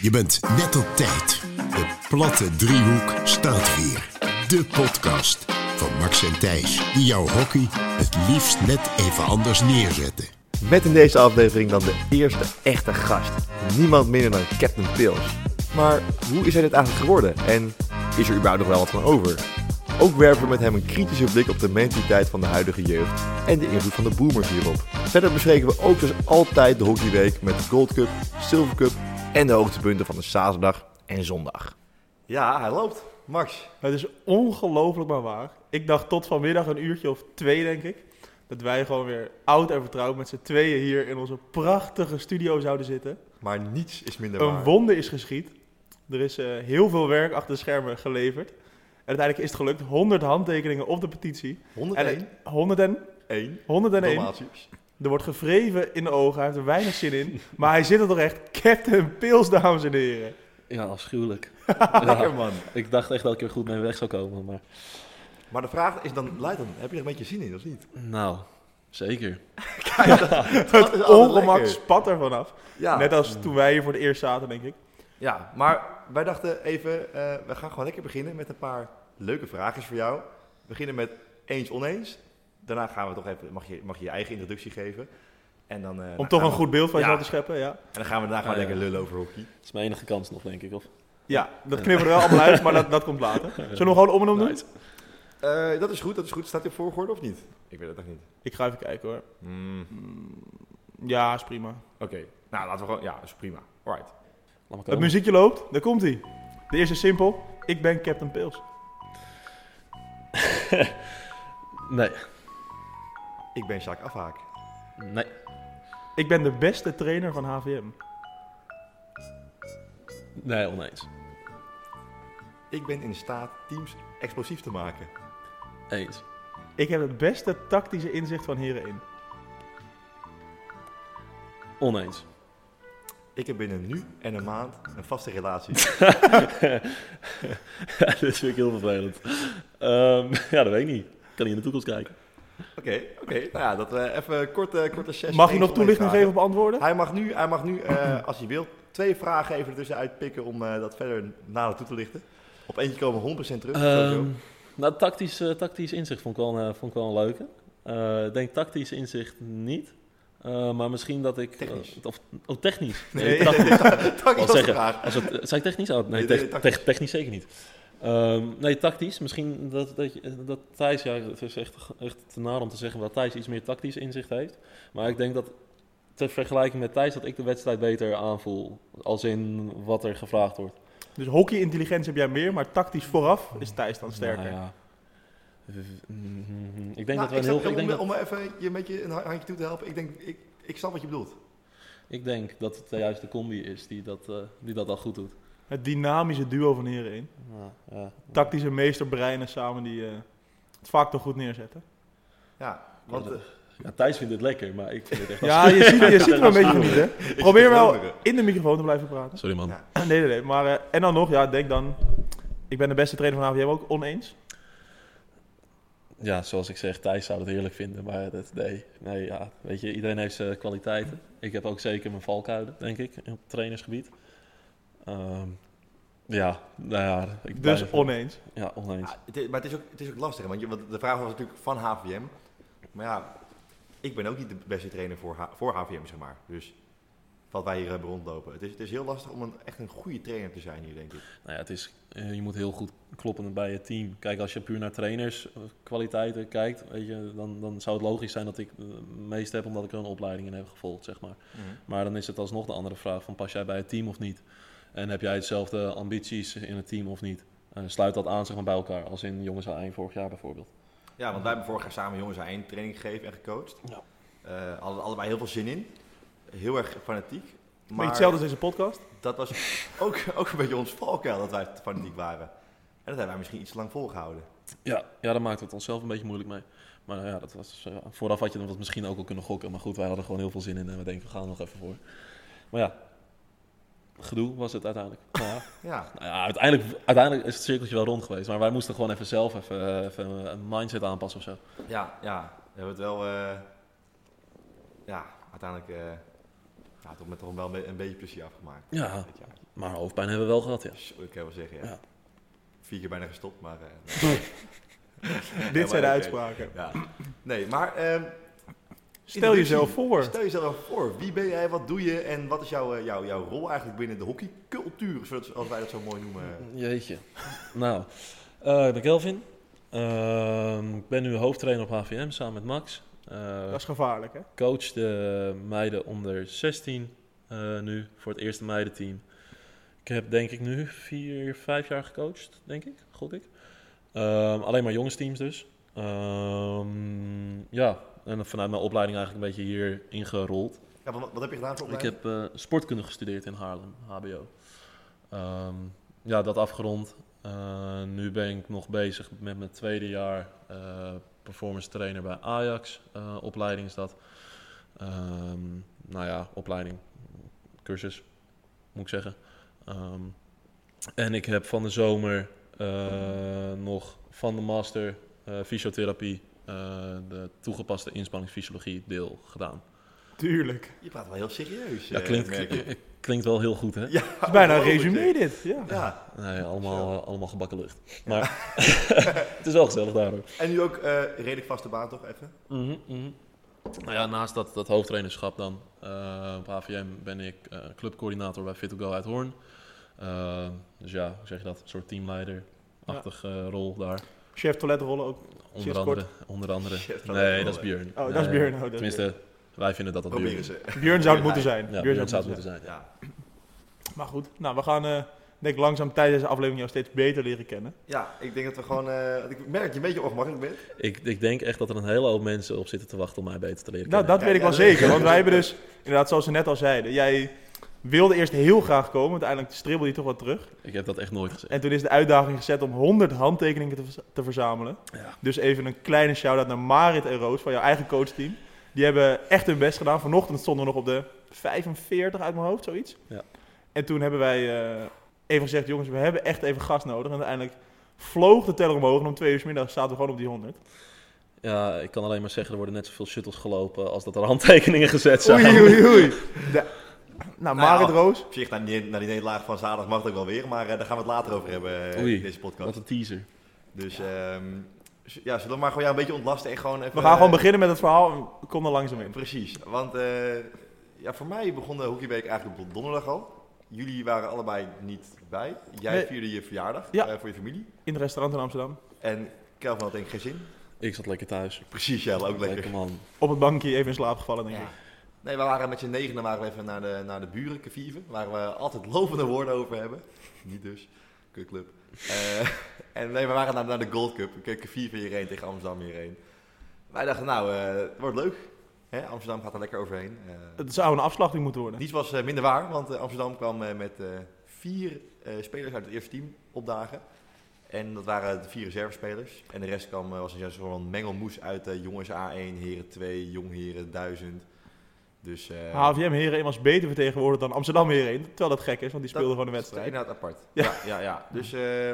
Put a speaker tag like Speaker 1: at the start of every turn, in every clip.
Speaker 1: Je bent net op tijd. De platte driehoek staat weer. De podcast van Max en Thijs, die jouw hockey het liefst net even anders neerzetten.
Speaker 2: Met in deze aflevering dan de eerste echte gast. Niemand minder dan Captain Pils. Maar hoe is hij dit eigenlijk geworden? En is er überhaupt nog wel wat van over? Ook werpen we met hem een kritische blik op de mentaliteit van de huidige jeugd en de invloed van de boomers hierop. Verder bespreken we ook zoals altijd de hockeyweek met de Gold Cup, Silver Cup en de hoogtepunten van de zaterdag en zondag. Ja, hij loopt. Max.
Speaker 3: Het is ongelooflijk maar waar. Ik dacht tot vanmiddag een uurtje of twee, denk ik. Dat wij gewoon weer oud en vertrouwd met z'n tweeën hier in onze prachtige studio zouden zitten.
Speaker 2: Maar niets is minder
Speaker 3: Een
Speaker 2: waar.
Speaker 3: wonder is geschied. Er is eh, heel veel werk achter de schermen geleverd. En uiteindelijk is het gelukt. 100 handtekeningen op de petitie. En
Speaker 2: 101.
Speaker 3: het- 100 en,
Speaker 2: 1.
Speaker 3: 101.
Speaker 2: Dalmatiërs.
Speaker 3: Er wordt gevreven in de ogen. Hij heeft er weinig zin in. Maar hij zit er toch echt. Captain Pils, dames en heren.
Speaker 4: Ja, afschuwelijk. Ja,
Speaker 2: Lekker man.
Speaker 4: ik dacht echt dat ik er goed mee weg zou komen, maar...
Speaker 2: Maar de vraag is dan, Leighton, heb je er een beetje zin in of niet?
Speaker 4: Nou, zeker.
Speaker 2: Het
Speaker 3: Ongemak spat er vanaf.
Speaker 2: Ja.
Speaker 3: Net als toen wij hier voor de eerst zaten, denk ik.
Speaker 2: ja, maar wij dachten even, eh, we gaan gewoon lekker beginnen met een paar leuke vraagjes voor jou. We beginnen met eens oneens. Daarna gaan we toch even, mag je mag je, je eigen introductie geven. En dan, eh,
Speaker 3: Om
Speaker 2: dan
Speaker 3: toch
Speaker 2: gaan
Speaker 3: een
Speaker 2: we-
Speaker 3: goed beeld van
Speaker 2: Ja.
Speaker 3: jezelf te scheppen, ja.
Speaker 2: En dan gaan we daarna gewoon
Speaker 4: Ah, ja.
Speaker 2: lekker lullen over hockey.
Speaker 4: Dat is mijn enige kans nog, denk ik, of?
Speaker 3: Ja, dat knippen we er wel allemaal uit, maar dat, dat komt later. Zullen we hem gewoon om en om doen?
Speaker 4: Nice.
Speaker 2: Eh, dat is goed, dat is goed. Staat hij op voorgorde of niet? Ik weet het echt niet.
Speaker 3: Ik ga even kijken hoor.
Speaker 2: Hmm,
Speaker 3: Ja, is prima.
Speaker 2: Oké, nou laten we gewoon, ja, dat is prima. Alright.
Speaker 4: Laat maar
Speaker 3: Het
Speaker 4: komen.
Speaker 3: muziekje loopt, daar komt hij. De eerste is simpel. Ik ben Captain Pils.
Speaker 4: Nee,
Speaker 2: Ik ben Sjaak Afhaak.
Speaker 4: nee.
Speaker 3: Ik ben de beste trainer van HVM.
Speaker 4: Nee, oneens.
Speaker 2: Ik ben in staat teams explosief te maken.
Speaker 4: Eens.
Speaker 3: Ik heb het beste tactische inzicht van heren in.
Speaker 4: Oneens.
Speaker 2: Ik heb binnen nu en een maand een vaste relatie.
Speaker 4: Ja, dit vind ik heel vervelend. Ehm, ja, dat weet ik niet. Ik kan niet in de toekomst kijken.
Speaker 2: Oké, oké. Nou ja, dat we even kort, eh, korte sessie.
Speaker 3: Mag je
Speaker 2: Eens
Speaker 3: nog
Speaker 2: om
Speaker 3: toelichting
Speaker 2: één
Speaker 3: geven op antwoorden?
Speaker 2: vragen. Hij mag nu, hij mag nu eh, als hij wil, twee vragen even ertussen uitpikken om eh, dat verder nader toe te lichten. Op eentje komen we 100% terug.
Speaker 4: Ehm
Speaker 2: sowieso.
Speaker 4: nou, tactisch, eh, tactisch inzicht vond ik wel, een, eh, vond ik wel een leuke. Eh, ik denk tactisch inzicht niet. Eh, maar misschien dat ik...
Speaker 2: Technisch.
Speaker 4: eh, of, oh, technisch.
Speaker 2: Nee,
Speaker 4: Nee,
Speaker 2: nee,
Speaker 4: tactisch.
Speaker 2: nee, dat- dat
Speaker 4: Wel
Speaker 2: was de
Speaker 4: zeggen.
Speaker 2: vraag.
Speaker 4: Als het, zei ik technisch? Oh, nee,
Speaker 2: Nee, nee,
Speaker 4: tech-
Speaker 2: tactisch.
Speaker 4: tech- technisch zeker niet. Ehm, nee, tactisch. Misschien dat, dat, je- dat Thijs, ja, het is echt, echt te naar om te zeggen dat Thijs iets meer tactisch inzicht heeft. Maar ik denk dat, ter vergelijking met Thijs, dat ik de wedstrijd beter aanvoel. Als in wat er gevraagd wordt. Nou
Speaker 3: Dus hockey-intelligentie heb jij meer, maar tactisch vooraf is Thijs dan sterker.
Speaker 4: Nou ja. V- mm,
Speaker 2: Nou,
Speaker 4: Ik denk dat we een
Speaker 2: ik snap-
Speaker 4: heel... Ik
Speaker 2: om,
Speaker 4: denk dat,
Speaker 2: om even je een beetje een ha- handje toe te helpen. Ik denk, ik, ik snap wat je bedoelt.
Speaker 4: ik denk dat het juist de combi is die dat, eh, die dat al goed doet.
Speaker 3: Het dynamische duo van heren in.
Speaker 4: Ja, ja.
Speaker 3: Tactische meesterbreinen samen die eh, het vaak toch goed neerzetten.
Speaker 2: Ja, want...
Speaker 4: Ja,
Speaker 2: eh,
Speaker 4: Ja, Thijs vindt het lekker, maar ik vind het echt...
Speaker 3: Ja, je ziet, je ziet er wel een beetje van niet, hè?
Speaker 2: ik
Speaker 3: Probeer
Speaker 2: zit te
Speaker 3: wel
Speaker 2: veranderen.
Speaker 3: in de microfoon te blijven praten.
Speaker 4: Sorry man.
Speaker 2: Ja.
Speaker 3: Nee, nee, nee. Maar, eh, en dan nog, ja, denk dan... Ik ben de beste trainer van AVM ook oneens.
Speaker 4: Ja, zoals ik zeg, Thijs zou het heerlijk vinden, maar dat, nee. nee ja, weet je, iedereen heeft zijn kwaliteiten. Ik heb ook zeker mijn valkuilen, denk ik, op trainersgebied. Ehm, ja, nou ja,
Speaker 3: Dus
Speaker 4: ik blijf-
Speaker 3: oneens.
Speaker 4: Ja, oneens.
Speaker 2: Ja, het is- maar het is, ook, het is ook lastig, hè, want, je, want de vraag was natuurlijk van HVM. Maar ja, ik ben ook niet de beste trainer voor, H- voor HVM, zeg maar. Dus wat wij hier hebben rondlopen. Het is, het is heel lastig om een, echt een goede trainer te zijn hier, denk ik.
Speaker 4: Nou ja, het is, eh, je moet heel goed kloppen bij het team. Kijk, als je puur naar trainerskwaliteiten kijkt, weet je, dan, dan zou het logisch zijn dat ik eh, het meest heb omdat ik er een opleiding in heb gevolgd, zeg maar. Maar dan is het alsnog de andere vraag van pas jij bij het team of niet? En heb jij hetzelfde ambities in het team of niet? Eh, sluit dat aan zeg maar, bij elkaar, als in jongens aan vorig jaar bijvoorbeeld.
Speaker 2: Ja, want wij hebben vorig jaar samen jongens aan één training gegeven en gecoacht.
Speaker 4: Ja.
Speaker 2: Eh, hadden allebei heel veel zin in. Heel erg fanatiek.
Speaker 3: Maar
Speaker 2: Maar
Speaker 3: hetzelfde als deze podcast.
Speaker 2: dat was ook, ook een beetje ons valkuil dat wij fanatiek waren. En dat hebben wij misschien iets te lang volgehouden.
Speaker 4: Ja, ja daar maakt het onszelf een beetje moeilijk mee. Maar nou ja, dat was, eh, vooraf had je dat misschien ook al kunnen gokken. Maar goed, wij hadden gewoon heel veel zin in en we denken, we gaan er nog even voor. Maar ja, gedoe was het uiteindelijk. Nou ja,
Speaker 2: Ja,
Speaker 4: nou ja, uiteindelijk, uiteindelijk is het cirkeltje wel rond geweest. Maar wij moesten gewoon even zelf even, eh, even een mindset aanpassen of zo.
Speaker 2: ja, ja. We hebben het wel... eh, ja, uiteindelijk... eh, Ja, toch met toch wel een, be- een beetje plezier afgemaakt.
Speaker 4: Ja,
Speaker 2: Dit jaar.
Speaker 4: maar hoofdpijn hebben we wel gehad, ja.
Speaker 2: Zo, Ik kan wel zeggen, ja.
Speaker 4: Ja.
Speaker 2: Vier keer bijna gestopt, maar... eh,
Speaker 3: Dit
Speaker 2: maar
Speaker 3: zijn de
Speaker 2: oké.
Speaker 3: uitspraken.
Speaker 2: ja. Nee, maar... ehm,
Speaker 3: Stel jezelf
Speaker 2: introductie.
Speaker 3: voor.
Speaker 2: Stel jezelf voor. Wie ben jij, wat doe je en wat is jouw, eh, jouw, jouw rol eigenlijk binnen de hockeycultuur, zoals als wij dat zo mooi noemen?
Speaker 4: Jeetje. nou, eh, ik ben Kelvin. Ehm, ik ben nu hoofdtrainer op HVM samen met Max. Eh,
Speaker 3: Dat is gevaarlijk, hè?
Speaker 4: coach de meiden onder 16 eh, nu voor het eerste meidenteam. Ik heb denk ik nu vier, vijf jaar gecoacht, denk ik, god ik. Ehm, alleen maar jongensteams dus. Ehm, ja, en vanuit mijn opleiding eigenlijk een beetje hier ingerold.
Speaker 2: Ja, wat, wat heb je gedaan voor
Speaker 4: Ik
Speaker 2: opleiding?
Speaker 4: heb eh, sportkunde gestudeerd in Haarlem, HBO. Ehm, ja, dat afgerond. Eh, nu ben ik nog bezig met mijn tweede jaar eh, performance trainer bij Ajax. Eh, opleiding is dat. Ehm, nou ja, opleiding, cursus, moet ik zeggen. Ehm, en ik heb van de zomer eh, nog van de master eh, fysiotherapie, eh, de toegepaste inspanningsfysiologie deel gedaan.
Speaker 3: Tuurlijk.
Speaker 2: Je praat wel heel serieus.
Speaker 4: Ja,
Speaker 2: eh,
Speaker 4: klinkt,
Speaker 2: merk ik.
Speaker 4: eh, klinkt wel heel goed, hè?
Speaker 2: Ja,
Speaker 3: Het is bijna een
Speaker 2: ongelooflijk,
Speaker 3: resume
Speaker 2: zeg.
Speaker 3: dit. Ja.
Speaker 2: Ja,
Speaker 4: Nee, allemaal, eh, allemaal gebakken lucht. Maar het is wel gezellig daar hoor.
Speaker 2: en nu ook eh, redelijk vaste baan toch even?
Speaker 4: Nou ja, naast dat, dat hoofdtrainerschap dan eh, op HVM ben ik eh, clubcoördinator bij Fit to Go uit Hoorn. Eh, dus ja, hoe zeg je dat? Een soort teamleider-achtige eh, rol daar.
Speaker 3: Chef toiletrollen ook.
Speaker 4: Onder
Speaker 3: Sinds
Speaker 4: andere. Onder andere.
Speaker 2: Chef, dat is
Speaker 4: Nee,
Speaker 2: wel,
Speaker 4: dat is
Speaker 2: eh.
Speaker 4: Björn.
Speaker 3: Oh, dat is
Speaker 4: Nee,
Speaker 3: Björn, oh, dat is
Speaker 4: Tenminste, wij vinden dat dat Björn
Speaker 2: Proberen
Speaker 4: is.
Speaker 2: ze.
Speaker 3: Björn zou het moeten zijn.
Speaker 4: Ja,
Speaker 3: Björn
Speaker 4: Björn zou het
Speaker 3: moeten
Speaker 4: moeten zijn. Ja.
Speaker 2: Ja,
Speaker 3: zijn. Maar goed, nou, we gaan eh, denk ik langzaam tijdens deze aflevering jou steeds beter leren kennen.
Speaker 2: ja, ik denk dat we gewoon... eh, want ik merk dat je een beetje ongemakkelijk bent.
Speaker 4: Ik, ik denk echt dat er een hele hoop mensen op zitten te wachten om mij beter te leren
Speaker 3: Nou,
Speaker 4: kennen.
Speaker 3: dat weet ik wel
Speaker 2: Ja,
Speaker 3: zeker.
Speaker 2: ja.
Speaker 3: Want wij hebben dus, inderdaad, zoals ze net al zeiden, jij wilde eerst heel graag komen. Uiteindelijk stribbelde je toch wat terug.
Speaker 4: Ik heb dat echt nooit gezegd.
Speaker 3: En toen is de uitdaging gezet om 100 handtekeningen te, verza- te verzamelen.
Speaker 4: Ja.
Speaker 3: Dus even een kleine shout-out naar Marit en Roos van jouw eigen coachteam. Die hebben echt hun best gedaan. Vanochtend stonden we nog op de 45 uit mijn hoofd, zoiets.
Speaker 4: Ja.
Speaker 3: En toen hebben wij eh, even gezegd, jongens, we hebben echt even gas nodig. En uiteindelijk vloog de teller omhoog en om twee uur 's middags zaten we gewoon op die 100.
Speaker 4: Ja, ik kan alleen maar zeggen, er worden net zoveel shuttles gelopen als dat er handtekeningen gezet zijn.
Speaker 3: Oei, oei, oei. De- Nou, Marit
Speaker 2: Nou.
Speaker 3: Roos.
Speaker 2: Op zich, naar die, naar die nederlaag van zaterdag mag het ook wel weer, maar eh, daar gaan we het later over hebben eh,
Speaker 4: Oei.
Speaker 2: in deze podcast.
Speaker 4: Wat een teaser.
Speaker 2: Dus ehm, z- ja, zullen we maar gewoon jou een beetje ontlasten en gewoon even... eh,
Speaker 3: We gaan gewoon beginnen met het verhaal en kom er langzaam in.
Speaker 2: Precies, want eh, ja, voor mij begon de hockeyweek eigenlijk op donderdag al. Jullie waren allebei niet bij. Jij
Speaker 3: Nee.
Speaker 2: vierde je verjaardag
Speaker 3: Ja.
Speaker 2: eh, voor je familie.
Speaker 3: In het restaurant in Amsterdam.
Speaker 2: En Kelvin had denk ik geen zin.
Speaker 4: Ik zat lekker thuis.
Speaker 2: Precies, jij ook lekker.
Speaker 4: man.
Speaker 3: Op het bankje even in slaap gevallen, denk
Speaker 2: Ja.
Speaker 3: ik.
Speaker 2: Nee, we waren met z'n negenen waren we even naar de, naar de buren, Kevieven, waar we altijd lovende woorden over hebben. Niet dus, kutclub. Eh, en nee, we waren naar, naar de Gold Cup, Ke- Kevieven hierheen tegen Amsterdam hierheen. Wij dachten, nou, eh, het wordt leuk. Hè? Amsterdam gaat er lekker overheen. Eh,
Speaker 3: Het zou een afslachting moeten worden.
Speaker 2: niets was eh, minder waar, want eh, Amsterdam kwam eh, met eh, vier eh, spelers uit het eerste team opdagen. En dat waren de vier reservespelers. En de rest kwam, eh, was een soort van mengelmoes uit eh, jongens A1, heren 2, jongheren 1000. Dus, eh,
Speaker 3: HVM Heren was beter vertegenwoordigd dan Amsterdam Heren. Terwijl dat gek is, want die
Speaker 2: Dat-
Speaker 3: speelden gewoon een
Speaker 2: Dat is
Speaker 3: wedstrijd.
Speaker 2: inderdaad apart.
Speaker 3: Ja.
Speaker 2: Ja, ja, ja. Dus eh,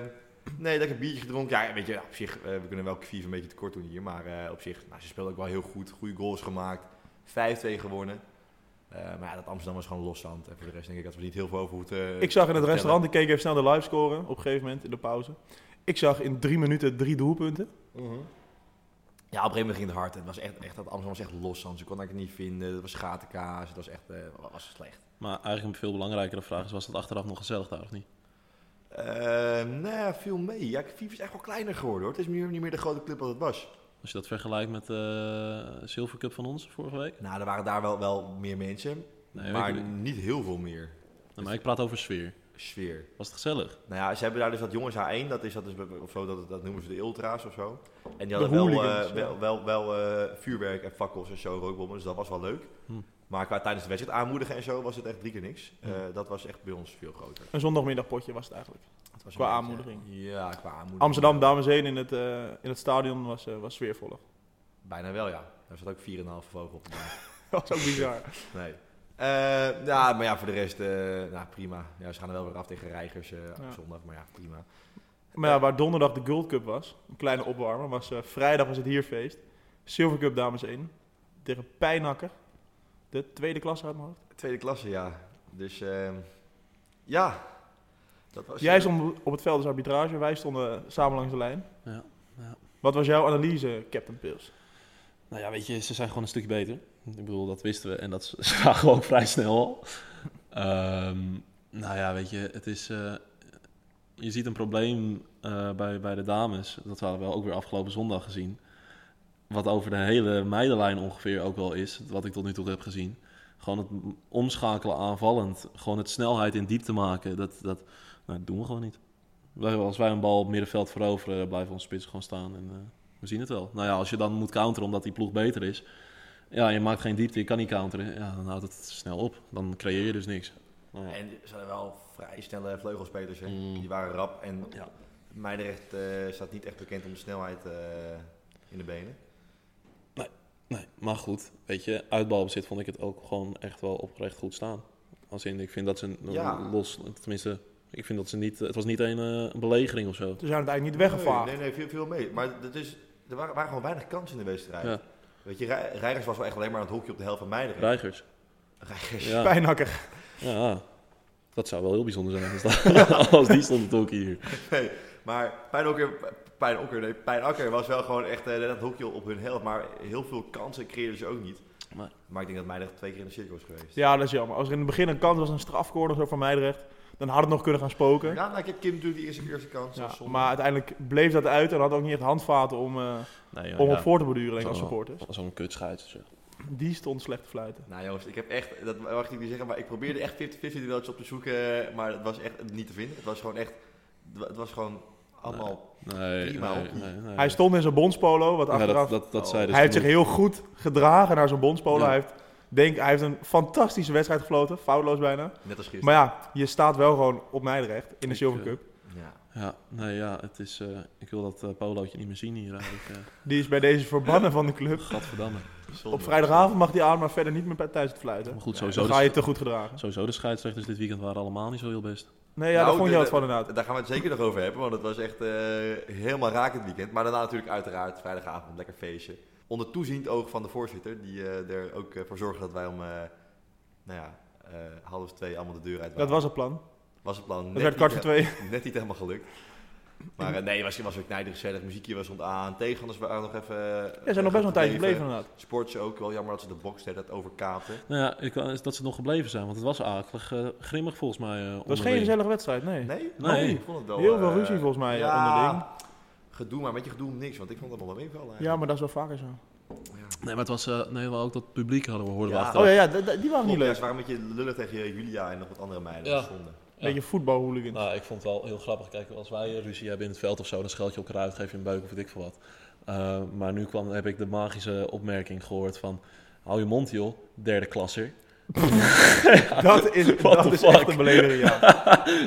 Speaker 2: nee, lekker biertje gedronken. Ja, weet je, ja, op zich, eh, we kunnen wel Kvief een beetje tekort doen hier. Maar eh, op zich, nou, ze speelden ook wel heel goed. Goede goals gemaakt. 5-2 gewonnen. Eh, maar ja, dat Amsterdam was gewoon loszand. En voor de rest denk ik dat we niet heel veel over moeten
Speaker 3: Ik zag in het
Speaker 2: vertellen.
Speaker 3: restaurant, ik keek even snel de livescore op een gegeven moment in de pauze. Ik zag in drie minuten drie doelpunten.
Speaker 2: Ja, op een gegeven moment ging het hard. Het was echt, echt dat Amsterdam was echt loszand. Ze kon het eigenlijk niet vinden. Het was schatenkaas. Het was echt eh, was slecht.
Speaker 4: Maar eigenlijk een veel belangrijkere vraag is, was het achteraf nog gezellig daar of niet?
Speaker 2: Eh nou, veel mee. Ja, Kvief is echt wel kleiner geworden hoor. Het is nu niet meer de grote club als het was.
Speaker 4: Als je dat vergelijkt met de Silver Cup van ons vorige week.
Speaker 2: Nou, er waren daar wel, wel meer mensen,
Speaker 4: Nee,
Speaker 2: maar
Speaker 4: weet ik
Speaker 2: niet heel veel meer
Speaker 4: Nee, maar ik praat over sfeer.
Speaker 2: sfeer.
Speaker 4: Was het gezellig?
Speaker 2: Nou ja, ze hebben daar dus dat jongens A1, dat is dat is of zo, dat, dat noemen ze de ultra's of zo. En die
Speaker 3: De
Speaker 2: hadden wel, eh,
Speaker 3: hooligans, ja.
Speaker 2: wel, wel, wel eh, vuurwerk en fakkels en zo, rookbommen, dus dat was wel leuk.
Speaker 4: Hm.
Speaker 2: Maar qua tijdens de wedstrijd aanmoedigen en zo was het echt drie keer niks. Eh, dat was echt bij ons veel groter.
Speaker 3: Een zondagmiddagpotje was het eigenlijk.
Speaker 2: Het was
Speaker 3: Qua
Speaker 2: een
Speaker 3: aanmoediging.
Speaker 2: Ja, qua aanmoediging.
Speaker 3: Amsterdam, dames en heren, in het, eh, in het stadion was, eh, was sfeervoller.
Speaker 2: Bijna wel, ja. Daar zat ook 4,5 vogel op.
Speaker 3: Dat was ook bizar.
Speaker 2: Nee. Eh, ja, maar ja, voor de rest, eh, nou, prima. Ja, ze gaan er wel weer af tegen Reigers eh, op
Speaker 3: Ja.
Speaker 2: zondag, maar ja, prima.
Speaker 3: Maar ja, waar donderdag de Gold Cup was, een kleine opwarmer, was eh, vrijdag was het hier feest. Silver Cup, dames en heren, tegen Pijnakker. de tweede klasse uit mijn hoofd.
Speaker 2: Tweede klasse, ja. Dus ehm, ja, dat was
Speaker 3: Jij stond op het veld als arbitrage, wij stonden samen langs de lijn.
Speaker 4: Ja, ja.
Speaker 3: Wat was jouw analyse, Captain Pils?
Speaker 4: Nou ja, weet je, ze zijn gewoon een stukje beter. Ik bedoel, dat wisten we en dat zagen we ook vrij snel al. Ehm, nou ja, weet je, het is... eh, je ziet een probleem eh, bij, bij de dames. Dat hadden we ook weer afgelopen zondag gezien. Wat over de hele meidenlijn ongeveer ook wel is. Wat ik tot nu toe heb gezien. Gewoon het m- omschakelen aanvallend. Gewoon het snelheid in diepte maken. Dat, dat, nou, dat doen we gewoon niet. Wij- Als wij een bal op middenveld veroveren, blijven onze spits gewoon staan. En, eh, we zien het wel. Nou ja, als je dan moet counteren omdat die ploeg beter is. Ja, je maakt geen diepte, je kan niet counteren. Ja, dan houdt het snel op. Dan creëer je dus niks. Nou ja.
Speaker 2: eh, En ze hadden wel vrij snelle vleugelspelers. Hè?
Speaker 4: Mm.
Speaker 2: Die waren rap. En
Speaker 4: Ja.
Speaker 2: Meidrecht eh, staat niet echt bekend om de snelheid eh, in de benen.
Speaker 4: Nee, maar goed. Weet je, uitbalbezit vond ik het ook gewoon echt wel oprecht goed staan. Als in, ik vind dat ze een-
Speaker 2: Ja.
Speaker 4: los, tenminste, ik vind dat ze niet, het was niet een eh, belegering of zo.
Speaker 3: Ze zijn uiteindelijk niet weggevaagd.
Speaker 2: Nee, nee, nee, viel, viel mee. Maar dat is, er waren, waren gewoon weinig kansen in de wedstrijd.
Speaker 4: Ja.
Speaker 2: Weet je, Rij- Reigers was wel echt alleen maar aan het hokje op de helft van Meidrecht.
Speaker 4: Reigers.
Speaker 2: Reigers.
Speaker 4: Ja,
Speaker 3: Pijnakker.
Speaker 4: ja, dat zou wel heel bijzonder zijn als, dat- als die stond het ook hier.
Speaker 2: Nee, maar Pijnokker, Pijnokker, nee, Pijnakker was wel gewoon echt eh, net dat hokje op hun helft. Maar heel veel kansen creëerden ze ook niet.
Speaker 4: Maar-
Speaker 2: Maar ik denk dat Meidrecht twee keer in de cirkel is geweest.
Speaker 3: Ja, dat is jammer. Als er in het begin een kans was, een strafkoord of zo van Meidrecht, dan had het nog kunnen gaan spoken.
Speaker 2: Ja, nou, ik heb Kim natuurlijk die eerste, eerste kans.
Speaker 3: Ja,
Speaker 2: dat is zonde.
Speaker 3: maar uiteindelijk bleef dat uit en had ook niet echt handvaten om, eh,
Speaker 4: Nee, ja,
Speaker 3: om
Speaker 4: ja,
Speaker 3: op voor te borduren, denk ik, als
Speaker 4: Zo-
Speaker 3: supporters.
Speaker 4: Zo'n kutscheids. zeg.
Speaker 3: Die stond slecht te fluiten.
Speaker 2: Nou jongens, ik heb echt, dat mag ik niet zeggen, maar ik probeerde echt 50-50 duels op te zoeken, maar het was echt niet te vinden. Het was gewoon echt, het was gewoon allemaal...
Speaker 4: Nee,
Speaker 2: Prima,
Speaker 4: nee,
Speaker 2: hoor.
Speaker 4: nee, nee.
Speaker 3: Hij stond in zijn bondspolo, wat
Speaker 4: Ja,
Speaker 3: achteraf...
Speaker 4: dat, dat, dat zei dus
Speaker 3: hij heeft zich
Speaker 4: genoeg.
Speaker 3: heel goed gedragen naar zijn bondspolo.
Speaker 4: Ja.
Speaker 3: Hij, heeft, denk, hij heeft een fantastische wedstrijd gefloten, foutloos bijna.
Speaker 2: Net als gisteren.
Speaker 3: Maar ja, je staat wel gewoon op Meidrecht in de
Speaker 4: Ik,
Speaker 3: Silver
Speaker 4: eh,
Speaker 3: Cup.
Speaker 2: ja.
Speaker 4: Ja, nee, ja, het is, eh, ik wil dat eh, polootje niet meer zien hier eigenlijk. eh
Speaker 3: Die is bij deze verbannen van de club.
Speaker 4: gadverdamme.
Speaker 2: zonde.
Speaker 3: Op vrijdagavond mag hij aan, maar verder niet meer bij- tijdens het fluiten.
Speaker 4: Maar goed,
Speaker 3: Dan
Speaker 4: sowieso
Speaker 3: ga je
Speaker 4: de,
Speaker 3: te goed gedragen.
Speaker 4: sowieso de scheidsrechters dit weekend waren allemaal niet zo heel best.
Speaker 3: Nee, ja,
Speaker 2: Nou,
Speaker 3: daar vond je
Speaker 2: de-
Speaker 3: wat van inderdaad.
Speaker 2: Daar gaan we het zeker nog over hebben, want het was echt eh, helemaal raak het weekend. Maar daarna natuurlijk uiteraard vrijdagavond, lekker feestje. Onder toeziend oog van de voorzitter, die eh, er ook eh, voor zorgde dat wij om, eh, nou ja, eh, half twee allemaal de deur uit
Speaker 3: Dat
Speaker 2: waren.
Speaker 3: was het plan.
Speaker 2: was het plan.
Speaker 3: Het
Speaker 2: Net
Speaker 3: werd
Speaker 2: niet
Speaker 3: kwart voor twee.
Speaker 2: Net niet helemaal gelukt. Maar eh, nee, het was, het was weer knijdig gezellig. Muziekje was stond aan. Tegenstanders waren nog even...
Speaker 3: Ja, ze zijn nog best wel een tijdje gebleven inderdaad.
Speaker 2: Sports ook. Wel jammer dat ze de box dat overkaapten.
Speaker 4: Nou ja, ik, wou- dat ze nog gebleven zijn, want het was akelig eh, grimmig volgens mij. eh
Speaker 3: Het was geen
Speaker 4: onderling.
Speaker 3: gezellige wedstrijd, nee.
Speaker 2: Nee?
Speaker 4: Nee.
Speaker 2: Ik vond het wel,
Speaker 3: Heel veel
Speaker 2: eh,
Speaker 3: ruzie volgens mij eh, onderling.
Speaker 2: Gedoe, maar een beetje gedoe om niks. Want ik vond het allemaal wel meevallen
Speaker 3: Ja,
Speaker 2: eigenlijk.
Speaker 3: maar dat is wel vaker zo.
Speaker 4: Nee, maar het was eh, nee, wel ook dat publiek hadden we hoorden
Speaker 2: Ja.
Speaker 4: we achteraf.
Speaker 3: Oh ja, ja d- d- die waren
Speaker 2: Klopt,
Speaker 3: niet
Speaker 2: ja,
Speaker 3: leuk.
Speaker 2: ze waren een beetje lullig tegen Julia en nog wat andere meiden.
Speaker 4: Ja.
Speaker 2: dat stonden.
Speaker 4: ja.
Speaker 3: Beetje voetbalhooligans.
Speaker 4: Nou, ik vond het wel heel grappig. Kijk, als wij eh, ruzie hebben in het veld of zo, dan scheld je elkaar uit, geef je een beuk of weet ik veel wat. Eh, maar nu kwam, heb ik de magische opmerking gehoord van... Hou je mond joh, derde klasser.
Speaker 3: dat is,
Speaker 4: What
Speaker 3: dat
Speaker 4: the
Speaker 3: is echt
Speaker 4: fuck?
Speaker 3: een belegering, ja.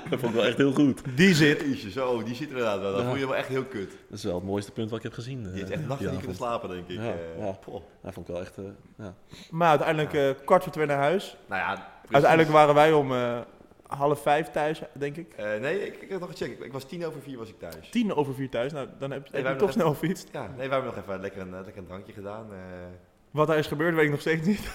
Speaker 4: Dat vond ik wel echt heel goed.
Speaker 3: Die zit.
Speaker 2: Jeetje, zo. Die zit inderdaad wel. Dat
Speaker 4: Ja.
Speaker 2: voel je wel echt heel kut.
Speaker 4: Dat is wel het mooiste punt wat ik heb gezien. eh,
Speaker 2: Die heeft echt
Speaker 4: die
Speaker 2: nachten niet kunnen
Speaker 4: avond.
Speaker 2: slapen, denk ik.
Speaker 4: Ja,
Speaker 2: Eh,
Speaker 4: ja.
Speaker 2: poh.
Speaker 4: Dat vond ik wel echt... eh, ja.
Speaker 3: Maar uiteindelijk eh, kwart voor twee naar huis.
Speaker 2: Nou ja, precies.
Speaker 3: Uiteindelijk waren wij om eh, half vijf thuis, denk ik.
Speaker 2: Eh, nee, ik, ik had nog gecheckt. Ik, ik was tien over vier was ik thuis.
Speaker 3: Tien over vier thuis. Nou, dan heb,
Speaker 2: wij
Speaker 3: heb je
Speaker 2: hebben
Speaker 3: toch
Speaker 2: nog
Speaker 3: snel fietst.
Speaker 2: Ja, nee, we hebben nog even lekker een, eh, lekker een drankje gedaan. eh.
Speaker 3: Wat daar is gebeurd, weet ik nog steeds niet.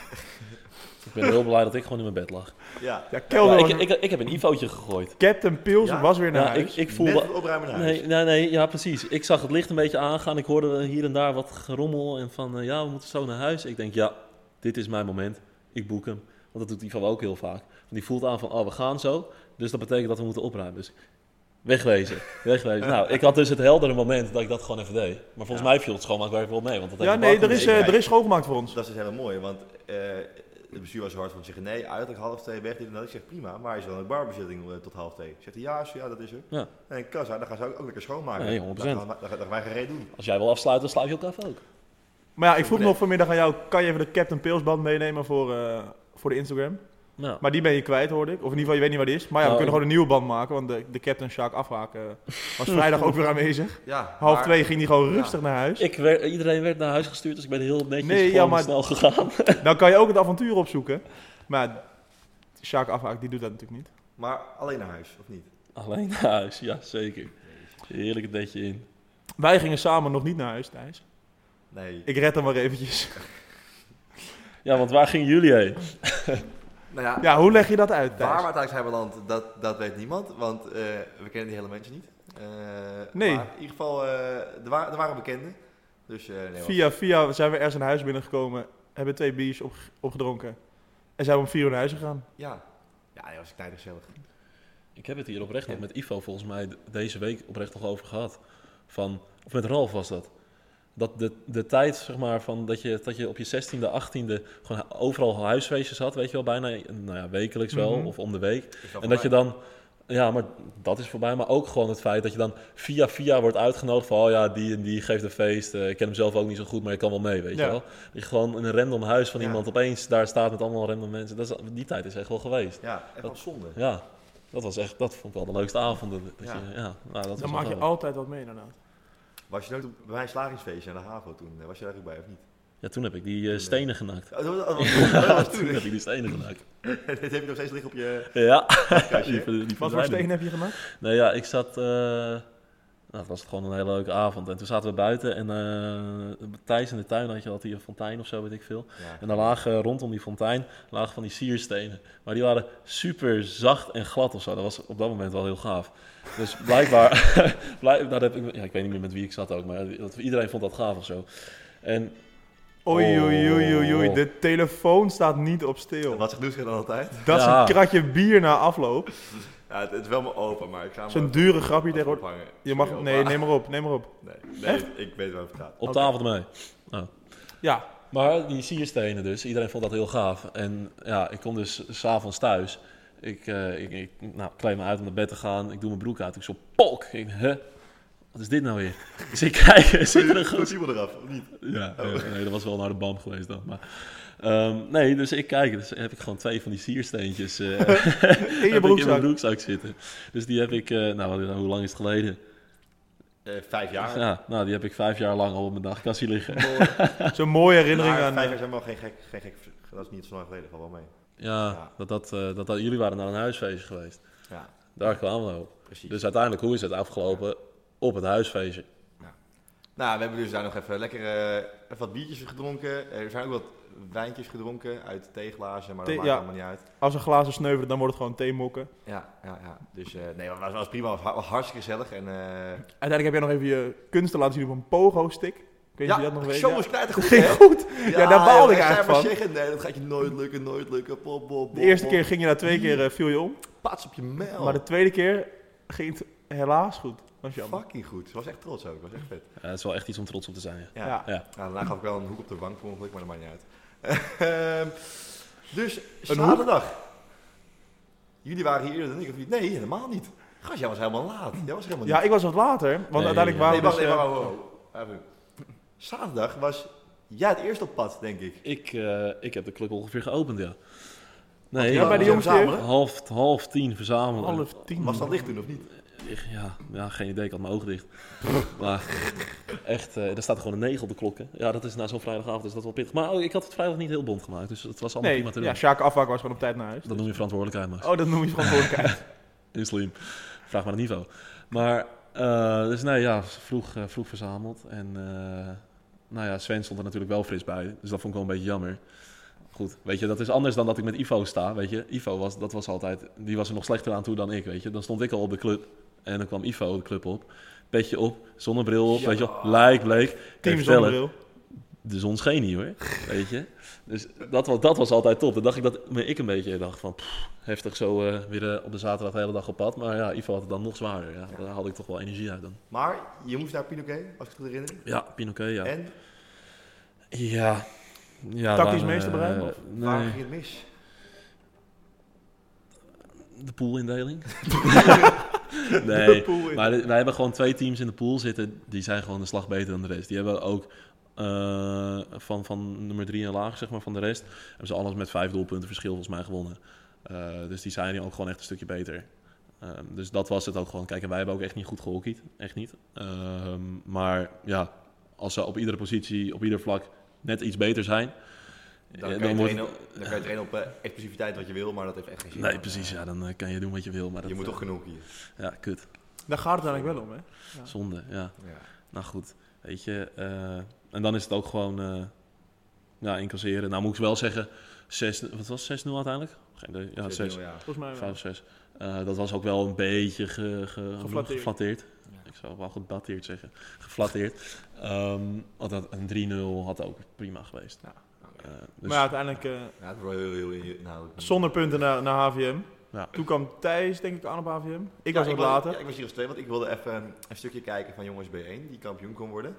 Speaker 4: Ik ben heel blij dat ik gewoon in mijn bed lag.
Speaker 2: ja,
Speaker 3: Ja,
Speaker 4: Ja,
Speaker 3: Kelder.
Speaker 4: ik, ik, ik heb een ivootje gegooid.
Speaker 3: Captain Pils
Speaker 2: Ja.
Speaker 3: was weer naar
Speaker 4: Ja, ik,
Speaker 3: huis.
Speaker 4: ik
Speaker 2: net
Speaker 4: voelde...
Speaker 2: het opruimen naar huis.
Speaker 4: Nee, nee, nee, ja, precies. Ik zag het licht een beetje aangaan. Ik hoorde hier en daar wat gerommel en van, eh, ja, we moeten zo naar huis. Ik denk, ja, dit is mijn moment. Ik boek hem. Want dat doet Ivo ook heel vaak. Want die voelt aan van, oh, we gaan zo. Dus dat betekent dat we moeten opruimen. Dus wegwezen, wegwezen. nou, ik had dus het heldere moment dat ik dat gewoon even deed. Maar volgens mij viel het schoonmaakwerk wel mee. Want dat
Speaker 3: ja,
Speaker 4: heeft
Speaker 3: nee, er
Speaker 4: Bart
Speaker 3: is,
Speaker 4: niet.
Speaker 3: eh, er is schoongemaakt voor ons.
Speaker 2: Dat is dus helemaal mooi, want eh, het bestuur was zo hard van zeggen nee, uiterlijk half twee weg, dit en dat. Ik zeg prima, maar is er dan ook barbezitting eh, tot half twee? Zegt hij ja, is- ja, dat is er.
Speaker 4: Ja.
Speaker 2: En kassa, dan gaan ze ook, ook lekker schoonmaken.
Speaker 4: Nee, 100%.
Speaker 2: Dan, gaan- dan, gaan wij geen reet doen.
Speaker 4: Als jij wil afsluiten, dan sluit je elkaar even ook.
Speaker 3: Maar ja, ik vroeg nog vanmiddag aan jou, kan je even de Captain Pils band meenemen voor, eh, voor de Instagram?
Speaker 4: Nou,
Speaker 3: Maar die ben je kwijt, hoorde ik. Of in ieder geval, je weet niet waar die is. Maar ja, we
Speaker 2: Oh.
Speaker 4: Nou,
Speaker 3: kunnen
Speaker 4: ik-
Speaker 3: gewoon een nieuwe band maken, want de, de Captain Sjaak afhaken eh, was vrijdag ook weer aanwezig.
Speaker 2: Ja,
Speaker 3: Half
Speaker 2: maar-
Speaker 3: twee ging die gewoon rustig naar huis.
Speaker 4: ik werd, iedereen werd naar huis gestuurd, dus ik ben heel netjes
Speaker 3: Nee, ja,
Speaker 4: gewoon
Speaker 3: maar-
Speaker 4: snel gegaan.
Speaker 3: Dan kan je ook het avontuur opzoeken. Maar Sjaak afhaken, die doet dat natuurlijk niet.
Speaker 2: Maar alleen naar huis, of niet?
Speaker 4: Alleen naar huis, ja, zeker. Heerlijk detje in.
Speaker 3: Wij gingen samen nog niet naar huis, Thijs.
Speaker 2: Nee.
Speaker 3: Ik red hem maar eventjes.
Speaker 4: Ja, want waar gingen jullie heen?
Speaker 2: Nou ja,
Speaker 3: Ja, hoe leg je dat uit,
Speaker 2: waar we
Speaker 3: Thijs?
Speaker 2: uiteindelijk zijn beland, dat, dat weet niemand. Want eh, we kennen die hele mensen niet. Eh,
Speaker 3: Nee.
Speaker 2: Maar in ieder geval, eh, er, waren, er waren bekenden. Dus eh, nee, hoor.
Speaker 3: Via, via zijn we ergens een huis binnengekomen, hebben twee biers op, opgedronken. En zijn we om vier uur naar huis gegaan.
Speaker 2: Ja. Ja, nee, was knijtergezellig.
Speaker 4: Ik heb het hier oprecht nog met Ivo volgens mij d- deze week oprecht nog over gehad. Van, of met Ralf was dat. Dat de, de tijd, zeg maar, van dat je, dat je op je 16e, 18e gewoon hu- overal huisfeestjes had, weet je wel, bijna nou ja, wekelijks wel,
Speaker 3: Mhm.
Speaker 4: of om de week.
Speaker 2: Is
Speaker 4: En dat je
Speaker 2: voorbij.
Speaker 4: dan, ja, maar dat is voorbij, maar ook gewoon het feit dat je dan via via wordt uitgenodigd van, oh ja, die en die geeft een feest. Eh, ik ken hem zelf ook niet zo goed, maar ik kan wel mee, weet
Speaker 3: Ja.
Speaker 4: je wel. Dat je gewoon in een random huis van
Speaker 2: Ja.
Speaker 4: iemand opeens daar staat met allemaal random mensen. Dat is, die tijd is echt wel geweest.
Speaker 2: Ja, echt wel zonde.
Speaker 4: Ja, dat was echt, dat vond ik wel de leukste avonden. Dat
Speaker 2: Ja.
Speaker 4: Je, ja, nou, dat
Speaker 3: Dan
Speaker 4: was
Speaker 3: maak je
Speaker 4: wel-
Speaker 3: altijd wat mee, inderdaad.
Speaker 2: Was je nooit op- bij mijn slagingsfeestje aan de HAVO toen? eh, Was je daar ook bij of niet?
Speaker 4: Ja, toen heb ik die eh, stenen genakt.
Speaker 2: Oh, dat was, dat was- dat was
Speaker 4: Toen
Speaker 2: toen.
Speaker 4: heb ik die stenen genakt.
Speaker 2: Dit heb je nog steeds liggen op je
Speaker 4: Ja, die,
Speaker 2: kastje.
Speaker 4: ver- die
Speaker 3: Wat voor
Speaker 4: verdwijnen.
Speaker 3: steen heb je gemaakt?
Speaker 4: Nee, ja, ik zat... eh nou, het was gewoon een hele leuke avond. En toen zaten we buiten en eh, Thijs in de tuin had je altijd een fontein of zo, weet ik veel.
Speaker 2: Ja.
Speaker 4: En daar lagen eh, rondom die fontein lagen van die sierstenen. Maar die waren super zacht en glad of zo. Dat was op dat moment wel heel gaaf. Dus blijkbaar, blijk, daar heb ik, ja, ik weet niet meer met wie ik zat ook, maar dat- iedereen vond dat gaaf of zo. En
Speaker 3: Oei, oei, oei, oei, oei.
Speaker 4: Oh.
Speaker 3: De telefoon staat niet op stil.
Speaker 2: Wat zich doet dan altijd?
Speaker 3: Dat is
Speaker 4: Ja.
Speaker 3: een kratje bier na afloop.
Speaker 2: Ja, het, het is wel maar open, maar ik ga hem
Speaker 3: Zo'n
Speaker 2: wel
Speaker 3: dure grapje
Speaker 2: even
Speaker 3: tegenwoordig.
Speaker 2: ophangen.
Speaker 3: Je mag...
Speaker 2: Sorry,
Speaker 3: Nee,
Speaker 2: opa.
Speaker 3: neem maar op, neem maar op.
Speaker 2: Nee, nee, ik weet waar het gaat.
Speaker 4: op Nou.
Speaker 3: Oké.
Speaker 4: de avond mee.
Speaker 3: Ja,
Speaker 4: Maar die sierstenen dus, iedereen vond dat heel gaaf. En ja, ik kom dus s'avonds thuis. Ik, eh ik, ik nou, kleed me uit om naar bed te gaan. Ik doe mijn broek uit. Ik zo, polk! Ik denk, huh? Wat is dit nou weer? Dus ik kijk, er zit er een
Speaker 3: Oh.
Speaker 2: Goed
Speaker 4: groot
Speaker 2: Simon eraf, of niet?
Speaker 4: Ja, eh, nee, dat was wel naar de band geweest dan. Maar, ehm, nee, dus ik kijk, dus heb ik gewoon twee van die siersteentjes eh,
Speaker 3: in
Speaker 4: heb
Speaker 3: je
Speaker 4: ik in mijn
Speaker 3: broekzak.
Speaker 4: broekzak zitten. Dus die heb ik, eh, nou, hoe lang is het geleden?
Speaker 2: Eh, vijf jaar.
Speaker 4: Ja, nou, die heb ik vijf jaar lang al op mijn nachtkastje liggen.
Speaker 3: Zo'n mooie herinnering
Speaker 2: Maar
Speaker 3: aan...
Speaker 2: vijf
Speaker 3: eh,
Speaker 2: jaar zijn wel geen gek, geen gek. Dat is niet zo lang geleden, valt wel mee.
Speaker 4: Ja,
Speaker 2: Ja.
Speaker 4: Dat, dat, eh, dat, dat- jullie waren naar een huisfeestje geweest.
Speaker 2: Ja,
Speaker 4: Daar kwamen we op.
Speaker 2: precies.
Speaker 4: Dus uiteindelijk, hoe is het afgelopen? Op het huisfeestje.
Speaker 2: Nou, we hebben dus daar nog even lekker eh, even wat biertjes gedronken. Er zijn ook wat wijntjes gedronken uit theeglazen, maar dat
Speaker 3: Thee-
Speaker 2: maakt
Speaker 3: ja.
Speaker 2: allemaal niet uit.
Speaker 3: eh, Als een glazen sneuvelen, dan wordt het gewoon theemokken.
Speaker 2: Ja, ja, ja. Dus eh, nee, maar het was, was prima, was, was hartstikke gezellig. En, eh,
Speaker 3: Uiteindelijk heb jij nog even je kunsten laten zien op een pogo-stick. Ik weet niet of je dat nog
Speaker 2: ja,
Speaker 3: weet.
Speaker 2: show
Speaker 3: ja.
Speaker 2: was knijtergoed,
Speaker 3: Ging
Speaker 2: hè?
Speaker 3: goed. Ja, daar baalde ik
Speaker 2: zei
Speaker 3: eigenlijk
Speaker 2: maar
Speaker 3: van.
Speaker 2: zeggen, nee, dat gaat je nooit lukken, nooit lukken. Pop, pop, pop,
Speaker 3: De eerste
Speaker 2: pop.
Speaker 3: keer ging je na twee keer, eh, viel je om.
Speaker 2: Pats op je
Speaker 4: Oh.
Speaker 2: mail.
Speaker 3: Maar de tweede keer ging het helaas goed. Dat was jammer.
Speaker 2: Fucking goed. Ze was echt trots ook. ze was echt vet.
Speaker 4: Ja, het is wel echt iets om trots op te zijn.
Speaker 2: Ja.
Speaker 4: Ja.
Speaker 3: Ja.
Speaker 4: Ja.
Speaker 2: Nou, daarna gaf ik wel een hoek op de wang per ongeluk, maar dat maakt niet uit. Ehm, dus
Speaker 3: hoek?
Speaker 2: zaterdag. Jullie waren hier eerder dan ik, of niet? Nee, helemaal niet. Gast, jij was helemaal laat. Jij was helemaal niet.
Speaker 3: Ja, ik was wat later, want
Speaker 4: Nee,
Speaker 3: uiteindelijk
Speaker 4: ja.
Speaker 3: waren
Speaker 2: nee,
Speaker 3: we
Speaker 2: wacht even.
Speaker 3: dus... eh,
Speaker 2: wacht, wacht, wacht. Even. Zaterdag was jij het eerst op pad, denk ik.
Speaker 4: Ik, eh, ik heb de club ongeveer geopend, ja. Nee, eh,
Speaker 3: ja, bij de
Speaker 2: Zo
Speaker 3: jongste jeugd?
Speaker 2: verzamelen.
Speaker 4: half, half tien verzamelen.
Speaker 3: dus, eh, half tien.
Speaker 2: Was dat licht toen, of niet?
Speaker 4: Ik- Ja, ja, geen idee, ik had mijn ogen dicht. Maar echt, eh er staat gewoon een negen op de klok. hè. Ja, dat is na zo'n vrijdagavond is dat wel pittig. Maar oh, ik had het vrijdag niet heel bond gemaakt, dus het was allemaal
Speaker 3: Nee,
Speaker 4: prima te doen.
Speaker 3: ja, Sjaak Afwak was gewoon op tijd naar huis.
Speaker 4: Dat noem je verantwoordelijkheid, Max.
Speaker 3: Oh, dat noem je verantwoordelijkheid.
Speaker 4: Is slim. Vraag maar het niveau. Maar, eh, dus nee, ja, vroeg, eh, vroeg verzameld. En, eh, nou ja, Sven stond er natuurlijk wel fris bij. Dus dat vond ik wel een beetje jammer. Goed, weet je, dat is anders dan dat ik met Ivo sta, weet je. Ivo was, dat was altijd, die was er nog slechter aan toe dan ik, weet je. Dan stond ik al op de club. En dan kwam Ivo de club op. Petje op, zonnebril op,
Speaker 2: Ja.
Speaker 4: weet je wel. Lijk, bleek. Kijk,
Speaker 3: Team
Speaker 4: vertellen,
Speaker 3: zonnebril.
Speaker 4: de zon scheen niet hoor, weet je. Dus dat was, dat was altijd top. Dan dacht ik dat maar ik een beetje dacht van, pff, heftig zo eh, weer eh, op de zaterdag de hele dag op pad. Maar ja, Ivo had het dan nog zwaarder. Ja. Daar haalde ik toch wel energie uit dan.
Speaker 2: Maar je moest naar Pinoquet, als ik het goed herinner.
Speaker 4: Ja, Pinoquet, ja.
Speaker 2: En
Speaker 4: Ja. ja
Speaker 3: Tactisch
Speaker 4: waar,
Speaker 3: meester
Speaker 4: eh,
Speaker 3: Bruin, of?
Speaker 2: waar
Speaker 4: Nee,
Speaker 2: ging het mis?
Speaker 4: de poolindeling. nee,
Speaker 3: Poel in.
Speaker 4: maar dit- wij hebben gewoon twee teams in de pool zitten. Die zijn gewoon een slag beter dan de rest. Die hebben ook eh, van, van nummer drie en laag, zeg maar, van de rest... hebben ze alles met vijf doelpunten verschil volgens mij gewonnen. Eh, dus die zijn ook gewoon echt een stukje beter. Ehm, dus dat was het ook gewoon. Kijk, en wij hebben ook echt niet goed gehockeyd. Echt niet. Ehm, maar ja, als ze op iedere positie, op ieder vlak net iets beter zijn...
Speaker 2: Dan
Speaker 4: eh,
Speaker 2: kan, je
Speaker 4: wordt-
Speaker 2: trainen, dan kan je trainen op eh, explosiviteit wat je wil, maar dat heeft echt geen zin.
Speaker 4: Nee, precies. Ja, dan eh, kan je doen wat je wil. Maar dat,
Speaker 2: Je moet
Speaker 4: eh,
Speaker 2: toch genoeg hier.
Speaker 4: Ja, kut.
Speaker 3: Daar gaat het eigenlijk wel om, hè?
Speaker 4: Zonde, ja.
Speaker 2: Ja.
Speaker 4: Nou goed, weet je. eh, en dan is het ook gewoon... eh, ja, incasseren. Nou moet ik wel zeggen, 6, wat was het, 6-0 uiteindelijk? Geen idee. Ja, 6.
Speaker 2: Ja.
Speaker 3: Volgens mij wel.
Speaker 4: 5 of 6. Eh, dat was ook wel een beetje ge, ge-
Speaker 3: Geflatteerd.
Speaker 4: geflatteerd. Ik zou wel gebatteerd zeggen. Geflatteerd. Ehm, want dat, een 3-0 had ook prima geweest.
Speaker 3: Ja.
Speaker 4: Eh, dus,
Speaker 3: Maar ja, uiteindelijk eh,
Speaker 2: Ja, het wordt heel, heel nou, inhoudelijk.
Speaker 3: zonder punten naar, naar HVM.
Speaker 4: Ja.
Speaker 3: Toen kwam Thijs denk ik aan op HVM. Ik was
Speaker 2: Ja,
Speaker 3: wat
Speaker 2: wou-
Speaker 3: later.
Speaker 2: ja, ik was hier als twee, want ik wilde even een, een stukje kijken van jongens B1 die kampioen kon worden.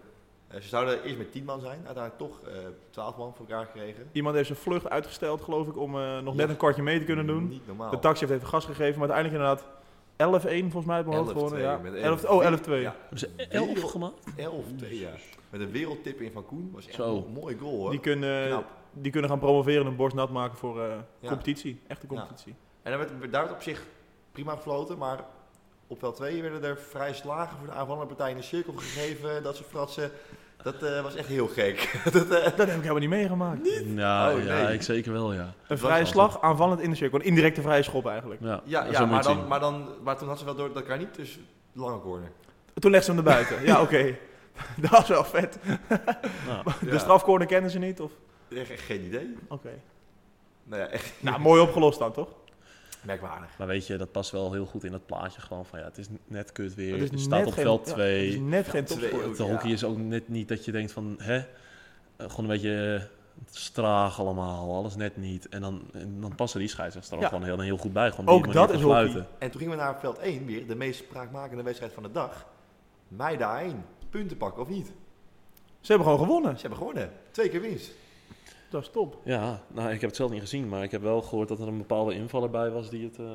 Speaker 2: Eh, ze zouden eerst met 10 man zijn, uiteindelijk toch eh 12 man voor elkaar gekregen.
Speaker 3: Iemand heeft zijn vlucht uitgesteld geloof ik om eh, nog net
Speaker 2: Ja.
Speaker 3: een kwartje mee te kunnen doen.
Speaker 2: Niet normaal.
Speaker 3: De taxi heeft even gas gegeven, maar uiteindelijk inderdaad 11-1 volgens mij uit mijn hoofd
Speaker 2: 11-2
Speaker 3: gewonnen. Ja.
Speaker 2: met
Speaker 3: 11,
Speaker 2: 11-2.
Speaker 3: oh, 11-2.
Speaker 2: Ja.
Speaker 4: hebben ze 11 gemaakt?
Speaker 2: 11-2, ja. Met een wereldtip in van Koen. Was echt
Speaker 4: Zo.
Speaker 2: een mooie goal hoor.
Speaker 3: Die, kunnen,
Speaker 2: Knap.
Speaker 3: die kunnen gaan promoveren en een borst nat maken voor eh,
Speaker 2: Ja.
Speaker 3: competitie. Echte competitie.
Speaker 2: En daar werd, daar werd op zich prima gefloten, maar op veld 2 werden er vrij slagen voor de aanvallende partij in de cirkel gegeven. Dat soort fratsen. Dat eh, was echt heel gek. dat, eh,
Speaker 3: Dat heb ik helemaal niet meegemaakt.
Speaker 4: Nou
Speaker 2: Oh,
Speaker 4: ja,
Speaker 2: nee.
Speaker 4: ik zeker wel, ja.
Speaker 3: Een
Speaker 2: was
Speaker 3: vrije
Speaker 2: wel
Speaker 3: slag, aanvallend in de cirkel. Een indirecte vrije schop eigenlijk.
Speaker 4: Ja,
Speaker 2: ja,
Speaker 4: zo
Speaker 2: ja
Speaker 4: moet je
Speaker 2: maar,
Speaker 4: het
Speaker 2: dan,
Speaker 4: zien.
Speaker 2: maar, dan, maar toen had ze wel door dat kan niet, dus lange corner.
Speaker 3: Toen legde ze hem naar buiten. ja, oké. Dat was wel vet.
Speaker 4: Ja.
Speaker 2: Ja.
Speaker 3: De strafcorner kennen ze niet, of?
Speaker 2: Echt, echt geen idee.
Speaker 3: Oké.
Speaker 2: Nou ja, echt
Speaker 3: Nou, mooi opgelost dan, toch?
Speaker 2: merkwaardig.
Speaker 4: Maar weet je, dat past wel heel goed in dat plaatje gewoon van ja, het is net kut weer.
Speaker 3: Het is
Speaker 4: je
Speaker 3: net
Speaker 4: staat op
Speaker 3: geen-
Speaker 4: veld
Speaker 3: ja,
Speaker 4: 2.
Speaker 3: Het is net geen
Speaker 2: Twee
Speaker 3: topscore.
Speaker 2: ook,
Speaker 4: de
Speaker 2: ja.
Speaker 4: hockey is ook net niet dat je denkt van hè, eh, gewoon een beetje eh, traag allemaal, alles net niet. En dan, en dan passen die scheidsrechter er
Speaker 3: Ja.
Speaker 4: gewoon heel, heel goed bij. Gewoon op
Speaker 3: Ook
Speaker 4: die manier
Speaker 3: dat is
Speaker 4: te
Speaker 3: hockey.
Speaker 4: fluiten.
Speaker 2: En toen gingen we naar veld 1 weer, de meest spraakmakende wedstrijd van de dag. Mij daarheen. Punten pakken of niet?
Speaker 3: Ze hebben gewoon gewonnen.
Speaker 2: Ze hebben gewonnen. Twee keer winst.
Speaker 3: Dat is top.
Speaker 4: Ja, nou ik heb het zelf niet gezien, maar ik heb wel gehoord dat er een bepaalde invaller bij was die het eh,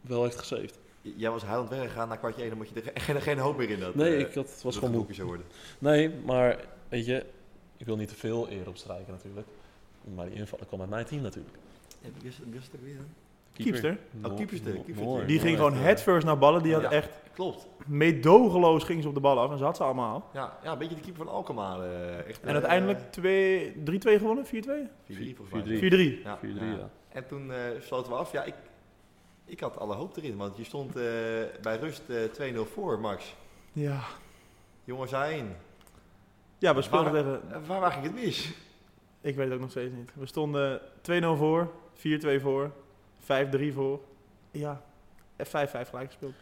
Speaker 4: wel heeft gesaved.
Speaker 2: J- Jij was huilend weggegaan na kwartje 1, dan moet je er geen, geen hoop meer in dat.
Speaker 4: Nee,
Speaker 2: eh,
Speaker 4: ik, dat was
Speaker 2: dat
Speaker 4: gewoon moe.
Speaker 2: het zou worden.
Speaker 4: Nee, maar weet je, ik wil niet te veel eer opstrijken natuurlijk. Maar die invaller kwam uit mijn team natuurlijk.
Speaker 2: Heb ik wist- wist het ook weer?
Speaker 3: Keepster.
Speaker 2: Oh, keepster,
Speaker 4: Mo-
Speaker 2: keepster.
Speaker 4: mooi,
Speaker 3: Die ging
Speaker 4: mooi.
Speaker 3: gewoon headfirst naar ballen. Die had
Speaker 2: Ja.
Speaker 3: echt
Speaker 2: Klopt.
Speaker 3: meedogenloos ging ze op de bal af. En ze had ze allemaal.
Speaker 2: Ja, ja, een beetje de keeper van Alkmaar. eh, echt,
Speaker 3: En uiteindelijk twee- 3-2 gewonnen, 4-2?
Speaker 2: 4-3 volgens
Speaker 4: 4-3.
Speaker 2: mij.
Speaker 3: 4-3.
Speaker 2: Ja,
Speaker 4: 4-3,
Speaker 2: ja.
Speaker 4: ja.
Speaker 2: En toen eh, sloten we af. Ja, ik, ik had alle hoop erin, want je stond eh, bij rust eh, 2-0 voor, Max.
Speaker 3: Ja.
Speaker 2: Jongens, heen.
Speaker 3: Ja, we speelden
Speaker 2: Waar-
Speaker 3: tegen...
Speaker 2: Eh, Waar, waar ging het mis?
Speaker 3: Ik weet het ook nog steeds niet. We stonden 2-0 voor, 4-2 voor, 5-3 voor. Ja, en 5-5 gelijk gespeeld.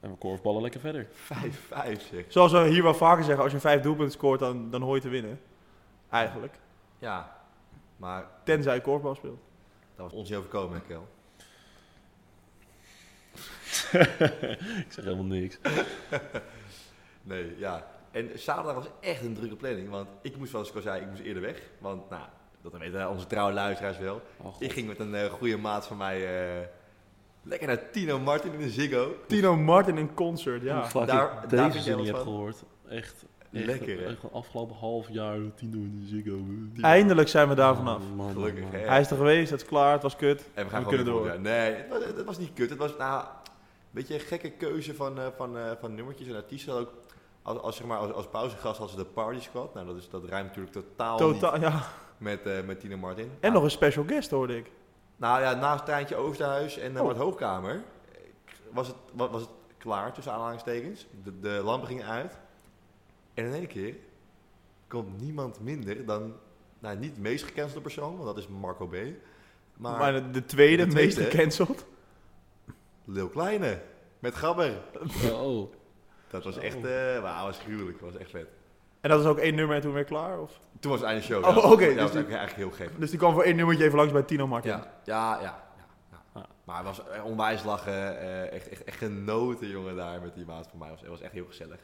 Speaker 4: En we korfballen lekker verder.
Speaker 2: 5-5 zeg.
Speaker 3: Zoals we hier wel vaker zeggen, als je vijf doelpunten scoort, dan, dan hoor je te winnen. Eigenlijk.
Speaker 2: Ja, maar
Speaker 3: Tenzij je korfbal speelt.
Speaker 2: dat was ons niet overkomen, hè, Kel.
Speaker 4: ik zeg helemaal niks.
Speaker 2: Nee, ja. En zaterdag was echt een drukke planning, want ik moest, zoals ik al zei, ik moest eerder weg. Want, nou, dat weten onze trouwe luisteraars wel.
Speaker 4: Oh, God.
Speaker 2: Ik ging met een eh, goede maat van mij eh, lekker naar Tino Martin in de Ziggo.
Speaker 3: Tino Martin in concert,
Speaker 4: Hoe
Speaker 3: ja.
Speaker 4: vaak
Speaker 2: daar- daar
Speaker 4: ik deze
Speaker 2: vind jij
Speaker 4: zin
Speaker 2: wat
Speaker 4: niet heb
Speaker 2: van?
Speaker 4: gehoord. Echt. echt
Speaker 2: Lekker, hè?
Speaker 4: echt een afgelopen half jaar routine in de Ziggo.
Speaker 3: Eindelijk zijn we daar vanaf.
Speaker 4: Man, man,
Speaker 2: Gelukkig,
Speaker 4: man.
Speaker 2: hè?
Speaker 3: Hij is er geweest, het is klaar, het was kut.
Speaker 2: En we gaan gewoon
Speaker 3: We kunnen
Speaker 2: weer volgend jaar. Nee, het was, het was niet kut. Het was nou, een beetje een gekke keuze van, eh, van, eh, van nummertjes en artiesten. Ook als, als, zeg maar, als, als pauzegast hadden ze de Party Squad. Nou, dat, is, dat rijmt natuurlijk totaal,
Speaker 3: Totaal,
Speaker 2: niet
Speaker 3: ja.
Speaker 2: met, eh, met Tino Martin.
Speaker 3: En
Speaker 2: Nou,
Speaker 3: nog een special guest hoorde ik.
Speaker 2: Nou ja, naast Treintje Oosterhuis en eh,
Speaker 3: Oh.
Speaker 2: Bart Hoogkamer eh, was het, wa- was het klaar, tussen aanhalingstekens. De, de lampen gingen uit. En in één keer komt niemand minder dan, nou niet de meest gecancelde persoon, want dat is Marco B.
Speaker 3: Maar,
Speaker 2: Maar
Speaker 3: de, tweede,
Speaker 2: de tweede,
Speaker 3: meest
Speaker 2: hè?
Speaker 3: gecanceld.
Speaker 2: Lil Kleine, met Gabber.
Speaker 4: Oh,
Speaker 2: Dat was
Speaker 4: Zo.
Speaker 2: echt, eh wauw, was gruwelijk, was echt vet.
Speaker 3: En dat is ook één nummer en toen weer klaar? Of?
Speaker 2: Toen was het einde show.
Speaker 3: Oh,
Speaker 2: ja.
Speaker 3: oké,
Speaker 2: Ja, dat
Speaker 3: dus
Speaker 2: was
Speaker 3: die-
Speaker 2: eigenlijk, eigenlijk heel gek.
Speaker 3: Dus die kwam voor één nummertje even langs bij Tino Martin.
Speaker 2: Ja, ja, ja. ja, ja.
Speaker 4: Ja.
Speaker 3: Ah.
Speaker 2: Maar het was eh, onwijs lachen, eh, echt, echt, echt genoten jongen daar met die maat van mij. Het was, het was echt heel gezellig.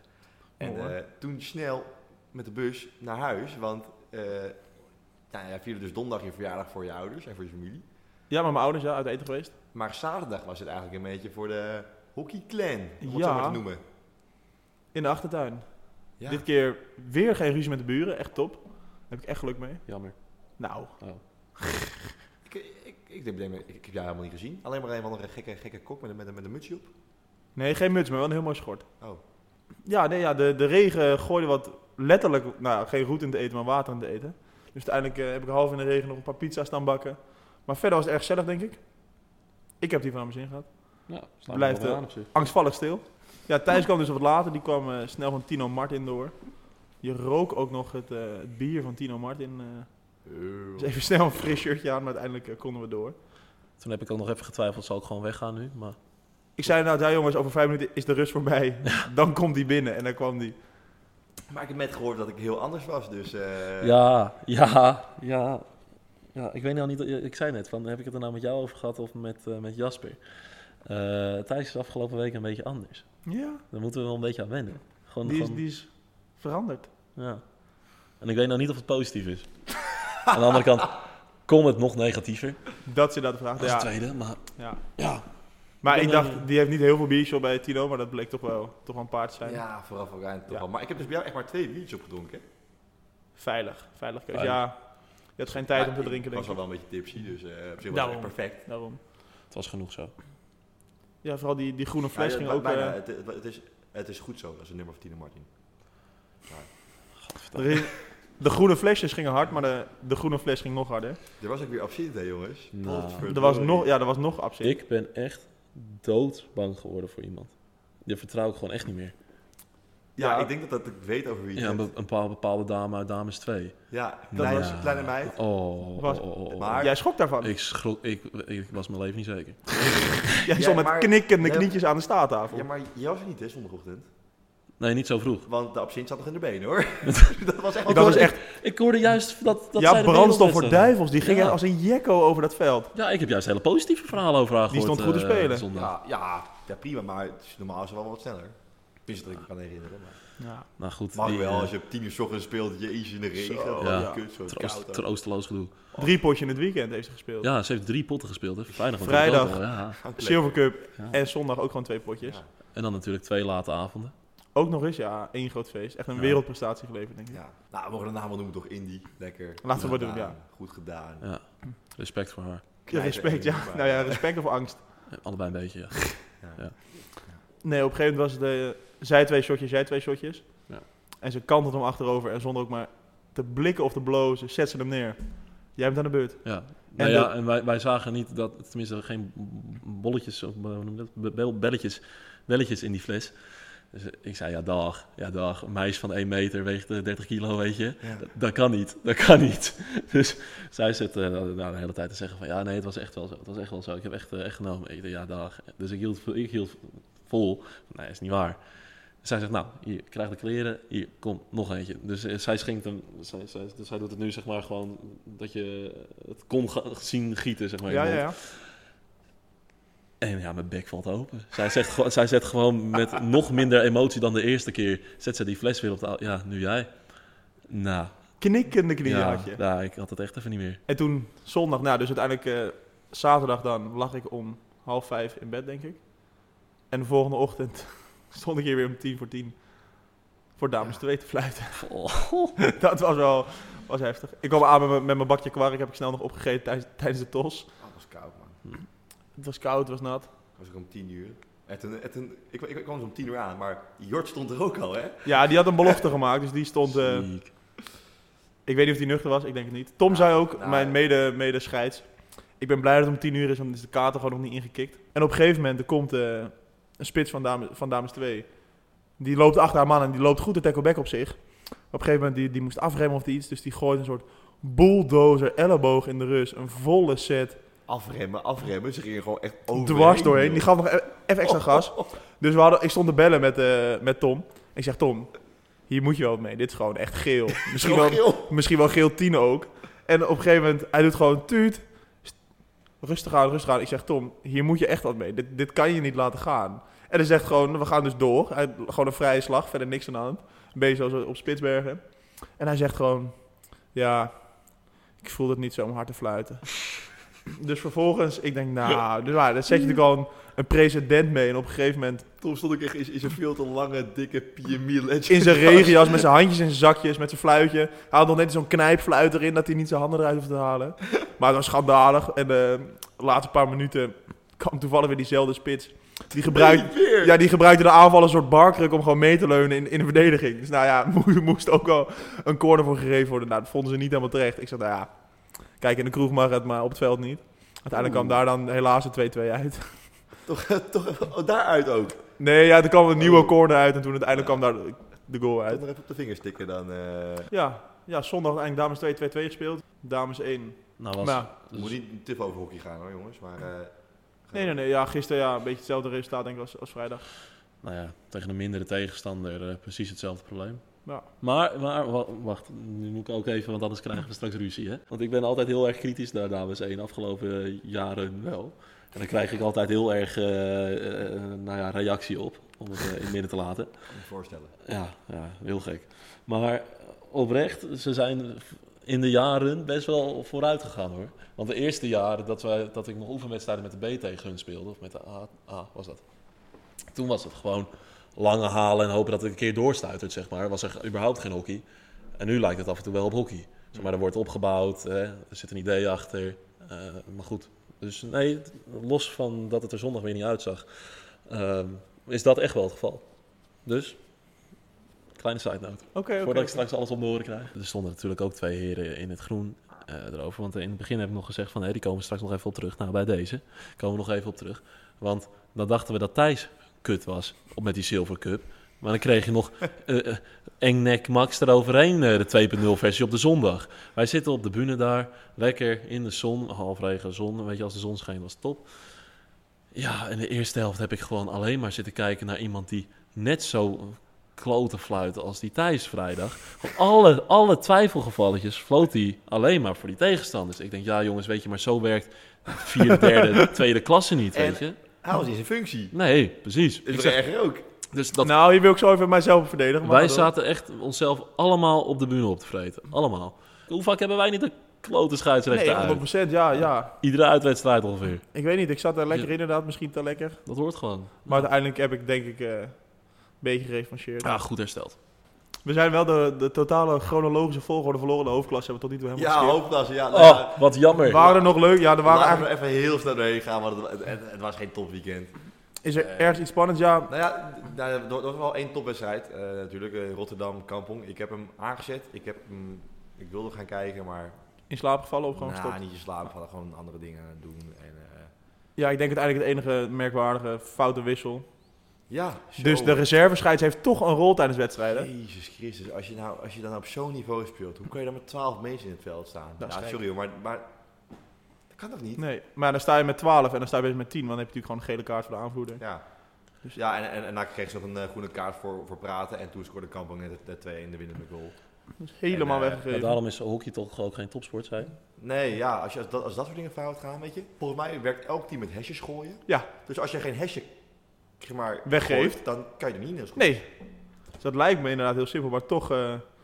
Speaker 3: Oh,
Speaker 2: En
Speaker 3: Mooi.
Speaker 2: eh, toen snel met de bus naar huis, want eh nou, ja, vierde dus donderdag je verjaardag voor je ouders en voor je familie.
Speaker 3: ja, maar mijn ouders, ja, uit eten geweest.
Speaker 2: Maar zaterdag was het eigenlijk een beetje voor de hockeyclan, om het
Speaker 3: Ja.
Speaker 2: zo maar te noemen.
Speaker 3: In de achtertuin.
Speaker 2: Ja.
Speaker 3: Dit keer weer geen ruzie met de buren, echt top. Daar heb ik echt geluk mee.
Speaker 4: jammer.
Speaker 3: Nou,
Speaker 4: Oh.
Speaker 2: Ik, ik, ik, denk, ik, ik heb jou helemaal niet gezien. Alleen maar een van een gekke, gekke kok met een, met een, met een mutsje op.
Speaker 3: nee, geen muts, maar wel een heel mooi schort.
Speaker 2: Oh,
Speaker 3: Ja, nee, ja de, de regen gooide wat letterlijk, nou geen roet in te eten, maar water in te eten. Dus uiteindelijk eh, heb ik half in de regen nog een paar pizza's staan bakken. Maar verder was het erg gezellig, denk ik. Ik heb die van mijn zin gehad.
Speaker 4: Nou, slaat
Speaker 3: Blijft,
Speaker 4: Blijft er
Speaker 3: eh,
Speaker 4: aan op zich.
Speaker 3: Angstvallig stil. Ja, Thijs kwam dus wat later. Die kwam eh, snel van Tino Martin door. Je rook ook nog het, eh, het bier van Tino Martin eh, Dus even snel een fris shirtje aan, maar uiteindelijk eh, konden we door.
Speaker 4: Toen heb ik ook nog even getwijfeld, zal ik gewoon weggaan nu? Maar
Speaker 3: Ik zei nou, daar jongens, over vijf minuten is de rust voorbij. Dan komt die binnen. En dan kwam die.
Speaker 2: Maar ik heb net gehoord dat ik heel anders was, dus... eh,
Speaker 4: ja, ja, ja. Ja, ik weet nou niet, ik zei net, van, heb ik het er nou met jou over gehad of met, eh, met Jasper? Eh Thijs is afgelopen week een beetje anders.
Speaker 3: Ja,
Speaker 4: Daar moeten we wel een beetje aan wennen. Gewoon,
Speaker 3: die is,
Speaker 4: gewoon-
Speaker 3: die is veranderd.
Speaker 4: Ja. En ik weet nou niet of het positief is. Aan de andere kant kon het nog negatiever.
Speaker 3: Dat ze dat vraagt.
Speaker 4: Als
Speaker 3: Ja,
Speaker 4: tweede, maar
Speaker 3: ja.
Speaker 4: ja.
Speaker 3: Maar
Speaker 4: Ik
Speaker 3: ik
Speaker 4: ben,
Speaker 3: dacht,
Speaker 4: eh,
Speaker 3: die heeft niet heel veel biertje op bij Tino, maar dat bleek toch wel, toch wel een paard te zijn.
Speaker 2: Ja, vooraf ook aan toch
Speaker 3: Ja.
Speaker 2: wel. Maar ik heb dus bij jou echt maar twee biertjes opgedronken. hè?
Speaker 3: Veilig, veilig keuze.
Speaker 4: Veilig.
Speaker 3: Ja, je had geen tijd
Speaker 2: Maar
Speaker 3: om te
Speaker 2: ik
Speaker 3: drinken, denk
Speaker 2: was
Speaker 3: ik.
Speaker 2: al wel een beetje tipsy, dus eh op zich was het
Speaker 3: Daarom.
Speaker 2: echt perfect.
Speaker 3: Daarom.
Speaker 4: het was genoeg zo.
Speaker 3: Ja, vooral die, die groene fles
Speaker 2: Ja,
Speaker 3: ging
Speaker 2: maar-
Speaker 3: ook...
Speaker 2: bijna.
Speaker 3: eh,
Speaker 2: het, het- het is, het is goed zo, dat is een nummer van Tino Martin.
Speaker 3: erin. De groene flesjes gingen hard, maar de, de groene fles ging nog harder.
Speaker 2: Er was ook weer absinthe, hè, jongens.
Speaker 4: Nou.
Speaker 2: Potverdorie.
Speaker 3: Er was nog, ja, er was nog absint.
Speaker 4: Ik ben echt doodbang geworden voor iemand. Je vertrouw ik gewoon echt niet meer.
Speaker 2: Ja,
Speaker 3: Ja.
Speaker 2: ik denk dat, dat ik weet over wie het
Speaker 4: Ja, een
Speaker 2: hebt.
Speaker 4: be- een bepaalde, bepaalde dame uit Dames 2.
Speaker 2: Ja,
Speaker 4: Dat
Speaker 2: kleine, kleine meid.
Speaker 4: Oh,
Speaker 3: Was-
Speaker 4: oh, oh, oh.
Speaker 2: Maar-
Speaker 3: Jij schrok daarvan.
Speaker 4: Ik, schrok, ik, ik was mijn leven niet zeker.
Speaker 3: Jij
Speaker 2: Ja,
Speaker 3: stond met
Speaker 2: maar-
Speaker 3: knikkende
Speaker 2: Nee,
Speaker 3: knietjes aan de staattafel.
Speaker 2: Ja, maar jij was er niet, hè, zondagochtend.
Speaker 4: Nee, niet zo vroeg.
Speaker 2: Want de absint zat nog in de benen, hoor. dat was echt...
Speaker 3: Ik dat was dus echt,
Speaker 4: Ik hoorde juist dat, dat zij
Speaker 3: ja,
Speaker 4: de
Speaker 3: brandstof voor
Speaker 4: wereldwedstrijd-
Speaker 3: duivels. Die ging
Speaker 4: Ja.
Speaker 3: als een jekko over dat veld.
Speaker 4: Ja, ik heb juist hele positieve verhalen over haar
Speaker 3: Die
Speaker 4: gehoord,
Speaker 3: stond goed te
Speaker 4: eh,
Speaker 3: spelen.
Speaker 4: zondag.
Speaker 2: Ja, ja, ja, prima, maar het is normaal is het wel wat sneller. Tenminste dat ik me kan herinneren. Maar...
Speaker 3: Ja.
Speaker 4: Nou goed,
Speaker 2: Mag
Speaker 4: die,
Speaker 2: wel,
Speaker 4: eh,
Speaker 2: als je op tien uur 's ochtends speelt, jezus in de regen.
Speaker 3: Zo,
Speaker 2: Zo,
Speaker 4: ja.
Speaker 2: kut, zo
Speaker 4: troost-
Speaker 2: koud. ook.
Speaker 4: troosteloos gedoe.
Speaker 3: Drie potje in het weekend heeft ze gespeeld.
Speaker 4: Ja, ze heeft drie potten gespeeld. Hè. Vrijdag. want
Speaker 3: Vrijdag.
Speaker 4: dat ook al, ja.
Speaker 3: Silver Cup
Speaker 4: Ja.
Speaker 3: en zondag ook gewoon twee potjes.
Speaker 2: Ja.
Speaker 4: En dan natuurlijk twee late avonden.
Speaker 3: Ook nog eens, ja, één groot feest. Echt een
Speaker 4: Ja.
Speaker 3: wereldprestatie geleverd, denk ik.
Speaker 2: Ja. Nou, we mogen de naam wel noemen, toch? Indie. Lekker.
Speaker 3: Laten we
Speaker 2: Goed
Speaker 3: maar doen,
Speaker 2: gedaan, Goed gedaan.
Speaker 4: Ja. Respect voor haar.
Speaker 3: Ja, respect, ja. Nou ja, respect of angst.
Speaker 4: Eh, Allebei een beetje, ja.
Speaker 3: Nee, op een gegeven moment was het eh, zij twee shotjes, jij twee shotjes.
Speaker 4: Ja.
Speaker 3: En ze kantelt hem achterover en zonder ook maar te blikken of te blozen, zet ze hem neer. Jij bent aan de beurt.
Speaker 4: ja. Nou
Speaker 3: de-
Speaker 4: ja, en wij, wij zagen niet dat, tenminste geen bolletjes, of eh, hoe noem je dat? Be- bel- belletjes, belletjes in die fles. Dus eh, ik zei, ja dag, ja dag, een meisje van 1 meter weegt eh, 30 kilo, weet je.
Speaker 2: Ja.
Speaker 4: Dat, dat kan niet, dat kan niet. Dus zij zit eh, nou, nou, de hele tijd te zeggen van, ja nee, het was echt wel zo, het was echt wel zo. Ik heb echt, eh, echt genomen. Ik dacht, ja dag. Dus ik hield, ik hield vol, nee, is niet waar. Zij zegt, nou, hier, krijg de kleren, hier, kom, nog eentje. Dus eh, zij schenkt hem, zij, zij, dus zij doet het nu zeg maar gewoon, dat je het kon ga- zien gieten, zeg maar. in
Speaker 3: ja,
Speaker 4: de
Speaker 3: ja,
Speaker 4: mond.
Speaker 3: ja.
Speaker 4: En ja, mijn bek valt open. Zij zegt, gewoon- zij zet gewoon met nog minder emotie dan de eerste keer, zet ze die fles weer op de, ja, nu jij. Nou,
Speaker 3: Knikkende knieën
Speaker 4: ja,
Speaker 3: had je.
Speaker 4: ja, ik had het echt even niet meer.
Speaker 3: En toen zondag, nou dus uiteindelijk eh, zaterdag dan lag ik om half vijf in bed, denk ik. En de volgende ochtend stond ik hier weer om tien voor tien voor dames
Speaker 2: Ja.
Speaker 3: twee te fluiten.
Speaker 4: Oh.
Speaker 3: Dat was wel was heftig. Ik kwam aan met mijn- met mijn bakje kwark, heb ik snel nog opgegeten tijdens, tijdens de tos.
Speaker 2: Ah, het was koud, man.
Speaker 3: Het was koud, het was nat.
Speaker 2: Het was ook om tien uur. En toen, en toen, ik, ik, ik kwam dus om tien uur aan, maar Jort stond er ook al, hè?
Speaker 3: Ja, die had een belofte gemaakt, dus die stond... eh,
Speaker 4: Ziek.
Speaker 3: ik weet niet of die nuchter was, ik denk het niet. Tom
Speaker 2: Nou,
Speaker 3: zei ook,
Speaker 2: nou,
Speaker 3: mijn mede, mede scheids, ik ben blij dat het om tien uur is, want dan is de kater gewoon nog niet ingekikt. En op een gegeven moment, er komt eh, een spits van, dame, van dames 2. Die loopt achter haar man en die loopt goed de tackleback op zich. Op een gegeven moment, die, die moest afremmen of die iets, dus die gooit een soort bulldozer elleboog in de rust. Een volle set,
Speaker 2: Afremmen, afremmen. Ze gingen gewoon echt over.
Speaker 3: dwars doorheen. Die gaf nog e- even extra
Speaker 2: Oh.
Speaker 3: gas. Dus we hadden, ik stond te bellen met, eh, met Tom. Ik zeg, Tom, hier moet je wel wat mee. Dit is gewoon echt geel. Misschien
Speaker 2: Oh,
Speaker 3: wel, misschien wel geel 10 ook. En op een gegeven moment, hij doet gewoon tuut. St- Rustig aan, rustig aan. Ik zeg, Tom, hier moet je echt wat mee. Dit, dit kan je niet laten gaan. En hij zegt gewoon, we gaan dus door. Hij, gewoon een vrije slag, verder niks aan de hand. Een beetje zoals op Spitsbergen. En hij zegt gewoon, ja, ik voel het niet zo om hard te fluiten. Dus vervolgens, ik denk, nou, dus, nou, daar zet je natuurlijk al een, een precedent mee. En op een gegeven moment
Speaker 2: Toen stond ik echt in, in zijn veel te lange, dikke E PMI legend.
Speaker 3: in zijn regenjas, met zijn handjes in zijn zakjes, met zijn fluitje. Hij had nog net zo'n knijpfluit erin dat hij niet zijn handen eruit hoeft te halen. Maar het was schandalig. En eh, de laatste paar minuten kwam toevallig weer diezelfde spits. Die, gebruik,
Speaker 2: Nee, weer.
Speaker 3: ja, die gebruikte de aanval als een soort barkruk om gewoon mee te leunen in, in de verdediging. Dus nou ja, moest, moest ook wel een corner voor gegeven worden. Nou, dat vonden ze niet helemaal terecht. Ik zei, nou ja, kijk, in de kroeg mag het, maar op het veld niet. Uiteindelijk kwam daar dan helaas een 2-2 uit.
Speaker 2: Toch, toch oh, daaruit ook. Ik
Speaker 3: Nee, ja, er kwam een nieuwe
Speaker 2: Oh.
Speaker 3: corner uit en toen uiteindelijk kwam daar de goal uit.
Speaker 2: kan er even op de vinger stikken dan. eh.
Speaker 3: Ja, ja, zondag uiteindelijk dames 2-2-2 gespeeld. Dames 1.
Speaker 4: Nou, was,
Speaker 3: Nou,
Speaker 4: dus-
Speaker 2: Moet niet te veel over hockey gaan hoor, jongens. Maar, eh,
Speaker 3: nee, nee, nee. Ja, gisteren ja, een beetje hetzelfde resultaat denk ik als, als vrijdag.
Speaker 4: nou ja, tegen een mindere tegenstander eh, precies hetzelfde probleem.
Speaker 3: Ja.
Speaker 4: Maar, maar, wa- wacht, nu moet ik ook even, want anders krijgen we straks ruzie, hè? Want ik ben altijd heel erg kritisch naar dames 1, afgelopen eh, jaren wel. En dan krijg ik altijd heel erg, eh, eh, nou ja, reactie op, om het eh, in het midden te laten.
Speaker 2: kan ik me voorstellen.
Speaker 4: Ja, ja, heel gek. Maar oprecht, ze zijn in de jaren best wel vooruit gegaan hoor. Want de eerste jaren dat, wij, dat ik nog oefenwedstrijden met de B tegen hun speelde, of met de A, A was dat. Toen was het gewoon lange halen en hopen dat het een keer doorstuitert, zeg maar. Was er überhaupt geen hockey. En nu lijkt het af en toe wel op hockey. Zeg maar, er wordt opgebouwd, hè, er zit een idee achter. Eh, maar goed, dus nee, los van dat het er zondag weer niet uitzag, ehm, is dat echt wel het geval. Dus, kleine side note.
Speaker 3: Oké, oké.
Speaker 4: Voordat ik straks alles om de oren krijg. Er stonden natuurlijk ook twee heren in het groen eh, erover. Want in het begin heb ik nog gezegd van... Hé, die komen we straks nog even op terug. Nou, bij deze komen we nog even op terug. Want dan dachten we dat Thijs kut was op- met die Silver Cup. Maar dan kreeg je nog eh eh, Engnek Max eroverheen, eh, de 2.0 versie op de zondag. Wij zitten op de bühne daar, lekker in de zon, halfregen zon. Weet je, als de zon schijnt was het top. Ja, in de eerste helft heb ik gewoon alleen maar zitten kijken naar iemand die net zo klote fluiten als die Thijs vrijdag. Van alle, alle twijfelgevalletjes floot hij alleen maar voor die tegenstanders. Ik denk, ja jongens, weet je, maar zo werkt vierde, derde, tweede klasse niet, weet je.
Speaker 2: Hij was in zijn functie.
Speaker 4: Nee, precies.
Speaker 2: Is
Speaker 4: Ik
Speaker 2: het
Speaker 4: zeg,
Speaker 2: erger ook?
Speaker 4: dus dat,
Speaker 3: Nou, hier wil ik zo even mijzelf verdedigen. maar
Speaker 4: wij
Speaker 3: dat-
Speaker 4: zaten echt onszelf allemaal op de bühne op te vreten. Allemaal. Hoe vaak hebben wij niet een klote scheidsrechter
Speaker 3: Nee,
Speaker 4: uit?
Speaker 3: 100%. Ja, ja.
Speaker 4: Iedere uitwedstrijd ongeveer.
Speaker 3: Ik weet niet. Ik zat daar lekker in, inderdaad. Misschien te lekker.
Speaker 4: Dat hoort gewoon.
Speaker 3: Maar uiteindelijk heb ik denk ik eh, een beetje gerevancheerd.
Speaker 4: Ja, goed hersteld.
Speaker 3: We zijn wel de, de totale chronologische volgorde verloren. De hoofdklasse hebben we tot nu toe
Speaker 2: Ja,
Speaker 3: helemaal geskipt.
Speaker 2: hoofdklassen. Ja, nou,
Speaker 4: Oh, wat jammer.
Speaker 3: Waren er nog leuk? Ja, er waren
Speaker 2: Laten we
Speaker 3: eigenlijk...
Speaker 2: er even heel snel doorheen gaan, want het, het, het- het was geen topweekend.
Speaker 3: Is er ergens iets spannends? Ja.
Speaker 2: Nou ja, nou, er er was wel één topwedstrijd eh, natuurlijk. eh, Rotterdam, Kampong. Ik heb hem aangezet. Ik, heb hem, ik wilde gaan kijken, maar
Speaker 3: In slaap gevallen of gewoon
Speaker 2: nou,
Speaker 3: gestopt?
Speaker 2: niet in slaap vallen. Gewoon andere dingen aan het doen. En, eh,
Speaker 3: Ja, ik denk uiteindelijk het enige merkwaardige foute wissel.
Speaker 2: ja, zo.
Speaker 3: Dus de reservescheids heeft toch een rol tijdens wedstrijden.
Speaker 2: Jezus Christus, als je, nou, als je dan op zo'n niveau speelt, hoe kan je dan met 12 mensen in het veld staan?
Speaker 3: Dat Nou, is
Speaker 2: ja,
Speaker 3: gek.
Speaker 2: sorry hoor, maar, maar dat kan toch niet?
Speaker 3: Nee, maar dan sta je met 12 en dan sta je bezig met 10. Want dan heb je natuurlijk gewoon een gele kaart voor de aanvoerder.
Speaker 2: Ja,
Speaker 3: Dus-
Speaker 2: ja en, en, en daar kreeg ze nog een eh, groene kaart voor, voor praten. En toen scoorde Kampong net de 2 in de winnende goal.
Speaker 3: Dat is helemaal
Speaker 2: En, eh,
Speaker 4: Maar
Speaker 3: weggegeven.
Speaker 4: daarom is hockey toch ook geen topsport, zei je?
Speaker 2: Nee, ja, als, je, als, dat, als dat soort dingen fout gaan, weet je. Volgens mij werkt elk team met hesjes gooien.
Speaker 3: Ja.
Speaker 2: Dus als je geen hesje, zeg maar,
Speaker 3: Weggeeft.
Speaker 2: gooit, dan kan je er niet in heel goed.
Speaker 3: Nee. Dus dat lijkt me inderdaad heel simpel, maar toch, eh,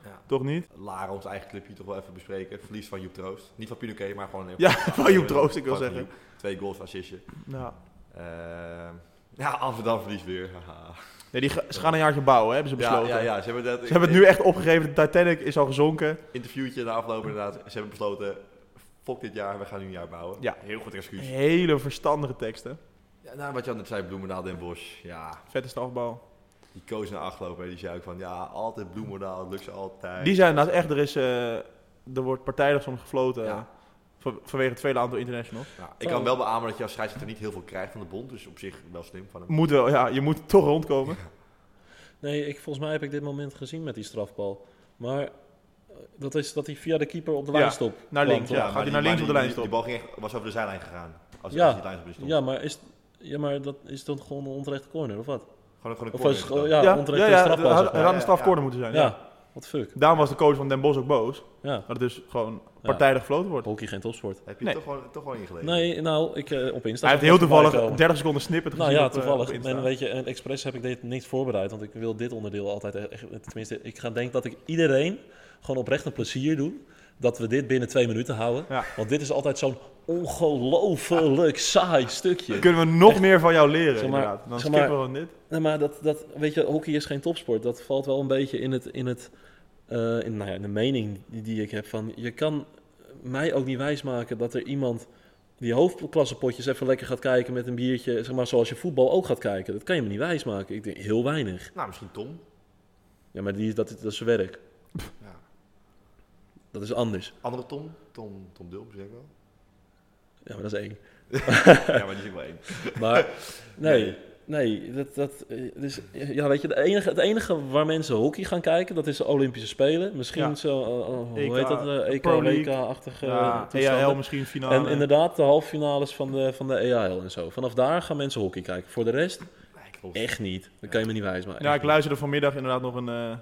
Speaker 2: Ja.
Speaker 3: toch niet.
Speaker 2: Laren, ons eigen clubje, toch wel even bespreken. Verlies van Joep Troost. Niet van Pinoquet, maar gewoon...
Speaker 3: Ja, van Joep Troost, ik wil
Speaker 2: Van
Speaker 3: zeggen.
Speaker 2: Joep. Twee goals, assistje.
Speaker 3: Nou,
Speaker 2: Ehm ja, Amsterdam verliest weer. haha.
Speaker 3: nee, die ga- ze gaan een jaartje bouwen, hebben ze
Speaker 2: ja,
Speaker 3: besloten.
Speaker 2: ja, ja, ze hebben, dat,
Speaker 3: Ze hebben het nu echt opgegeven, de Titanic is al gezonken.
Speaker 2: Interviewtje na afloop inderdaad. Ze hebben besloten, fok dit jaar, we gaan nu een jaar bouwen.
Speaker 3: Ja.
Speaker 2: Heel goed excuus.
Speaker 3: Hele verstandige teksten.
Speaker 2: Ja, nou, wat je net zei, Bloemendaal, Den Bosch. Ja,
Speaker 3: Vette strafbal.
Speaker 2: Die koos naar afgelopen en die zei ook van ja, altijd bloemendaal, het lukt ze altijd.
Speaker 3: Die zijn inderdaad echt, er, is, eh, er wordt partijdig soms gefloten
Speaker 2: Ja.
Speaker 3: eh, Oh. van- vanwege het vele aantal internationals.
Speaker 2: Ja, ik kan wel beamen dat je als scheidsrechter niet heel veel krijgt van de bond, dus op zich wel slim van hem.
Speaker 3: Moet wel, ja, je moet toch rondkomen.
Speaker 4: Nee, ik, volgens mij heb ik dit moment gezien met die strafbal. Maar eh, dat is dat hij via de keeper op de
Speaker 3: Ja,
Speaker 4: lijn stopt.
Speaker 3: naar
Speaker 4: kwam,
Speaker 3: links,
Speaker 4: toch?
Speaker 3: ja.
Speaker 2: maar
Speaker 3: gaat
Speaker 2: die-
Speaker 3: hij
Speaker 2: maar
Speaker 3: naar links op
Speaker 2: die-
Speaker 3: de lijn
Speaker 2: die-
Speaker 3: stoppen?
Speaker 2: Die bal ging echt, was over de zijlijn gegaan. Als,
Speaker 4: Ja.
Speaker 2: als die lijn op stond.
Speaker 4: Ja, maar, is, ja, maar dat is dan gewoon een onterechte corner, of wat?
Speaker 2: Gewoon, gewoon een
Speaker 4: Of
Speaker 2: corner
Speaker 4: was,
Speaker 2: is het dan.
Speaker 4: ja,
Speaker 3: oh, ja,
Speaker 4: onterechte
Speaker 3: ja, het
Speaker 4: strafbal.
Speaker 3: had,
Speaker 4: zeg
Speaker 3: het
Speaker 4: maar.
Speaker 3: had
Speaker 2: Ja,
Speaker 3: een
Speaker 2: ja,
Speaker 3: strafcorner moeten zijn.
Speaker 4: ja,
Speaker 3: Ja.
Speaker 4: wat fuck.
Speaker 3: Daarom was de coach van Den Bos ook boos,
Speaker 4: Ja,
Speaker 3: dat het dus gewoon partijdig gefloten wordt.
Speaker 4: hockey geen topsport.
Speaker 2: Heb je
Speaker 3: Nee.
Speaker 2: toch gewoon, toch gewoon ingelegen?
Speaker 4: Nee, nou, ik eh, op Insta...
Speaker 3: Hij heeft
Speaker 4: zag
Speaker 3: heel
Speaker 4: ik dat voorbij
Speaker 3: toevallig
Speaker 4: komen.
Speaker 3: 30 seconden snippet
Speaker 4: Nou
Speaker 3: gezien
Speaker 4: ja,
Speaker 3: op, eh, op
Speaker 4: toevallig.
Speaker 3: Insta.
Speaker 4: en weet je, en expres heb ik dit niks voorbereid, want ik wil dit onderdeel altijd echt... Tenminste, ik ga denk dat ik iedereen gewoon oprecht een plezier doe dat we dit binnen twee minuten houden.
Speaker 3: Ja.
Speaker 4: Want dit is altijd zo'n ongelooflijk saai stukje.
Speaker 3: Kunnen we nog meer van jou leren,
Speaker 4: Zeg maar-
Speaker 3: inderdaad. Dan
Speaker 4: zeg
Speaker 3: skippen
Speaker 4: maar-
Speaker 3: we dit.
Speaker 4: Nou, maar dat, dat, weet je, hockey is geen topsport. Dat valt wel een beetje in, het, in, het, eh, in, nou ja, in de mening die, die ik heb. Van, je kan mij ook niet wijsmaken dat er iemand die hoofdklassepotjes even lekker gaat kijken met een biertje. Zeg maar, zoals je voetbal ook gaat kijken. Dat kan je me niet wijsmaken. Ik denk, heel weinig.
Speaker 2: Nou, misschien Tom.
Speaker 4: Ja, maar die, dat, is- dat is zijn werk.
Speaker 2: Ja.
Speaker 4: Dat is anders.
Speaker 2: Andere Tom. Tom, Tom Dulp, zeg ik wel.
Speaker 4: Ja, maar dat is één.
Speaker 2: ja, maar die is ook wel één.
Speaker 4: Maar nee, nee, Nee, dat, dat eh, dus, eh, ja, weet je, de enige, het enige waar mensen hockey gaan kijken, dat is de Olympische Spelen. Misschien
Speaker 3: Ja.
Speaker 4: zo, eh, eh, hoe
Speaker 3: EK,
Speaker 4: heet dat, eh, EK,
Speaker 3: Pro League.
Speaker 4: WK-achtige
Speaker 3: Ja,
Speaker 4: toestanden.
Speaker 3: EHL misschien finale.
Speaker 4: eh, En inderdaad, de halve finales van de, van de EAL en zo. Vanaf daar gaan mensen hockey kijken. Voor de rest,
Speaker 3: Eh?
Speaker 4: echt niet. Dat kan je me niet wijs maken.
Speaker 3: Ja, ik luisterde vanmiddag inderdaad nog een eh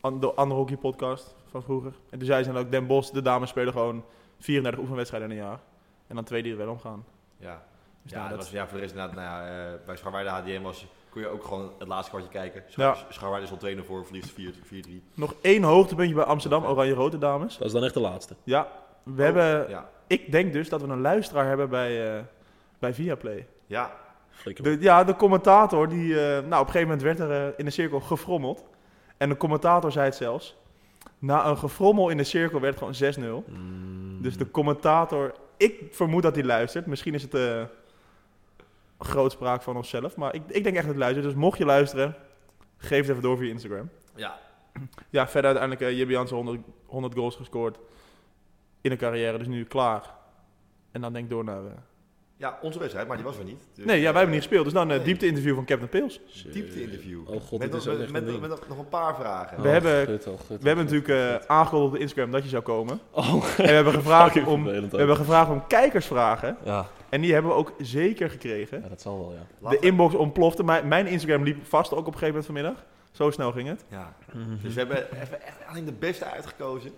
Speaker 3: an- de andere hockey podcast van vroeger. En toen zei ze dan ook, Den Bos, de dames spelen gewoon 34 oefenwedstrijden in een jaar. En dan twee die er wel omgaan.
Speaker 5: Ja,
Speaker 3: Dus
Speaker 5: ja,
Speaker 3: nou,
Speaker 5: dat
Speaker 3: dat-
Speaker 5: was, ja voor de rest inderdaad, nou ja, eh, bij Scharwaarde HDM was, kon je ook gewoon het laatste kwartje kijken. Schar,
Speaker 3: Ja.
Speaker 5: Scharwaarde is al 2-0 voor, verliest 4-3.
Speaker 3: Nog één hoogtepuntje bij Amsterdam, Oranje-Rote dames.
Speaker 4: Dat is dan echt de laatste.
Speaker 3: Ja, we
Speaker 4: Oh.
Speaker 3: hebben,
Speaker 5: Ja,
Speaker 3: ik denk dus dat we een luisteraar hebben bij, eh bij Viaplay.
Speaker 5: ja.
Speaker 4: Flikker op.
Speaker 3: De, ja, de commentator, die, eh, nou, op een gegeven moment werd er eh, in de cirkel gefrommeld. En de commentator zei het zelfs. Na een gefrommel in de cirkel werd het gewoon 6-0.
Speaker 4: Mm.
Speaker 3: Dus de commentator, ik vermoed dat hij luistert. Misschien is het eh grootspraak van onszelf. Maar ik, ik denk echt dat hij luistert. Dus mocht je luisteren, geef het even door via Instagram.
Speaker 5: ja.
Speaker 3: Ja, verder uiteindelijk uh, Jibbe Jansen 100, 100 goals gescoord in een carrière. Dus nu klaar. En dan denk ik door naar... eh,
Speaker 5: ja, onze wedstrijd, maar die was er niet. Dus,
Speaker 3: nee, ja, wij hebben
Speaker 5: eh,
Speaker 3: niet gespeeld. Dus dan een
Speaker 5: nee.
Speaker 3: diepte interview van Captain Pils.
Speaker 4: Shit.
Speaker 5: Diepte-interview.
Speaker 4: Oh god,
Speaker 5: met,
Speaker 4: dit is
Speaker 5: nog-
Speaker 4: ook echt
Speaker 5: met,
Speaker 4: een ding.
Speaker 5: met nog- nog een paar vragen.
Speaker 3: We
Speaker 4: Oh,
Speaker 3: hebben-
Speaker 4: gut, oh, gut,
Speaker 3: We hebben
Speaker 4: oh,
Speaker 3: natuurlijk eh, aangekondigd op Instagram dat je zou komen.
Speaker 4: Oh,
Speaker 3: En we hebben gevraagd
Speaker 4: fucking
Speaker 3: om, we
Speaker 4: vervelend ook.
Speaker 3: hebben gevraagd om kijkersvragen.
Speaker 4: Ja,
Speaker 3: En die hebben we ook zeker gekregen.
Speaker 4: ja, dat zal wel, ja.
Speaker 5: Laten
Speaker 3: de
Speaker 5: we-
Speaker 3: inbox ontplofte. Mijn, mijn Instagram liep vast ook op een gegeven moment vanmiddag. Zo snel ging het.
Speaker 5: Ja,
Speaker 4: Mhm.
Speaker 5: dus we hebben even echt alleen de beste uitgekozen.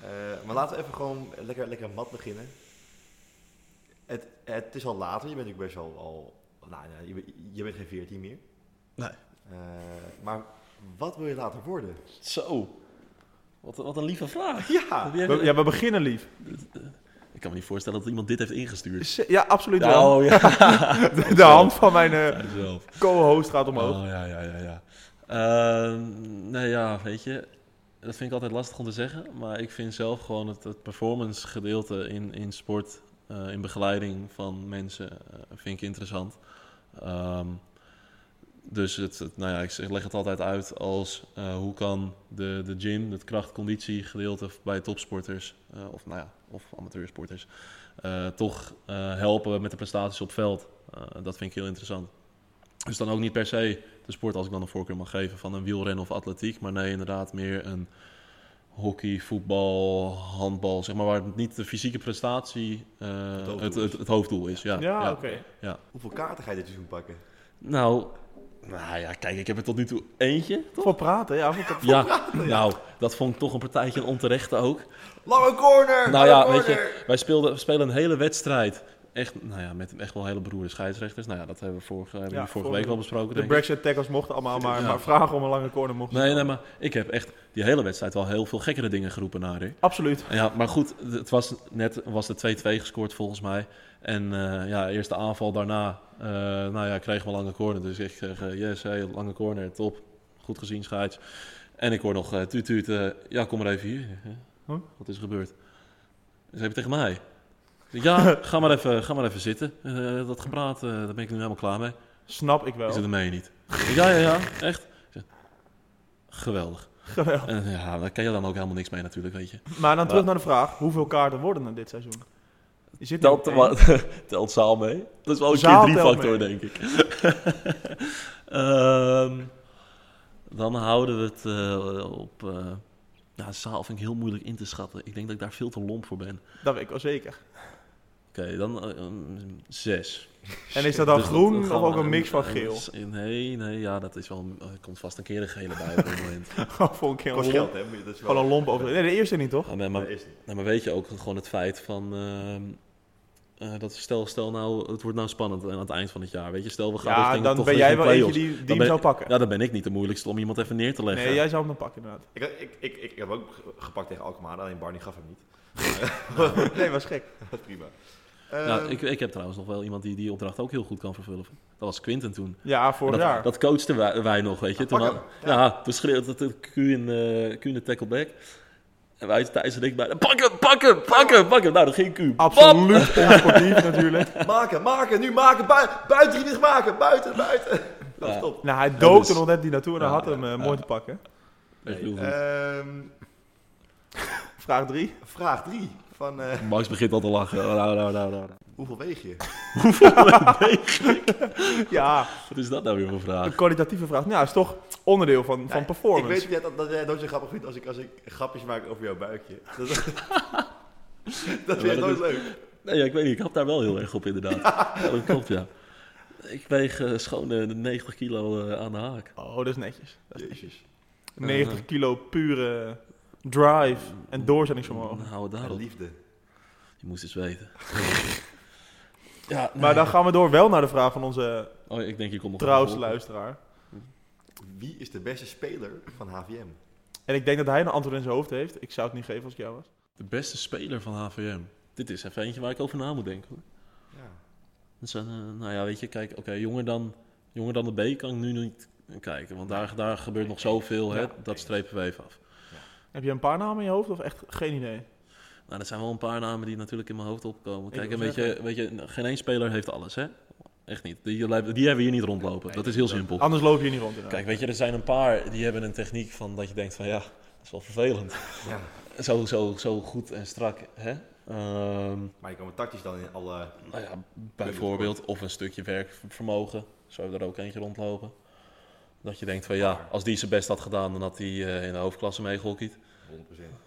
Speaker 5: Eh, maar laten we even gewoon lekker, lekker mat beginnen. Het, het is al later, je bent natuurlijk best wel al... Nou, nou, je, bent- je bent geen 14 meer.
Speaker 4: Nee.
Speaker 5: Eh, maar wat wil je later worden?
Speaker 4: Zo. Wat, een- wat een lieve vraag.
Speaker 5: Ja!
Speaker 4: Heb jij-
Speaker 3: We, ja, we beginnen lief.
Speaker 4: Ik kan me niet voorstellen dat iemand dit heeft ingestuurd.
Speaker 3: Z- Ja, absoluut
Speaker 4: Ja,
Speaker 3: wel.
Speaker 4: oh, ja.
Speaker 3: De, de hand van mijn eh,
Speaker 4: Zelf.
Speaker 3: co-host gaat omhoog.
Speaker 4: Oh, ja, ja, ja, ja. Ehm, nee, ja, weet je. Dat vind ik altijd lastig om te zeggen. Maar ik vind zelf gewoon het, het performance gedeelte in, in sport, eh, in begeleiding van mensen, eh, vind ik interessant. Ehm, dus het, het- nou ja, ik zeg- leg het altijd uit als eh, hoe kan de, de gym, het kracht-conditie gedeelte bij topsporters, eh, of nou ja, of amateursporters, eh, toch eh, helpen met de prestaties op veld. Eh, dat vind ik heel interessant. Dus dan ook niet per se de sport, als ik dan een voorkeur mag geven, van een wielrennen of atletiek. Maar nee, inderdaad meer een hockey, voetbal, handbal. Zeg maar waar het niet de fysieke prestatie eh,
Speaker 5: hoofddoel
Speaker 4: het,
Speaker 5: is.
Speaker 4: het, het hoofddoel is. Ja,
Speaker 3: ja,
Speaker 4: ja.
Speaker 3: oké.
Speaker 5: Hoeveel kaarten ga je dit seizoen pakken?
Speaker 4: Nou, nou ja, kijk, ik heb er tot nu toe eentje.
Speaker 3: Voor praten, ja. voor-
Speaker 4: Ja, nou, dat vond ik toch een partijtje een onterechte ook.
Speaker 5: Lange corner!
Speaker 4: Nou
Speaker 5: lange
Speaker 4: ja,
Speaker 5: corner!
Speaker 4: weet je, wij speelden, we spelen een hele wedstrijd. Echt, nou ja, met echt wel hele beroerde scheidsrechters. Nou ja, dat hebben we vorige, hebben
Speaker 3: Ja,
Speaker 4: jullie vorige
Speaker 3: vorige-
Speaker 4: week wel besproken.
Speaker 3: De
Speaker 4: denk ik.
Speaker 3: Brexit tackles mochten allemaal, maar,
Speaker 4: Ja.
Speaker 3: maar vragen om een lange corner mochten. ze
Speaker 4: Nee,
Speaker 3: wel.
Speaker 4: nee, maar ik heb echt die hele wedstrijd wel heel veel gekkere dingen geroepen naar haar.
Speaker 3: Absoluut.
Speaker 4: Ja, maar goed, het was net was de 2-2 gescoord volgens mij. En eh, ja, eerste aanval daarna, eh, nou ja, kregen we een lange corner. Dus ik zeg, eh, yes, hey, lange corner, top. Goed gezien, scheids. En ik hoor nog, eh, tuut tuut, eh, ja, kom maar even hier. Ik zeg, "Huh? Wat is er gebeurd? Ze hebben tegen mij. Ik zeg, Ja, ga maar even, ga maar even zitten. Eh, dat gepraat, eh, daar ben ik nu helemaal klaar mee.
Speaker 3: Snap ik wel.
Speaker 4: Is het ermee niet? Ik zeg, Ja, ja, ja, echt. Ik zeg, Geweldig.
Speaker 3: Geweldig.
Speaker 4: En ja, daar kan je dan ook helemaal niks mee natuurlijk, weet je.
Speaker 3: Maar dan terug
Speaker 4: Ja.
Speaker 3: naar de vraag. Hoeveel kaarten worden er dit seizoen? Je zit nu
Speaker 4: Telt,
Speaker 3: op één.
Speaker 4: wa- telt zaal mee? Dat is wel een
Speaker 3: Zaal
Speaker 4: keer drie
Speaker 3: telt
Speaker 4: factor,
Speaker 3: mee.
Speaker 4: denk ik. Ehm, dan houden we het eh, op... eh ja, zaal vind ik heel moeilijk in te schatten. Ik denk dat ik daar veel te lomp voor ben.
Speaker 3: Dat weet ik wel zeker.
Speaker 4: Oké, dan eh, mm, zes.
Speaker 3: En is dat dan
Speaker 4: Dus dat-
Speaker 3: groen
Speaker 4: dat
Speaker 3: of
Speaker 4: gaan
Speaker 3: ook
Speaker 4: we-
Speaker 3: een mix van
Speaker 4: eh,
Speaker 3: geel?
Speaker 4: s- nee, nee, ja, dat is wel... een- Er komt vast een keer een gele bij op dit moment.
Speaker 3: Gewoon een keer
Speaker 5: Kost
Speaker 3: een
Speaker 5: geld,
Speaker 3: lomp.
Speaker 5: hè? moet je- Dat is wel...
Speaker 3: Gewoon een lomp over. Nee, de eerste niet, toch?
Speaker 4: Ah, nee, maar,
Speaker 5: Nee, is niet.
Speaker 4: nee, maar weet je ook gewoon het feit van... ehm, eh, dat stel, stel nou, het wordt nou spannend aan het eind van het jaar. Weet je, stel we gaan
Speaker 3: Ja,
Speaker 4: richting
Speaker 3: dan
Speaker 4: toch
Speaker 3: ben jij
Speaker 4: richting
Speaker 3: wel eentje
Speaker 4: play-offs.
Speaker 3: die, die
Speaker 4: Dan
Speaker 3: hem
Speaker 4: ben-
Speaker 3: zou pakken.
Speaker 4: Ja, dan ben ik niet de moeilijkste om iemand even neer te leggen.
Speaker 3: Nee, jij zou hem dan pakken, inderdaad.
Speaker 5: Ik, ik, ik, ik heb hem ook ge- gepakt tegen Alkmaar, alleen Barney gaf hem niet.
Speaker 3: Nee, was gek.
Speaker 5: Dat is prima.
Speaker 4: Ja,
Speaker 5: Ehm,
Speaker 4: Nou, ik, ik heb trouwens nog wel iemand die die opdracht ook heel goed kan vervullen. Dat was Quinten toen.
Speaker 3: Ja, vorig
Speaker 4: dat,
Speaker 3: jaar.
Speaker 4: dat coachten wij, wij nog, weet je. Toen,
Speaker 5: pak
Speaker 4: had-
Speaker 5: hem.
Speaker 4: ja. toen schreeuwde het het Q in, eh, Q in de tackleback. En wij Thijs en ik bij. Pak hem, pak hem, pak hem, pak hem. Nou, dan ging Q. Bam!
Speaker 3: Absoluut onsportief natuurlijk.
Speaker 5: Maken, maken, nu maken, bui- buiten die dicht maken, buiten, buiten. Dat is
Speaker 4: Ja.
Speaker 5: top.
Speaker 3: Nou, hij doopte
Speaker 4: dus-
Speaker 3: nog net die naartoe en hij
Speaker 4: Ja,
Speaker 3: had hem eh, mooi te pakken.
Speaker 4: Ik bedoel,
Speaker 5: Ehm,
Speaker 3: Vraag 3.
Speaker 5: vraag 3 van eh,
Speaker 4: Max begint al te lachen. Nou, nou, nou, nou.
Speaker 5: Hoeveel weeg je?
Speaker 3: Ja,
Speaker 4: Wat is dat nou weer voor vraag?
Speaker 3: een kwalitatieve vraag. Nou, is toch onderdeel van, van
Speaker 5: Ik
Speaker 3: performance.
Speaker 5: weet dat jij dat, dat jij het nooit zo grappig vindt als ik, als ik grapjes maak over jouw buikje. Dat, dat vind
Speaker 4: dat
Speaker 5: je nooit
Speaker 4: is-
Speaker 5: leuk.
Speaker 4: Nee, ja, ik weet niet. Ik hap daar wel heel erg op, inderdaad. Ja, dat klopt, ja. Ik weeg eh, schoon eh, de 90 kilo eh, aan de haak.
Speaker 3: Oh, dat is netjes. Dat is netjes.
Speaker 5: Jezus.
Speaker 3: 90 kilo pure drive en doorzettingsvermogen.
Speaker 4: Nou, hou het
Speaker 5: En
Speaker 4: daarop.
Speaker 5: liefde.
Speaker 4: Je moest eens weten. ja, nee.
Speaker 3: Maar dan gaan we door wel naar de vraag van onze
Speaker 4: Oh, ik denk je komt nog
Speaker 3: trouwste
Speaker 4: wel.
Speaker 3: luisteraar.
Speaker 5: Wie is de beste speler van HVM?
Speaker 3: En ik denk dat hij een antwoord in zijn hoofd heeft. Ik zou het niet geven als ik jou was.
Speaker 4: De beste speler van HVM. Dit is even eentje waar ik over na moet denken. Hoor.
Speaker 5: Ja.
Speaker 4: Dat zijn, eh, nou ja, weet je, kijk, oké, jonger, dan, jonger dan de B kan ik nu niet kijken. Want daar, daar gebeurt nog zoveel, hè,
Speaker 3: Ja.
Speaker 4: dat strepen we even af.
Speaker 3: Heb je een paar namen in je hoofd of echt geen idee?
Speaker 4: Nou, dat zijn wel een paar namen die natuurlijk in mijn hoofd opkomen. Kijk,
Speaker 3: wil
Speaker 4: een beetje, weet je, nou, geen één speler heeft alles, hè? Echt niet. Die, die hebben we hier niet rondlopen. Dat is heel simpel.
Speaker 3: Anders loop je hier niet rond. inderdaad.
Speaker 4: Kijk, weet je, er zijn een paar die hebben een techniek van dat je denkt van ja, dat is wel vervelend.
Speaker 5: ja.
Speaker 4: Zo, zo, zo goed en strak, hè? Ehm,
Speaker 5: Maar die komen tactisch dan in alle...
Speaker 4: nou ja, bijvoorbeeld, of een stukje werkvermogen. Zo hebben we er ook eentje rondlopen. Dat je denkt van ja, als die zijn best had gedaan, dan had hij eh, in de hoofdklasse meegehockeyd.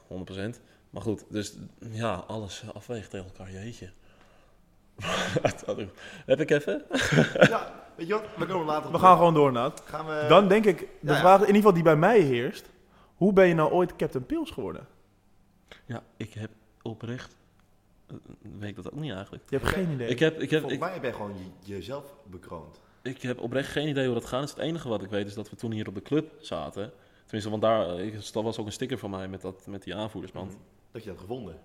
Speaker 5: 100%.
Speaker 4: 100%. Maar goed, dus ja, alles afweegt tegen elkaar, jeetje. Heb ik even?
Speaker 5: ja, weet je wat? We komen later op
Speaker 3: We
Speaker 5: terug.
Speaker 3: gaan gewoon door, Nat.
Speaker 5: Gaan
Speaker 4: Eh,
Speaker 5: we...
Speaker 3: Dan denk ik, de
Speaker 4: nou
Speaker 5: ja, ja.
Speaker 3: vraag in ieder geval die bij mij heerst. Hoe ben je nou ooit Captain Pils geworden?
Speaker 4: Ja, ik heb oprecht... eh, Weet ik dat ook niet eigenlijk.
Speaker 3: Je hebt geen idee.
Speaker 4: Ik heb, ik heb,
Speaker 5: Volgens
Speaker 4: ik,
Speaker 5: mij ben je gewoon je- jezelf bekroond.
Speaker 4: ik heb oprecht geen idee hoe dat gaat. Het enige wat ik weet is dat we toen hier op de club zaten. Tenminste, want daar eh, ik- er was ook een sticker van mij met, dat, met die aanvoerdersband.
Speaker 5: Dat je dat gevonden.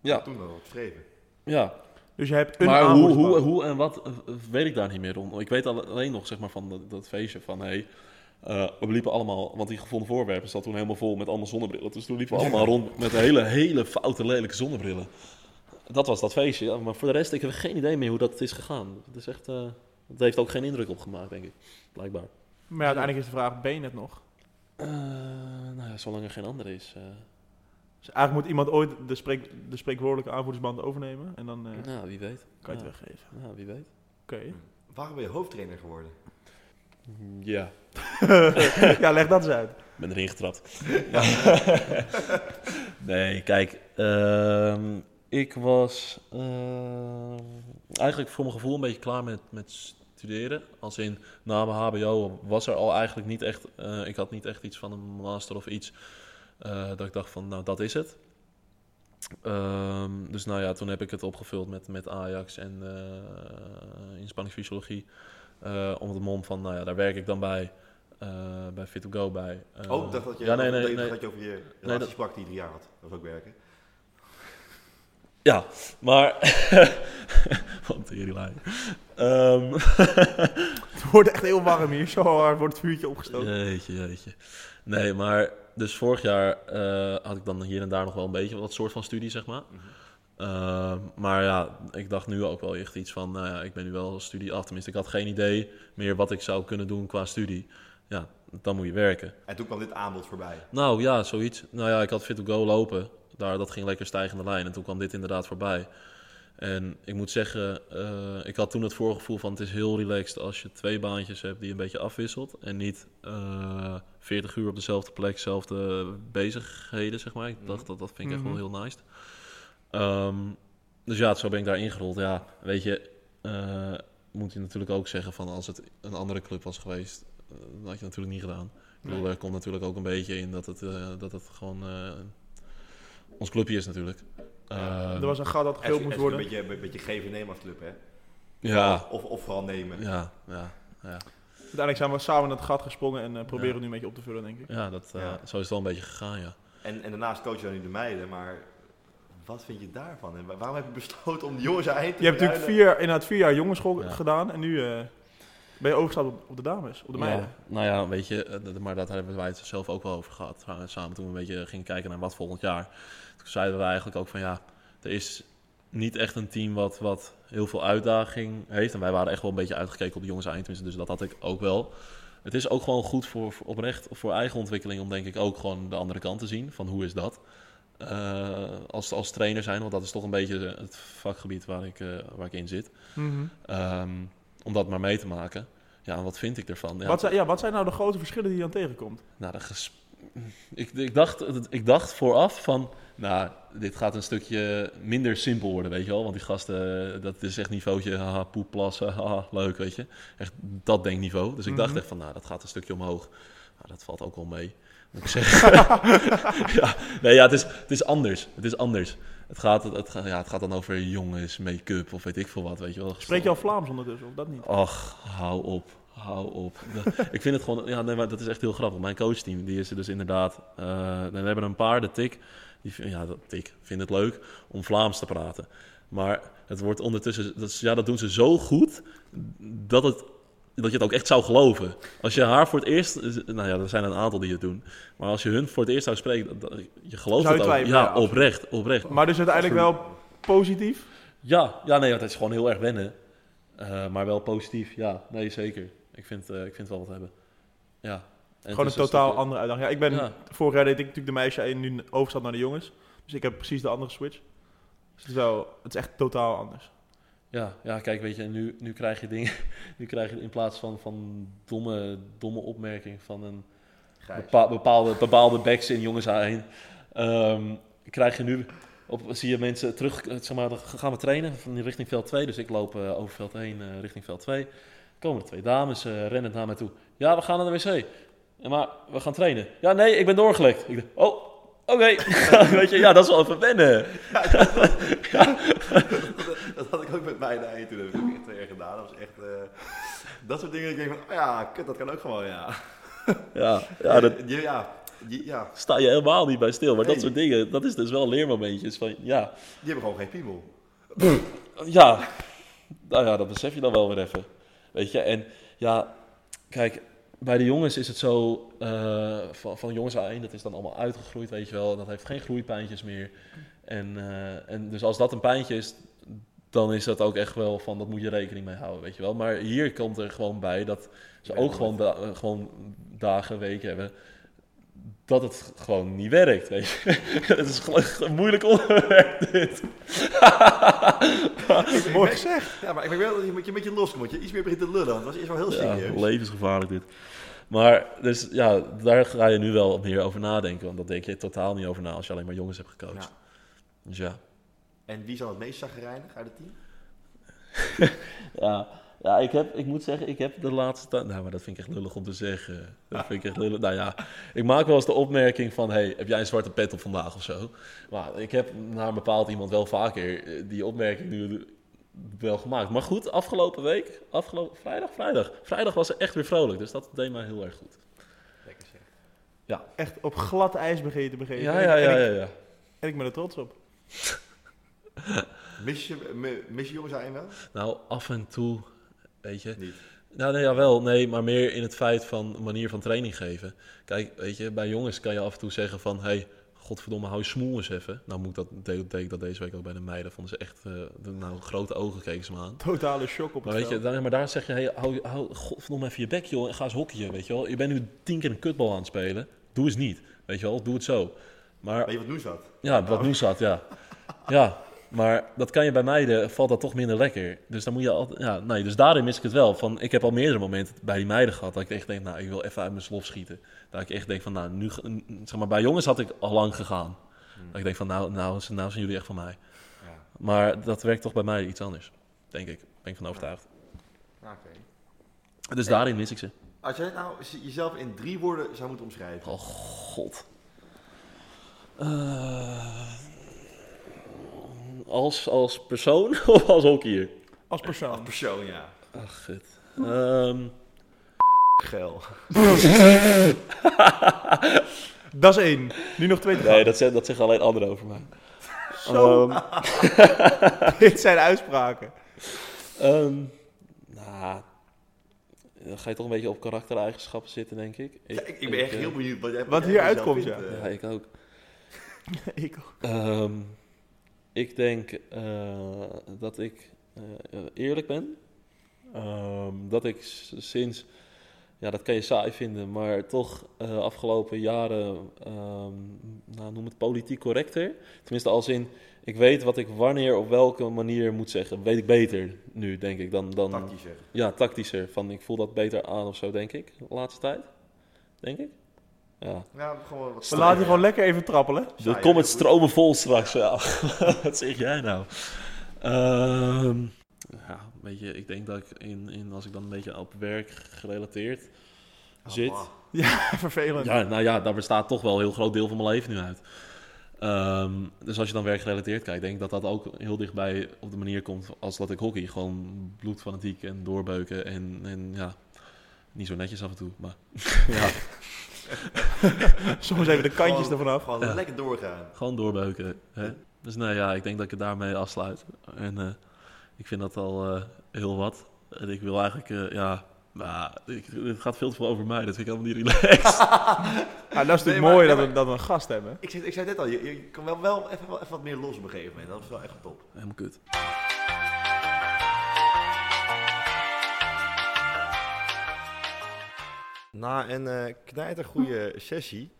Speaker 4: Ja,
Speaker 5: Toen al geschreven.
Speaker 4: ja.
Speaker 3: Dus je hebt een
Speaker 4: maar hoe,
Speaker 3: aanvoerdersband.
Speaker 4: hoe, hoe en wat eh, eh, weet ik daar niet meer om. Ik weet al- alleen nog zeg maar, van dat, dat feestje van hey, eh, we liepen allemaal, want die gevonden voorwerpen zat toen helemaal vol met allemaal zonnebrillen. Dus toen liepen we allemaal rond met hele, hele foute, lelijke zonnebrillen. Dat was dat feestje. Ja, maar voor de rest, ik heb geen idee meer hoe dat is gegaan. Het is echt, eh, het heeft ook geen indruk op gemaakt, denk ik. Blijkbaar.
Speaker 3: Maar ja, uiteindelijk is de vraag, ben je het nog?
Speaker 4: Eh, nou ja, zolang er geen ander is. eh,
Speaker 3: Dus eigenlijk moet iemand ooit de, spreek, de spreekwoordelijke aanvoerdersband overnemen. En dan eh,
Speaker 4: Nou, wie weet.
Speaker 3: kan je het
Speaker 4: Ja.
Speaker 3: weggeven.
Speaker 4: Nou, wie weet.
Speaker 3: Oké.
Speaker 5: Waarom ben je hoofdtrainer geworden?
Speaker 4: Ja.
Speaker 3: ja, leg dat eens uit.
Speaker 4: Ik ben erin getrapt. nee, kijk. ehm, ik was ehm, eigenlijk voor mijn gevoel een beetje klaar met, met studeren. Als in, na mijn HBO was er al eigenlijk niet echt... eh, ik had niet echt iets van een master of iets. eh, dat ik dacht van, nou, dat is het. Ehm, dus nou ja, toen heb ik het opgevuld met, met Ajax en eh in Spanische fysiologie. eh onder de mom van, nou ja, daar werk ik dan bij. eh, bij Fit to Go bij. Eh,
Speaker 5: oh, ik dacht dat je,
Speaker 4: Ja, nee, nee,
Speaker 5: dat je-
Speaker 4: nee.
Speaker 5: dat je over je relatie
Speaker 4: dat-
Speaker 5: sprak die drie jaar had. Dat was ook werken.
Speaker 4: Ja, maar. Wat een teringlijn. Ehm,
Speaker 3: Het wordt echt heel warm hier. Zo hard wordt het vuurtje opgestoken.
Speaker 4: jeetje, jeetje. Nee, maar. Dus vorig jaar eh, had ik dan hier en daar nog wel een beetje wat soort van studie, zeg maar. Ehm, maar ja, ik dacht nu ook wel echt iets van. Nou ja, ik ben nu wel studie af. Tenminste, ik had geen idee meer wat ik zou kunnen doen qua studie. Ja, dan moet je werken.
Speaker 5: En toen kwam dit aanbod voorbij.
Speaker 4: Nou ja, zoiets. Nou ja, ik had Fit to Go lopen. Daar, dat ging lekker stijgende lijn. En toen kwam dit inderdaad voorbij. En ik moet zeggen, eh, ik had toen het voorgevoel van het is heel relaxed als je twee baantjes hebt die een beetje afwisselt. En niet eh 40 uur op dezelfde plek, dezelfde bezigheden, zeg maar. Ik dacht, dat, dat vind ik echt wel heel nice. Ehm, dus ja, zo ben ik daar ingerold. Ja, weet je, eh, moet je natuurlijk ook zeggen van als het een andere club was geweest, eh, dan had je natuurlijk niet gedaan. Ik bedoel, daar komt natuurlijk ook een beetje in dat het, eh, dat het gewoon eh, ons clubje is natuurlijk. Ehm,
Speaker 3: Er was een gat dat
Speaker 5: Het is-
Speaker 3: gevuld
Speaker 5: het
Speaker 3: moest
Speaker 5: is
Speaker 3: worden.
Speaker 5: Een beetje, een beetje geven en nemen als club, hè?
Speaker 4: ja,
Speaker 5: Of, of vooral nemen.
Speaker 4: ja, ja, ja.
Speaker 3: Uiteindelijk zijn we samen in het gat gesprongen en eh, proberen het nu een beetje op te vullen, denk ik.
Speaker 4: Ja, dat, eh,
Speaker 5: Ja.
Speaker 4: zo is het wel een beetje gegaan, ja.
Speaker 5: En, en daarnaast coach je dan nu de meiden, maar wat vind je daarvan? En wa- waarom heb je besloten om de jongens heen te
Speaker 3: Je hebt natuurlijk
Speaker 5: ruilen?
Speaker 3: vier, inderdaad vier jaar jongensschool
Speaker 4: Ja.
Speaker 3: gedaan en nu eh, ben je overgestapt op, op de dames, op de meiden.
Speaker 4: Ja, nou ja, weet je, eh, d- maar dat hebben wij het zelf ook wel over gehad. eh, Samen toen we een beetje gingen kijken naar wat volgend jaar. Toen zeiden we eigenlijk ook van ja, er is niet echt een team wat, wat heel veel uitdaging heeft. En wij waren echt wel een beetje uitgekeken op de jongens eind, tenminste, dus dat had ik ook wel. Het is ook gewoon goed voor, voor oprecht voor eigen ontwikkeling om denk ik ook gewoon de andere kant te zien van hoe is dat. Eh, eh, als, als trainer zijn, want dat is toch een beetje het vakgebied waar ik, eh, waar ik in zit.
Speaker 3: Mhm.
Speaker 4: Ehm, om dat maar mee te maken. Ja, en wat vind ik ervan? Ja,
Speaker 3: Wat, zijn, ja, wat zijn nou de grote verschillen die je dan tegenkomt?
Speaker 4: Nou, de ges- ik, ik, dacht, ik dacht vooraf van, nou, dit gaat een stukje minder simpel worden, weet je wel. Want die gasten, eh, dat is echt niveautje, haha, poep, plassen, haha, leuk, weet je. Echt dat denkniveau. Dus ik dacht
Speaker 3: Mhm.
Speaker 4: echt van, nou, dat gaat een stukje omhoog. Nou, dat valt ook wel mee, moet ik zeggen. ja, nee, ja, het is, het is anders. Het is anders. Het gaat, het, gaat- ja, het gaat dan over jongens, make-up of weet ik veel wat, weet je wel.
Speaker 3: Spreek je al Vlaams ondertussen, of dat niet?
Speaker 4: Ach, hou op. Hou op. De- ik vind het gewoon... Ja, nee, maar dat is echt heel grappig. Mijn coachteam, die is er dus inderdaad... eh, we hebben een paar, de tik. Die, vind- ja, dat tik. Vindt het leuk om Vlaams te praten. Maar het wordt ondertussen... Dat, is- ja, dat doen ze zo goed... Dat het... Dat je het ook echt zou geloven. Als je haar voor het eerst... Nou ja, er zijn een aantal die het doen. Maar als je hun voor het eerst zou spreken... dat- dat- je gelooft
Speaker 3: Zou je
Speaker 4: het ook.
Speaker 3: twijfelen, ja,
Speaker 4: ja,
Speaker 3: absoluut.
Speaker 4: oprecht. Oprecht.
Speaker 3: Maar dus uiteindelijk wel positief.
Speaker 4: Ja, ja nee, want het is gewoon heel erg wennen. Eh, maar wel positief, ja. Nee, zeker. Ik vind, eh, ik vind het wel wat hebben. Ja. En het
Speaker 3: Gewoon een
Speaker 4: is dus
Speaker 3: totaal
Speaker 4: stukje-
Speaker 3: andere uitdaging. Ja, ik ben,
Speaker 4: Ja.
Speaker 3: Vorig jaar deed ik natuurlijk de meisjes en nu overstap naar de jongens. Dus ik heb precies de andere switch. Dus het, is wel, het is echt totaal anders.
Speaker 4: Ja, ja, kijk, weet je, nu, nu krijg je dingen... Nu krijg je in plaats van, van domme, domme opmerking van een bepa- bepaalde, bepaalde backs in jongens heen... ehm, krijg je nu... Op, zie je mensen terug, eh, zeg maar, dan gaan we trainen van richting veld 2. Dus ik loop eh, over veld 1 eh, richting veld 2. Komen er twee dames, eh rennen naar mij toe. Ja, we gaan naar de wc. Ja, maar we gaan trainen. Ja, nee, ik ben doorgelekt. Ik dacht, oh, oké. Weet je, ja, dat is wel even wennen.
Speaker 5: Dat had ik ook met mijn eind toen. Dat heb ik echt twee jaar gedaan. Dat was echt... eh, dat soort dingen. Ik denk van, oh ja, kut, dat kan ook gewoon, ja.
Speaker 4: Ja, ja, dat
Speaker 5: Je- ja, je- ja.
Speaker 4: sta je helemaal niet bij stil. Maar dat
Speaker 5: Nee.
Speaker 4: soort dingen, dat is dus wel leermomentjes van, ja,
Speaker 5: Die hebben gewoon geen piemel.
Speaker 4: ja. Nou ja, dat besef je dan wel weer even. Weet je, en ja, kijk, bij de jongens is het zo, eh, van, van jongens A1, dat is dan allemaal uitgegroeid, weet je wel. Dat heeft geen groeipijntjes meer. En, eh, en dus als dat een pijntje is, dan is dat ook echt wel van, dat moet je rekening mee houden, weet je wel. Maar hier komt er gewoon bij dat ze ook gewoon, da- eh, gewoon dagen, weken hebben dat het gewoon niet werkt, weet je. Het is gewoon een moeilijk onderwerp, dit.
Speaker 3: Mooi gezegd.
Speaker 5: Ja, maar ik wil dat je moet je een beetje los moet. Je iets meer begint te lullen, want dat was eerst wel heel
Speaker 4: Ja,
Speaker 5: serieus.
Speaker 4: levensgevaarlijk dit. Maar dus, ja, daar ga je nu wel meer over nadenken. Want dat denk je totaal niet over na als je alleen maar jongens hebt gecoacht.
Speaker 5: Ja.
Speaker 4: Dus ja.
Speaker 5: En wie is dan het meest chagrijnig uit het team?
Speaker 4: Ja, ja ik, heb, ik moet zeggen, ik heb de laatste tijd... Nou, maar dat vind ik echt lullig om te zeggen. Dat vind ik echt lullig. Nou ja, ik maak wel eens de opmerking van... hey, heb jij een zwarte pet op vandaag of zo? Maar ik heb naar een bepaald iemand wel vaker eh, die opmerking nu wel gemaakt. Maar goed, afgelopen week, afgelopen vrijdag, vrijdag. Vrijdag was ze echt weer vrolijk, dus dat deed mij heel erg goed.
Speaker 5: Lekker zeg.
Speaker 3: Echt op glad ijs begin je te begeven.
Speaker 4: Ja,
Speaker 3: En ik-
Speaker 4: ja,
Speaker 3: en
Speaker 4: ja,
Speaker 3: ik-
Speaker 4: ja. ja.
Speaker 3: En ik ben er trots op.
Speaker 5: Mis je, mi- mis je jongens zijn wel?
Speaker 4: Nou, af en toe, weet je.
Speaker 5: Niet.
Speaker 4: Nou, nee, jawel, nee, maar meer in het feit van manier van training geven. Kijk, weet je, bij jongens kan je af en toe zeggen van... hé, hey, godverdomme, hou je smoel eens even. Nou, moet ik dat, deed, deed ik dat deze week ook bij de meiden. Vonden ze echt, eh, de- nou, grote ogen keken ze me aan.
Speaker 3: Totale shock op
Speaker 4: Maar
Speaker 3: het
Speaker 4: weet je,
Speaker 3: veld.
Speaker 4: daar, maar daar zeg je, hey, hou, hou godverdomme even je bek, joh. En ga eens hockeyen, weet je wel. Je bent nu tien keer een kutbal aan het spelen. Doe eens niet, weet je wel. Doe het zo. Maar
Speaker 5: Weet je wat Noes had?
Speaker 4: ja, wat nu zat, ja. Ja, maar dat kan je bij meiden, valt dat toch minder lekker. Dus dan moet je altijd, ja, nee, dus daarin mis ik het wel. Van, ik heb al meerdere momenten bij die meiden gehad dat ik echt denk, nou, ik wil even uit mijn slof schieten. Dat ik echt denk van, nou, nu, ge- n- zeg maar, bij jongens had ik al lang gegaan. Dat ik denk van, nou, nou, z- nou zijn jullie echt van mij.
Speaker 5: Ja.
Speaker 4: Maar dat werkt toch bij mij iets anders, denk ik. Ben ik van overtuigd.
Speaker 5: Ah, Oké.
Speaker 4: Dus daarin mis ik ze.
Speaker 5: Als jij nou z- jezelf in drie woorden zou moeten omschrijven.
Speaker 4: Oh, god. Eh, als, als persoon of als hockeyer?
Speaker 3: Als
Speaker 5: Als
Speaker 3: persoon.
Speaker 5: persoon, ja.
Speaker 4: Ach, gut.
Speaker 5: Hm.
Speaker 4: Ehm,
Speaker 5: Geil.
Speaker 3: Dat is één. Nu nog twee te gaan.
Speaker 4: nee, dat, zegt, dat zeggen alleen anderen over mij.
Speaker 3: Zo.
Speaker 4: Ehm,
Speaker 3: Dit zijn uitspraken.
Speaker 4: ehm, nou, dan ga je toch een beetje op karaktereigenschappen zitten, denk ik. Ik,
Speaker 5: Ja, ik, ik ben echt
Speaker 4: eh,
Speaker 5: heel benieuwd wat jij
Speaker 3: Wat
Speaker 5: jij
Speaker 3: hier
Speaker 5: van jezelf
Speaker 3: uitkomt,
Speaker 5: vindt,
Speaker 3: ja.
Speaker 5: eh.
Speaker 4: Ja, ik ook.
Speaker 3: Ik ook.
Speaker 4: Ehm, ik denk eh, dat ik eh, eerlijk ben. Ehm, dat ik s- sinds Ja, dat kan je saai vinden, maar toch eh afgelopen jaren, ehm, nou, noem het politiek correcter. Tenminste, als in, ik weet wat ik wanneer op welke manier moet zeggen. Weet ik beter nu, denk ik, dan... dan
Speaker 2: Tactisch zeggen.
Speaker 4: Ja, tactischer. Van, ik voel dat beter aan of zo, denk ik, de laatste tijd. Denk ik. Ja.
Speaker 2: Ja, gewoon wat
Speaker 3: We laten je gewoon lekker even trappelen.
Speaker 4: De
Speaker 2: Saai,
Speaker 4: comments
Speaker 2: hè?
Speaker 4: stromen vol straks. Ja. Wat zeg jij nou? Ehm, ja, weet je, ik denk dat ik in, in, als ik dan een beetje op werk gerelateerd
Speaker 5: Oh,
Speaker 4: zit.
Speaker 2: Ah,
Speaker 3: Vervelend.
Speaker 4: Ja, nou ja, daar bestaat toch wel een heel groot deel van mijn leven nu uit. Ehm, dus als je dan werkgerelateerd kijkt, denk ik dat dat ook heel dichtbij op de manier komt als dat ik hockey. Gewoon bloedfanatiek en doorbeuken en, en ja, niet zo netjes af en toe. Maar ja,
Speaker 3: Soms even de kantjes
Speaker 2: Gewoon-
Speaker 3: ervan af.
Speaker 2: Gewoon
Speaker 4: Ja.
Speaker 2: lekker doorgaan.
Speaker 4: gewoon doorbeuken. Hè? Dus nou ja, ik denk dat ik het daarmee afsluit. En eh, ik vind dat al eh, heel wat. En ik wil eigenlijk, eh, ja, maar ik, het gaat veel te veel over mij. Dat vind ik helemaal niet relaxed.
Speaker 3: Ja, Ah, dat is natuurlijk
Speaker 2: Nee, maar-
Speaker 3: mooi
Speaker 2: nee,
Speaker 3: dat, we,
Speaker 2: maar-
Speaker 3: dat we een gast hebben.
Speaker 2: Ik zei, ik zei net al, je, je kan wel, wel even, wel even wat meer los op een gegeven moment. Dat is wel echt top.
Speaker 4: helemaal kut.
Speaker 2: Na een eh knijtergoeie sessie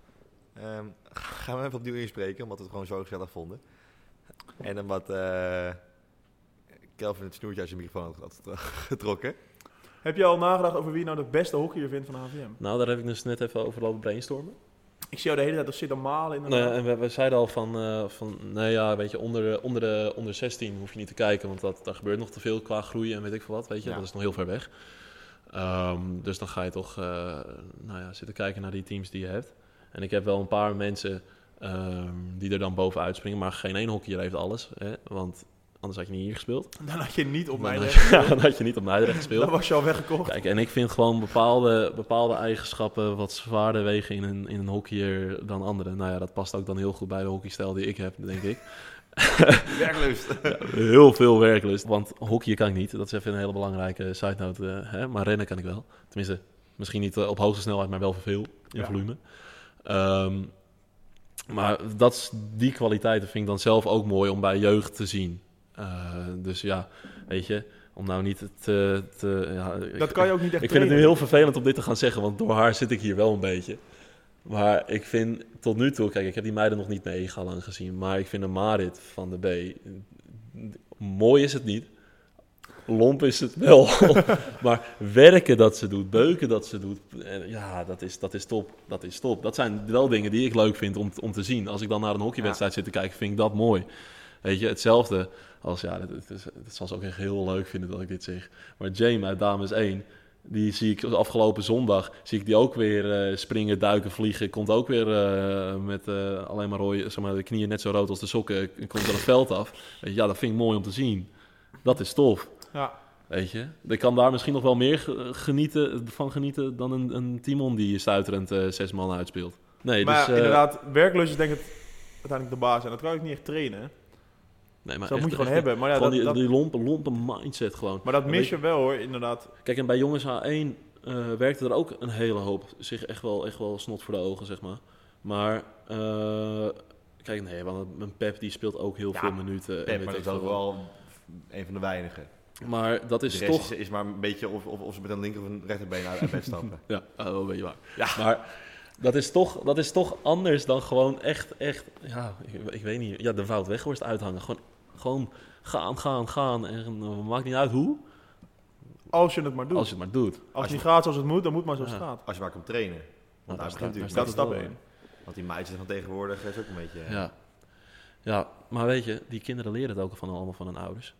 Speaker 2: ehm, gaan we even opnieuw inspreken, omdat we het gewoon zo gezellig vonden. En omdat eh Kelvin het snoertje uit zijn microfoon had had getrokken.
Speaker 3: Heb je al nagedacht over wie nou de beste hockeyer vindt van de HVM?
Speaker 4: Nou, daar heb ik dus net even over lopen brainstormen.
Speaker 3: Ik zie jou de hele tijd op zitten malen in de
Speaker 4: Nou ja, en we, we zeiden al van, eh, van nee ja, weet je, onder, de- onder, de, onder 16 hoef je niet te kijken, want dat, daar gebeurt nog te veel qua groei en weet ik veel wat, weet je,
Speaker 2: Ja.
Speaker 4: dat is nog heel ver weg. Ehm, dus dan ga je toch eh, nou ja, zitten kijken naar die teams die je hebt. En ik heb wel een paar mensen ehm, die er dan bovenuit springen, maar geen één hockeyer heeft alles, hè, want anders had je niet hier gespeeld.
Speaker 3: Dan had je niet op mij
Speaker 4: dan, had
Speaker 3: recht.
Speaker 4: je, dan had je niet op Muidrecht gespeeld.
Speaker 3: Dan was je al weggekocht.
Speaker 4: Kijk, en ik vind gewoon bepaalde, bepaalde eigenschappen wat zwaarder wegen in een, in een hockeyer dan andere. Nou ja, dat past ook dan heel goed bij de hockeystijl die ik heb, denk ik.
Speaker 2: Werklust.
Speaker 4: Heel veel werklust, want hockeyen kan ik niet. Dat is even een hele belangrijke side note. eh, hè? Maar rennen kan ik wel. Tenminste, misschien niet eh, op hoogste snelheid, maar wel veel in
Speaker 3: Ja.
Speaker 4: volume. Ehm, maar dat, is- die kwaliteiten vind ik dan zelf ook mooi om bij jeugd te zien. Eh, dus ja, weet je, om nou niet te... te ja,
Speaker 3: Dat kan je ook niet echt
Speaker 4: ik vind het nu
Speaker 3: trainen.
Speaker 4: heel vervelend om dit te gaan zeggen, want door haar zit ik hier wel een beetje. Maar ik vind tot nu toe, kijk, ik heb die meiden nog niet meegegaan gezien, maar ik vind de Marit van de B. Mooi is het niet. Lomp is het wel. maar werken dat ze doet, beuken dat ze doet. eh, Ja, dat is, dat is top. Dat is top. Dat zijn wel dingen die ik leuk vind om, om te zien. Als ik dan naar een hockeywedstrijd zit te kijken, vind ik dat mooi. Weet je, hetzelfde als, ja, dat, dat, is- dat zal ze ook echt heel leuk vinden dat ik dit zeg. Maar Jame uit Dames 1, die zie ik afgelopen zondag, zie ik die ook weer eh, springen, duiken, vliegen. Komt ook weer eh, met eh, alleen maar, rooi, zeg maar de knieën net zo rood als de sokken, komt er het veld af. Weet je, Ja, dat vind ik mooi om te zien. Dat is tof.
Speaker 3: Ja.
Speaker 4: Weet je, ik kan daar misschien nog wel meer ge- genieten, van genieten dan een, een Timon die stuiterend eh, zes man uitspeelt. Nee,
Speaker 3: maar
Speaker 4: dus, eh,
Speaker 3: inderdaad, werklust is denk ik het- uiteindelijk de baas. En dat kan ik niet echt trainen. hè. Dus
Speaker 4: nee, maar
Speaker 3: dat
Speaker 4: echt-
Speaker 3: moet je gewoon
Speaker 4: echt-
Speaker 3: hebben. Maar, ja,
Speaker 4: gewoon
Speaker 3: dat,
Speaker 4: die,
Speaker 3: dat-
Speaker 4: die lompe, lompe mindset gewoon.
Speaker 3: maar dat
Speaker 4: Ja,
Speaker 3: mis
Speaker 4: weet-
Speaker 3: je wel hoor, inderdaad.
Speaker 4: Kijk, en bij jongens H1 eh, werkte er ook een hele hoop. Zich echt wel, echt wel snot voor de ogen, zeg maar. Maar, eh, kijk, nee, want een Pep die speelt ook heel
Speaker 2: Ja,
Speaker 4: veel minuten. en
Speaker 2: Nee,
Speaker 4: weet
Speaker 2: maar dat
Speaker 4: ik
Speaker 2: is ook
Speaker 4: veel
Speaker 2: wel een van de weinigen.
Speaker 4: wat. Maar dat is
Speaker 2: de rest
Speaker 4: Dus toch...
Speaker 2: is, is maar een beetje of, of, of ze met een linker of een rechterbeen uit het bed stappen.
Speaker 4: Ja, oh, weet je waar. Maar dat is, toch, dat is toch anders dan gewoon echt, echt... Ja, ik, ik weet niet. Ja, de Wout Weghorst uithangen. Gewoon, gewoon gaan, gaan, gaan. En eh, maakt niet uit hoe,
Speaker 3: Als je het maar doet. Als,
Speaker 4: als je het maar doet.
Speaker 3: het
Speaker 2: je-
Speaker 3: niet gaat zoals het moet, dan moet maar zoals
Speaker 4: Ja.
Speaker 3: het gaat.
Speaker 2: Als je maar komt trainen. Want daar
Speaker 4: Nou, staat-
Speaker 2: begint
Speaker 4: daar
Speaker 2: natuurlijk.
Speaker 4: staat
Speaker 3: Dat
Speaker 2: mee.
Speaker 3: is
Speaker 4: het
Speaker 3: stap
Speaker 4: wel,
Speaker 3: 1.
Speaker 2: Want die meiden van tegenwoordig is ook een beetje...
Speaker 4: Ja. ja, maar weet je, die kinderen leren het ook van, allemaal van hun ouders.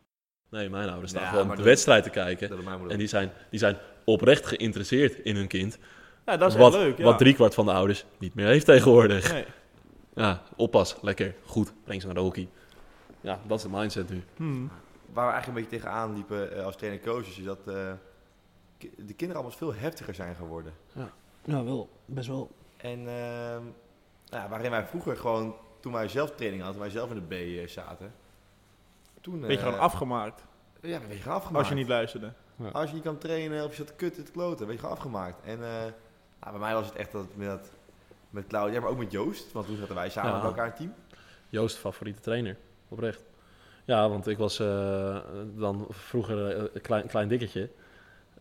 Speaker 4: Nee, mijn ouders staan
Speaker 2: Ja,
Speaker 4: gewoon
Speaker 2: maar
Speaker 4: de
Speaker 2: dat-
Speaker 4: wedstrijd te kijken.
Speaker 2: Dat doet mijn moeder
Speaker 4: En
Speaker 2: ook.
Speaker 4: die zijn, die zijn oprecht geïnteresseerd in hun kind.
Speaker 3: Ja, dat is
Speaker 4: wat,
Speaker 3: echt leuk. Ja.
Speaker 4: wat driekwart van de ouders niet meer heeft tegenwoordig.
Speaker 3: Nee.
Speaker 4: Ja, oppas, lekker, goed, breng ze naar de hockey. Ja, dat is de mindset nu.
Speaker 3: Hmm.
Speaker 2: Waar we eigenlijk een beetje tegenaan liepen eh, als trainer-coach is dat eh, ki- de kinderen allemaal veel heftiger zijn geworden.
Speaker 4: Ja, wel, best wel.
Speaker 2: En ehm, nou ja, waarin wij vroeger gewoon, toen wij zelf training hadden, toen wij zelf in de B eh, zaten. Toen,
Speaker 3: Beetje
Speaker 2: eh,
Speaker 3: gewoon afgemaakt.
Speaker 2: Ja, ben je gewoon afgemaakt.
Speaker 3: Als je niet luisterde.
Speaker 2: Als je niet kan trainen of je zat kut te kloten, ben je gewoon afgemaakt. En eh, nou, bij mij was het echt dat met, dat- met Claudia, maar ook met Joost. Want toen zaten wij samen
Speaker 4: Ja.
Speaker 2: met elkaar in het team.
Speaker 4: Joost, favoriete trainer, oprecht. Ja, want ik was eh, dan vroeger eh, een klein, klein dikketje.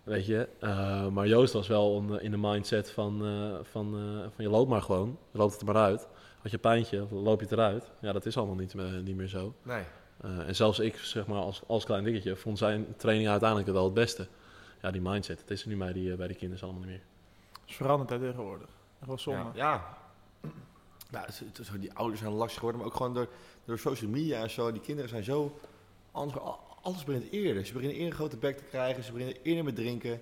Speaker 4: Weet je, eh, maar Joost was wel een, eh, in de mindset van, eh, van, eh, van je loopt maar gewoon, je loopt het er maar uit. Had je pijntje, loop je het eruit. Ja, dat is allemaal niet, eh, niet meer zo.
Speaker 2: Nee.
Speaker 4: Eh, en zelfs ik, zeg maar, als, als klein dingetje, vond zijn training uiteindelijk wel het beste. Ja, die mindset, dat is er nu bij die, eh, bij die kinderen allemaal niet meer.
Speaker 3: Het is veranderd hè, tegenwoordig. Echt wel zonde.
Speaker 2: Ja. ja. Nou, het is- het is zo, die ouders zijn laks geworden, maar ook gewoon door, door social media en zo. Die kinderen zijn zo anders. al- Alles begint eerder. Ze beginnen eerder een grote bek te krijgen. Ze beginnen eerder met drinken. Ik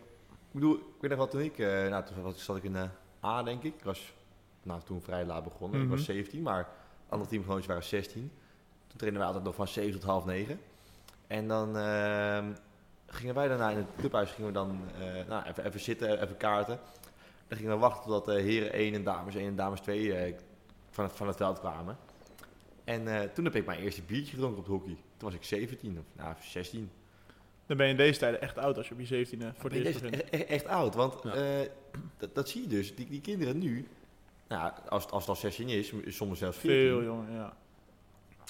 Speaker 2: bedoel, ik weet nog wel toen ik... eh, nou, toen was- zat ik in eh, A, denk ik. Ik was nou, toen vrij laat begonnen.
Speaker 3: Mhm.
Speaker 2: Ik was 17, maar het andere teamgenootjes waren 16. Toen trainden we altijd nog van 7 tot half 9. En dan ehm, gingen wij daarna in het clubhuis gingen we dan, eh, nou, even, even zitten, even kaarten. Dan gingen we wachten totdat eh heren 1 en dames 1 en dames 2 eh, van, het, van het veld kwamen. En eh, toen heb ik mijn eerste biertje gedronken op het hockey. Toen was ik 17 of nou, 16.
Speaker 3: Dan ben je in deze tijden echt oud als je op je 17 voor het
Speaker 2: Nee,
Speaker 3: eerst
Speaker 2: dat is
Speaker 3: begint.
Speaker 2: echt, e-, echt- echt oud, want
Speaker 4: Ja.
Speaker 2: eh, dat, dat zie je dus. Die, die kinderen nu, nou, als, het- als het al 16 is, is soms zelfs 14,
Speaker 3: Veel jongen, ja.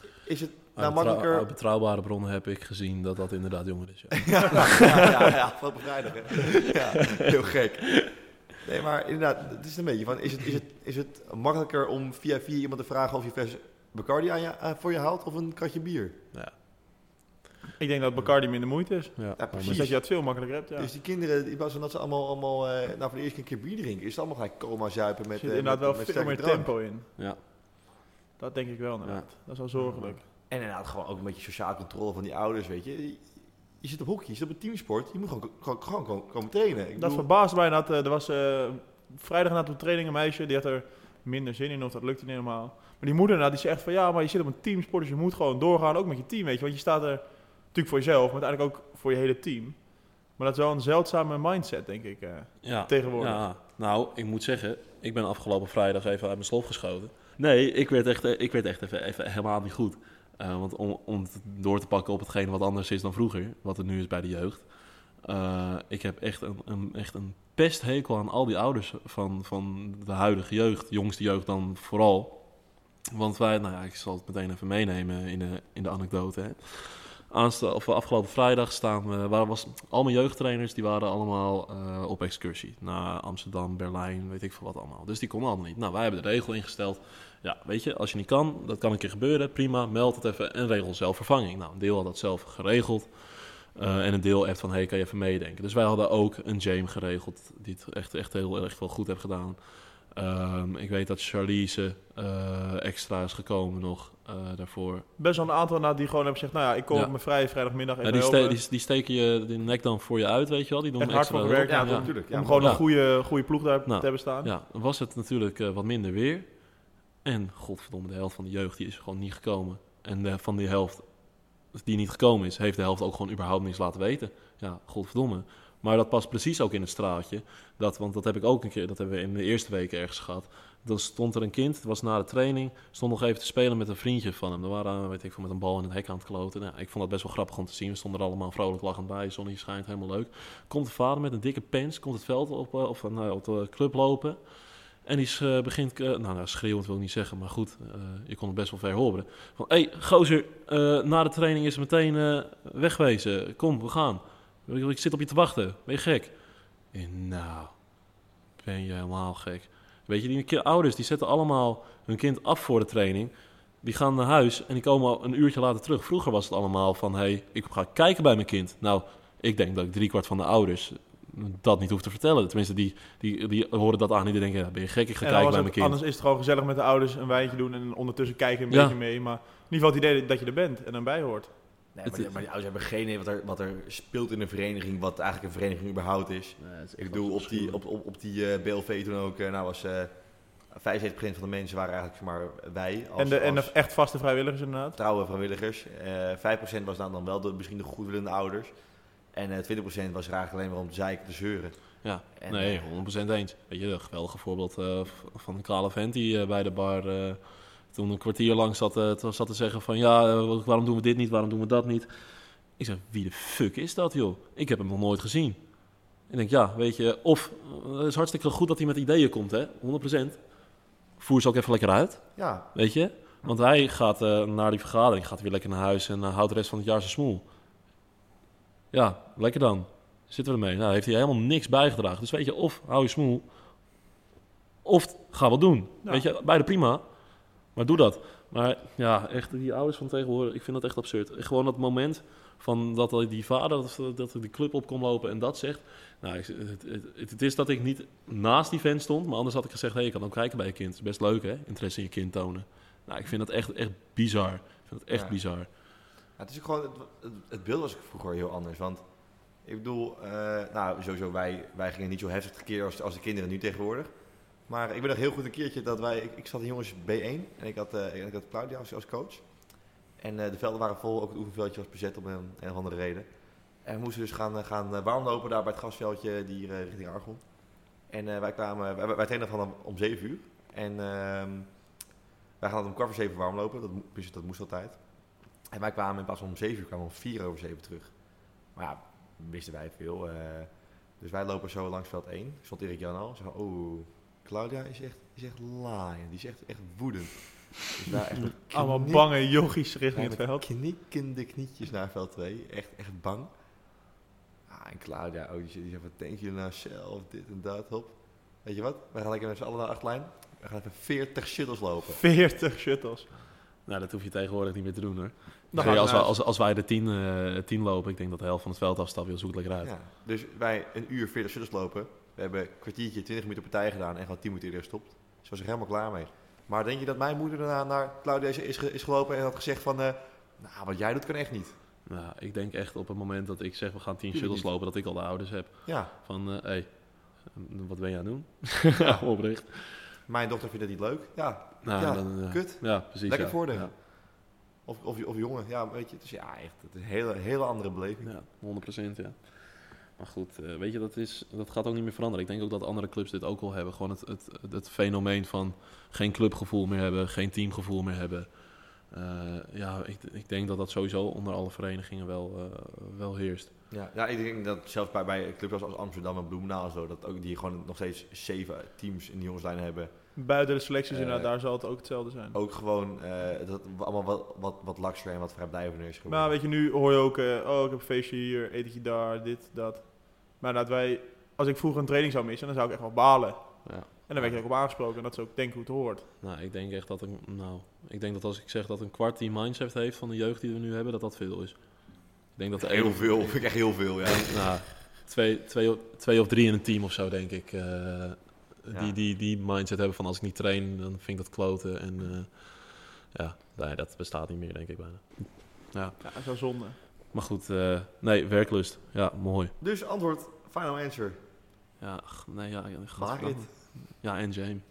Speaker 3: Ah,
Speaker 2: is het nou
Speaker 4: Uit
Speaker 2: makkelijker...
Speaker 3: oh.
Speaker 4: betrouw- uit betrouwbare bronnen heb ik gezien dat dat inderdaad jonger is. ja.
Speaker 2: ja, ja, ja, ja, afgelopen vrijdag. hè. Ja, heel gek. Nee, maar inderdaad, het is een beetje van, is het, is het, is het makkelijker om via via iemand te vragen of je fles Bacardi aan je, aan- voor je haalt of een kratje bier?
Speaker 4: Ja,
Speaker 3: Ik denk dat Bacardi minder moeite is.
Speaker 4: ja.
Speaker 2: Ja, precies.
Speaker 3: Dus dat je dat veel makkelijker hebt, ja.
Speaker 2: Dus die kinderen, in plaats van dat ze allemaal, allemaal eh, nou, voor de eerste keer een keer bier drinken, is het allemaal gelijk coma zuipen
Speaker 3: Er
Speaker 2: met,
Speaker 3: zit
Speaker 2: eh,
Speaker 3: inderdaad
Speaker 2: met,
Speaker 3: wel
Speaker 2: met
Speaker 3: veel
Speaker 2: sterke
Speaker 3: meer
Speaker 2: drank.
Speaker 3: tempo in.
Speaker 4: Ja.
Speaker 3: Dat denk ik wel, inderdaad. Dat is wel zorgelijk.
Speaker 2: En inderdaad gewoon ook een beetje sociale controle van die ouders, weet je. Je- Je zit op hockey, je zit op een teamsport, je moet gewoon, gewoon, gewoon komen- komen trainen. Ik
Speaker 3: Dat
Speaker 2: bedoel-
Speaker 3: verbaast mij. Dat, eh, er was eh, vrijdag na de training een meisje, die had er minder zin in of dat lukte niet helemaal. Maar die moeder nou, die zegt van ja, maar je zit op een teamsport, dus je moet gewoon doorgaan, ook met je team, weet je. Want je staat er natuurlijk voor jezelf, maar uiteindelijk ook voor je hele team. Maar dat is wel een zeldzame mindset, denk ik. eh.
Speaker 4: Ja.
Speaker 3: Tegenwoordig.
Speaker 4: Ja. Nou, ik moet zeggen, ik ben afgelopen vrijdag even uit mijn slof geschoten. Nee, ik werd echt, eh, ik werd echt even, even helemaal niet goed. Eh, want om, om het door te pakken op hetgeen wat anders is dan vroeger, wat er nu is bij de jeugd. Eh, ik heb echt een, een, echt een pesthekel aan al die ouders van, van de huidige jeugd, jongste jeugd dan vooral. Want wij, nou ja, ik zal het meteen even meenemen in de, in de anekdote. Hè. Aansta- of eh, afgelopen vrijdag staan we, waar was, al mijn jeugdtrainers die waren allemaal eh, op excursie naar Amsterdam, Berlijn, weet ik veel wat allemaal. Dus die konden allemaal niet. Nou, wij hebben de regel ingesteld. Ja, weet je, als je niet kan, dat kan een keer gebeuren. Prima, meld het even en regel zelfvervanging. Nou, een deel had dat zelf geregeld. eh, en een deel echt van, hey, kan je even meedenken? Dus wij hadden ook een James geregeld, die het echt, echt heel erg wel goed heeft gedaan. Ehm, ik weet dat Charlize eh, extra is gekomen nog eh, daarvoor.
Speaker 3: Best wel een aantal inderdaad die gewoon hebben gezegd, nou ja, ik kom
Speaker 4: Ja.
Speaker 3: op mijn vrije vrijdagmiddag even
Speaker 4: Ja, die, ste-
Speaker 3: helpen.
Speaker 4: die, die steken je de nek dan voor je uit, weet je wel. Die doen
Speaker 3: Echt hard
Speaker 4: extra
Speaker 3: voor
Speaker 4: hulp.
Speaker 3: gewerkt,
Speaker 2: Ja,
Speaker 3: ja,
Speaker 4: ja.
Speaker 2: natuurlijk. Ja,
Speaker 3: om
Speaker 2: maar-
Speaker 3: gewoon
Speaker 4: Ja.
Speaker 3: een goede, goede ploeg daar
Speaker 4: Nou,
Speaker 3: te hebben staan.
Speaker 4: Ja, dan was het natuurlijk eh, wat minder weer. En godverdomme, de helft van de jeugd die is gewoon niet gekomen. En eh, van die helft die niet gekomen is, heeft de helft ook gewoon überhaupt niets laten weten. Ja, godverdomme. Maar dat past precies ook in het straatje. Dat, want dat heb ik ook een keer, dat hebben we in de eerste week ergens gehad. Dan stond er een kind, het was na de training, stond nog even te spelen met een vriendje van hem. Er waren, eh, weet ik veel, met een bal in het hek aan het kloten. Nou, ik vond dat best wel grappig om te zien. We stonden er allemaal vrolijk lachend bij, zonnetje schijnt, helemaal leuk. Komt de vader met een dikke pens, komt het veld op, eh, of, eh, nou, op de club lopen. En die sch- eh, begint, eh, nou, nou schreeuwend wil ik niet zeggen, maar goed, eh, je kon het best wel ver horen. Van, hé, hey, gozer, eh, na de training is het meteen eh, wegwezen. Kom, we gaan. Ik, ik zit op je te wachten. Ben je gek? En nou, ben je helemaal gek. Weet je, die ki- ouders die zetten allemaal hun kind af voor de training. Die gaan naar huis en die komen al een uurtje later terug. Vroeger was het allemaal van, hé, hey, ik ga kijken bij mijn kind. Nou, ik denk dat ik driekwart van de ouders eh, dat niet hoef te vertellen. Tenminste, die, die, die horen dat aan en die denken, ja, ben je gek, ik ga
Speaker 3: En
Speaker 4: kijken
Speaker 3: anders,
Speaker 4: bij mijn kind.
Speaker 3: anders is het gewoon gezellig met de ouders een wijntje doen en ondertussen kijken een
Speaker 4: Ja.
Speaker 3: beetje mee. Maar in ieder geval het idee dat je er bent en dan bij hoort.
Speaker 2: Nee,
Speaker 4: Het
Speaker 2: maar, die,
Speaker 4: is-
Speaker 2: maar die ouders hebben geen idee wat er, wat er speelt in een vereniging, wat eigenlijk een vereniging überhaupt is. Ik bedoel, op die, op, op, op die eh, BLV toen ook, eh, nou was eh 75% van de mensen waren eigenlijk zeg maar wij als,
Speaker 3: en, de, en
Speaker 2: als
Speaker 3: de echt vaste vrijwilligers inderdaad.
Speaker 2: trouwe vrijwilligers. Eh 5% was dan, dan wel de, misschien de goedwillende ouders. En eh 20% was er eigenlijk alleen maar om te zeiken te zeuren.
Speaker 4: Ja,
Speaker 2: En-
Speaker 4: nee, 100% eens. Weet je, een geweldige voorbeeld eh, v- van een kale vent die eh, bij de bar eh, toen een kwartier lang zat, eh, te- zat te zeggen van... ja, eh, wa- waarom doen we dit niet, waarom doen we dat niet? Ik zeg, wie de fuck is dat, joh? Ik heb hem nog nooit gezien. Ik denk, ja, weet je, of eh, het is hartstikke goed dat hij met ideeën komt, hè? 100%. Voer ze ook even lekker uit.
Speaker 2: Ja,
Speaker 4: Weet je? Want hij gaat eh, naar die vergadering, gaat weer lekker naar huis en eh, houdt de rest van het jaar zijn smoel. Ja, lekker dan. Zitten we ermee? Nou, heeft hij helemaal niks bijgedragen. Dus weet je, of hou je smoel, of ga wat doen.
Speaker 3: Ja.
Speaker 4: Weet je, beide prima, maar doe dat. Maar ja, echt die ouders van tegenwoordig, ik vind dat echt absurd. Gewoon dat moment van dat die vader, dat- dat er die club op komt lopen en dat zegt. Nou, ik- het, het, het is dat ik niet naast die vent stond, maar anders had ik gezegd, hé, hey, ik kan ook kijken bij je kind. Is Best leuk, hè? Interesse in je kind tonen. Nou, ik vind dat echt, echt bizar. Ik vind dat echt
Speaker 2: Ja.
Speaker 4: bizar.
Speaker 2: Ja, het is ook gewoon, het, het, het beeld was vroeger heel anders. Want ik bedoel, eh, nou sowieso, wij, wij gingen niet zo heftig tekeer als, als de kinderen nu tegenwoordig. Maar ik ben nog heel goed een keertje dat wij, ik, ik zat in jongens B1 en ik had, eh, en ik had Claudia als, als coach. En eh, de velden waren vol, ook het oefenveldje was bezet om een, een of andere reden. En we moesten dus gaan, eh, gaan eh, warmlopen daar bij het gasveldje die hier eh, richting Argon. En eh, wij kwamen, wij, wij trainen van om, om 7 uur. En ehm, wij gaan om kwart voor 7 warmlopen, dat, mo- dus dat moest altijd. En wij kwamen in plaats van om 7 uur, kwamen we om 4 over 7 terug. Maar ja, wisten wij veel. eh. dus wij lopen zo langs veld 1. Stond Erik Jan al. Zo, oh, Claudia is echt, is echt laaiend. Die is echt, echt woedend. Dus wij echt met
Speaker 3: Allemaal
Speaker 2: knie-
Speaker 3: bange yogis richting
Speaker 2: ja,
Speaker 3: het
Speaker 2: met
Speaker 3: veld.
Speaker 2: knikkende knietjes naar veld 2. Echt, echt bang. Ah, en Claudia, oh, die zit- die zegt van, denk je nou zelf, dit en dat, hop. Weet je wat? We gaan lekker met z'n allen naar de achterlijn. We gaan even 40 shuttles lopen.
Speaker 3: 40 shuttles.
Speaker 4: Nou, dat hoef je tegenwoordig niet meer te doen, hoor.
Speaker 3: Dan
Speaker 4: Hey,
Speaker 3: gaan
Speaker 4: als,
Speaker 3: we
Speaker 4: wij,
Speaker 3: naar
Speaker 4: als, als wij de tien, eh, tien lopen, ik denk dat de helft van het veld afstapt, joh, zoek het lekker uit.
Speaker 2: Ja, dus wij een uur 40 shuttles lopen. We hebben een kwartiertje, 20 minuten partij gedaan en gewoon 10 minuten eerder gestopt. Ze was er helemaal klaar mee. Maar denk je dat mijn moeder daarna naar Claudia is, is, ge- is gelopen en had gezegd van... eh, nou, wat jij doet kan echt niet.
Speaker 4: Nou, ik denk echt op het moment dat ik zeg, we gaan tien
Speaker 2: Tuurlijk
Speaker 4: shuttles
Speaker 2: niet.
Speaker 4: lopen, dat ik al de ouders heb.
Speaker 2: Ja,
Speaker 4: Van, hé, hey, eh, wat ben je aan het doen? Oprecht.
Speaker 2: mijn dochter vindt het niet leuk. Ja,
Speaker 4: Nou,
Speaker 2: Ja,
Speaker 4: dan, eh,
Speaker 2: kut.
Speaker 4: Ja, precies.
Speaker 2: Lekker
Speaker 4: ja.
Speaker 2: voordeel.
Speaker 4: Ja,
Speaker 2: Of, of, of jongen, ja, weet je. Dus ja, echt, het is een hele, hele andere beleving.
Speaker 4: ja, 100 ja. Maar goed, eh, weet je, dat, is, dat gaat ook niet meer veranderen. Ik denk ook dat andere clubs dit ook wel hebben. Gewoon het, het, het, fenomeen van geen clubgevoel meer hebben, geen teamgevoel meer hebben. Eh, ja, ik, ik denk dat dat sowieso onder alle verenigingen wel, eh, wel heerst.
Speaker 2: Ja, ja, ik denk dat zelfs bij, bij clubs als Amsterdam en Bloemendaal en zo... Dat ook die gewoon nog steeds zeven teams in de jongenslijn hebben.
Speaker 3: Buiten de selecties
Speaker 2: Eh,
Speaker 3: inderdaad, daar zal het ook hetzelfde zijn.
Speaker 2: Ook gewoon eh, dat het allemaal wat, wat, wat lakser en wat vrijblijvender is geworden.
Speaker 3: Maar weet je, nu hoor je ook, eh, oh, ik heb een feestje hier, etentje daar, dit, dat. Maar dat wij, als ik vroeger een training zou missen, dan zou ik echt wel balen.
Speaker 4: Ja.
Speaker 3: En dan werd je ook op aangesproken en dat is ook denk ik hoe het hoort.
Speaker 4: Nou, ik denk echt dat een, nou, ik denk dat als ik zeg dat een kwart die mindset heeft van de jeugd die we nu hebben, dat dat veel is. Ik denk dat er
Speaker 2: Heel
Speaker 4: één-
Speaker 2: veel, vind ik echt heel veel, ja.
Speaker 4: Nou, twee, twee, of- twee of drie in een team of zo, denk ik. eh, die, die, die mindset hebben van als ik niet train, dan vind ik dat kloten. En eh, ja, nee, dat bestaat niet meer, denk ik bijna.
Speaker 3: Ja, dat is wel zonde.
Speaker 4: Maar goed, eh, nee, werklust. Ja, mooi.
Speaker 2: Dus antwoord, final answer.
Speaker 4: Ja, ach, nee, ja, ja,
Speaker 2: Maak
Speaker 4: godverdamme.
Speaker 2: het.
Speaker 4: ja, en James.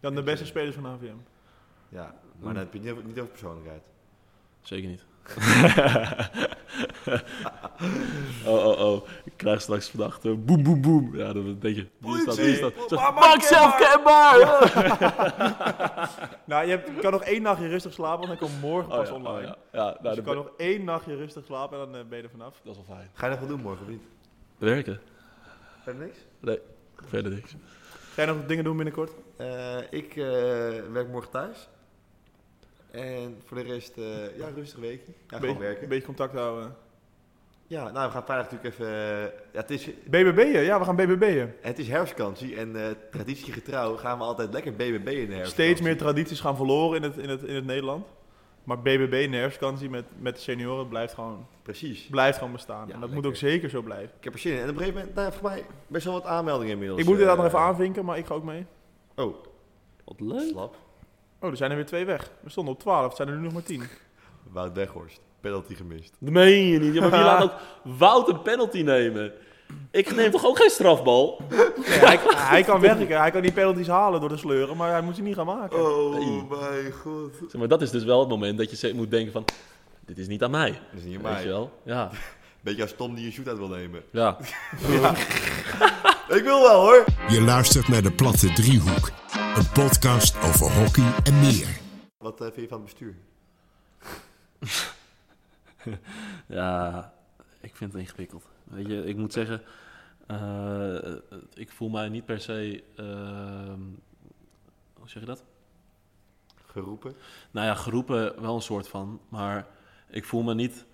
Speaker 3: Dan de beste spelers van AVM.
Speaker 2: Ja, maar dan heb je het niet over, niet over persoonlijkheid.
Speaker 4: Zeker niet. oh, oh, oh. Ik krijg straks vannacht eh, boem, boem, boem. Ja, dan denk je. Wie is dat? Wie is dat? Zeg, Maak zelf kenbaar!
Speaker 3: Nou, je, hebt, je kan nog één nachtje rustig slapen, want dan komt morgen
Speaker 4: Oh,
Speaker 3: pas
Speaker 4: ja,
Speaker 3: online.
Speaker 4: oh, ja. Ja,
Speaker 3: Dus
Speaker 4: nou,
Speaker 3: je
Speaker 4: dat,
Speaker 3: kan nog één nachtje rustig slapen en dan eh, ben je er vanaf.
Speaker 4: dat is wel fijn.
Speaker 2: Ga je dat wel doen morgen of niet?
Speaker 4: Werken?
Speaker 2: Verder niks?
Speaker 4: Verder niks.
Speaker 3: Ga je nog dingen doen binnenkort?
Speaker 2: ik eh, werk morgen thuis. En voor de rest, eh, ja, rustig weekje. Ja, gewoon
Speaker 3: beetje,
Speaker 2: werken.
Speaker 3: beetje contact houden.
Speaker 2: Ja, nou, we gaan vrijdag natuurlijk even... eh, ja, het, is,
Speaker 3: BBB'en, ja, we gaan BBB'en.
Speaker 2: het is herfstvakantie en eh traditiegetrouw gaan we altijd lekker BBB in de herfst.
Speaker 3: Steeds meer tradities gaan verloren in het, in het, in het Nederland. Maar BBB in de herfstvakantie met, met de senioren blijft gewoon,
Speaker 2: Precies.
Speaker 3: blijft gewoon bestaan.
Speaker 2: Ja,
Speaker 3: en dat
Speaker 2: lekker.
Speaker 3: moet ook zeker zo blijven.
Speaker 2: Ik heb er zin in. En op een gegeven moment, nou, voor mij best wel wat aanmeldingen inmiddels.
Speaker 3: ik moet inderdaad
Speaker 2: eh,
Speaker 3: nog even aanvinken, maar ik ga ook mee.
Speaker 2: Oh,
Speaker 4: Wat leuk.
Speaker 2: slap.
Speaker 3: Oh, er zijn er weer twee weg. We stonden op 12, het zijn er nu nog maar 10.
Speaker 2: Wout Weghorst. Penalty gemist.
Speaker 4: Dat meen je niet. Ja, maar wie laat ook Wout een penalty nemen? Ik neem toch ook geen strafbal?
Speaker 3: hij, hij kan werken, hij kan die penalties halen door de sleuren, maar hij moet ze niet gaan maken.
Speaker 2: Oh mijn god.
Speaker 4: Zeg maar, dat is dus wel het moment dat je ze- moet denken van... Dit is niet aan mij.
Speaker 2: Dat is niet
Speaker 4: Weet je
Speaker 2: mij.
Speaker 4: wel? Ja.
Speaker 2: Beetje als Tom die een shootout wil nemen.
Speaker 4: Ja.
Speaker 2: Ik wil wel hoor.
Speaker 1: Je luistert naar de Platte Driehoek. Een podcast over hockey en meer.
Speaker 2: Wat eh, vind je van het bestuur?
Speaker 4: Ja, ik vind het ingewikkeld. Weet je, ik moet zeggen, eh, ik voel mij niet per se. ehm, hoe zeg je dat?
Speaker 2: Geroepen.
Speaker 4: Nou ja, geroepen wel een soort van, maar ik voel me niet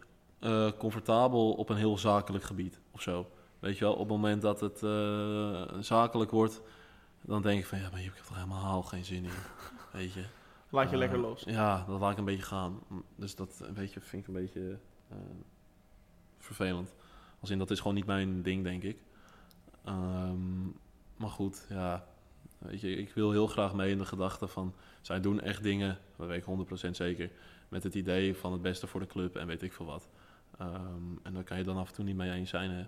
Speaker 4: eh, comfortabel op een heel zakelijk gebied of zo. Weet je wel, op het moment dat het eh, zakelijk wordt, dan denk ik van ja, maar hier heb ik toch helemaal geen zin in. Weet je.
Speaker 3: Laat je
Speaker 4: Eh,
Speaker 2: Ah.
Speaker 3: lekker los.
Speaker 4: Ja, dat laat ik een beetje gaan. Dus dat een beetje, vind ik een beetje eh, vervelend. Als in, dat is gewoon niet mijn ding, denk ik. Ehm, maar goed, ja. Weet je, ik wil heel graag mee in de gedachte van... zij doen echt dingen, dat weet ik 100% zeker... met het idee van het beste voor de club en weet ik veel wat. Ehm, en daar kan je dan af en toe niet mee eens zijn, hè.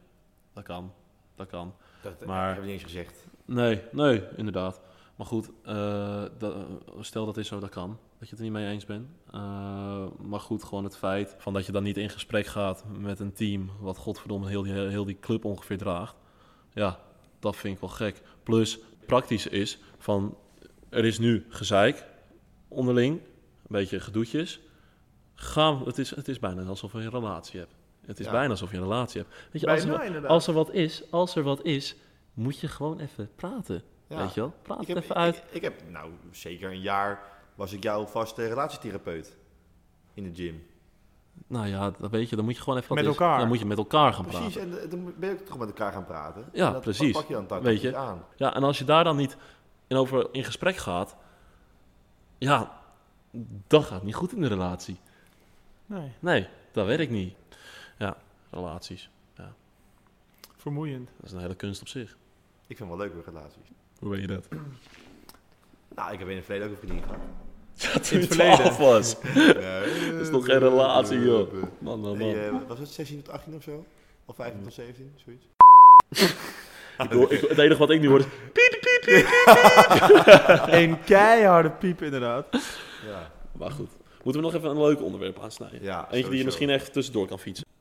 Speaker 4: Dat kan, dat kan.
Speaker 2: Dat
Speaker 4: Maar-
Speaker 2: heb ik niet eens gezegd.
Speaker 4: Nee, nee, inderdaad. Maar goed, eh, dat- stel dat is zo, dat kan. Dat je het er niet mee eens bent. Eh, maar goed, gewoon het feit van dat je dan niet in gesprek gaat met een team... wat godverdomme heel die, heel die club ongeveer draagt. Ja, dat vind ik wel gek. Plus, praktisch is van... er is nu gezeik onderling, een beetje gedoetjes. Gaan, het, is, het is bijna alsof je een relatie hebt. Het is
Speaker 2: Ja.
Speaker 4: bijna alsof je een relatie hebt. Weet je,
Speaker 3: Bijna,
Speaker 4: als er, wa-
Speaker 3: inderdaad.
Speaker 4: als er wat is, als er wat is, moet je gewoon even praten.
Speaker 2: Ja.
Speaker 4: Weet je wel? Praat
Speaker 2: Ik
Speaker 4: het
Speaker 2: heb,
Speaker 4: even uit.
Speaker 2: Ik, ik heb, nou, zeker een jaar was ik jouw vaste relatietherapeut in de gym.
Speaker 4: Nou ja, dat weet je, dan moet je gewoon even wat
Speaker 3: Met
Speaker 4: is.
Speaker 3: elkaar.
Speaker 4: Dan moet je met elkaar gaan
Speaker 2: Precies,
Speaker 4: praten.
Speaker 2: en eh, dan ben je ook toch met elkaar gaan praten.
Speaker 4: Ja,
Speaker 2: En dat
Speaker 4: precies.
Speaker 2: Pak je dan tactisch
Speaker 4: Weet je.
Speaker 2: aan.
Speaker 4: Ja, en als je daar dan niet in over in gesprek gaat, ja, dan gaat het niet goed in de relatie.
Speaker 3: Nee,
Speaker 4: Nee, dat werkt niet. Ja, relaties.
Speaker 3: vermoeiend.
Speaker 4: Dat is een hele kunst op zich.
Speaker 2: Ik vind het wel leuk met relaties.
Speaker 4: Hoe weet je dat?
Speaker 2: Nou, ik heb in het verleden ook een vriendin gehad.
Speaker 4: Oh, in het verleden. was.
Speaker 2: Nee.
Speaker 4: Dat is nog geen relatie, joh. Man, man, man.
Speaker 2: Hey, eh, was het 16 tot 18 of zo? Of 15 tot 17, zoiets?
Speaker 4: Ik hoor- ik- het enige wat ik nu hoor is...
Speaker 3: Een keiharde piep inderdaad.
Speaker 2: Ja.
Speaker 4: Maar goed. Moeten we nog even een leuk onderwerp aansnijden?
Speaker 2: Ja,
Speaker 4: Eentje die je
Speaker 2: sowieso.
Speaker 4: misschien echt tussendoor kan fietsen.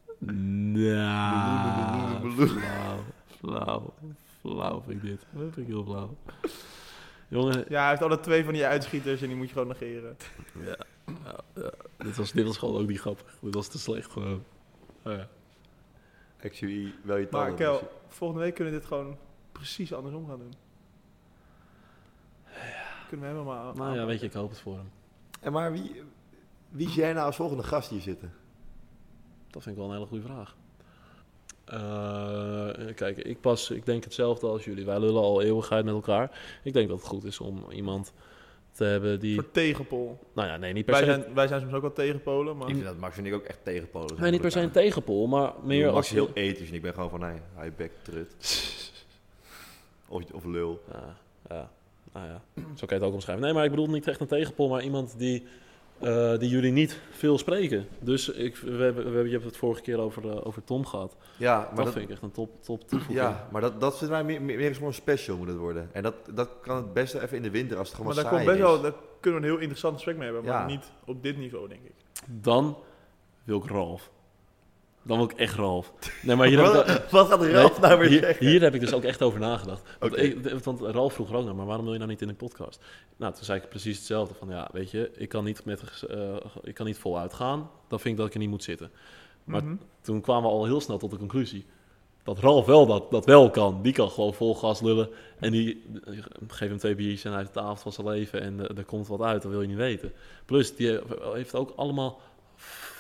Speaker 4: Nou, flauw, flauw, flauw vind ik dit. Dat vind ik heel flauw. Jongen,
Speaker 3: Ja, hij heeft altijd twee van die uitschieters en die moet je gewoon negeren.
Speaker 4: dit was, dit was gewoon ook niet grappig. Dit was te slecht gewoon. Oh ja.
Speaker 2: Actually, wel je
Speaker 3: Maar
Speaker 2: tanden.
Speaker 3: Kel, volgende week kunnen we dit gewoon precies andersom gaan doen. Kunnen we helemaal aan-
Speaker 4: Nou ja, weet je, ik hoop het voor hem.
Speaker 2: En maar wie, wie zie jij nou als volgende gast hier zitten?
Speaker 4: Dat vind ik wel een hele goede vraag. Eh, kijk, ik pas, ik denk hetzelfde als jullie. Wij lullen al eeuwigheid met elkaar. Ik denk dat het goed is om iemand te hebben die...
Speaker 3: Voor tegenpol.
Speaker 4: Nou ja, nee, niet per
Speaker 3: Wij
Speaker 4: se...
Speaker 3: zijn, wij zijn soms ook wel tegenpolen, maar...
Speaker 2: Ik vind dat Max en ik ook echt tegenpolen. zijn
Speaker 4: Nee, niet per
Speaker 2: met
Speaker 4: se een
Speaker 2: elkaar.
Speaker 4: tegenpol, maar meer
Speaker 2: Max
Speaker 4: als...
Speaker 2: is heel ethisch en ik ben gewoon van, nee, hij bek trut. of, of lul.
Speaker 4: Ja, ja, nou ja, zo kan je het ook omschrijven. Nee, maar ik bedoel niet echt een tegenpol, maar iemand die, eh, die jullie niet veel spreken. Dus ik, we, hebben, we hebben, je hebt het vorige keer over, eh, over Tom gehad.
Speaker 2: Ja, maar
Speaker 4: dat,
Speaker 2: dat,
Speaker 4: vind ik echt een top, top toevoeging.
Speaker 2: ja, maar dat, dat vinden wij meer, meer, meer eens gewoon een special moet het worden. En dat, dat kan het beste even in de winter als het gewoon
Speaker 3: Maar daar,
Speaker 2: wat
Speaker 3: komt
Speaker 2: saai
Speaker 3: best
Speaker 2: is.
Speaker 3: wel, daar kunnen we een heel interessant gesprek mee hebben, maar
Speaker 2: Ja.
Speaker 3: niet op dit niveau, denk ik.
Speaker 4: Dan wil ik Ralf. Dan wil ik echt Ralf. Nee, maar hier heb ik,
Speaker 2: Wat, wat gaat Ralf nou weer
Speaker 4: hier,
Speaker 2: zeggen?
Speaker 4: hier heb ik dus ook echt over nagedacht. Want,
Speaker 2: Oké.
Speaker 4: ik- de- want Ralf vroeg er ook naar, maar waarom wil je nou niet in een podcast? Nou, toen zei ik precies hetzelfde. Van ja, weet je, ik kan niet, met, eh, ik kan niet voluit gaan. Dan vind ik dat ik er niet moet zitten. Maar eh,
Speaker 3: Mhm.
Speaker 4: toen kwamen we al heel snel tot de conclusie dat Ralf wel dat, dat wel kan. Die kan gewoon vol gas lullen. En die eh, geef hem twee biertjes en hij heeft de avond van zijn leven. En eh, er komt wat uit, dat wil je niet weten. Plus, die heeft ook allemaal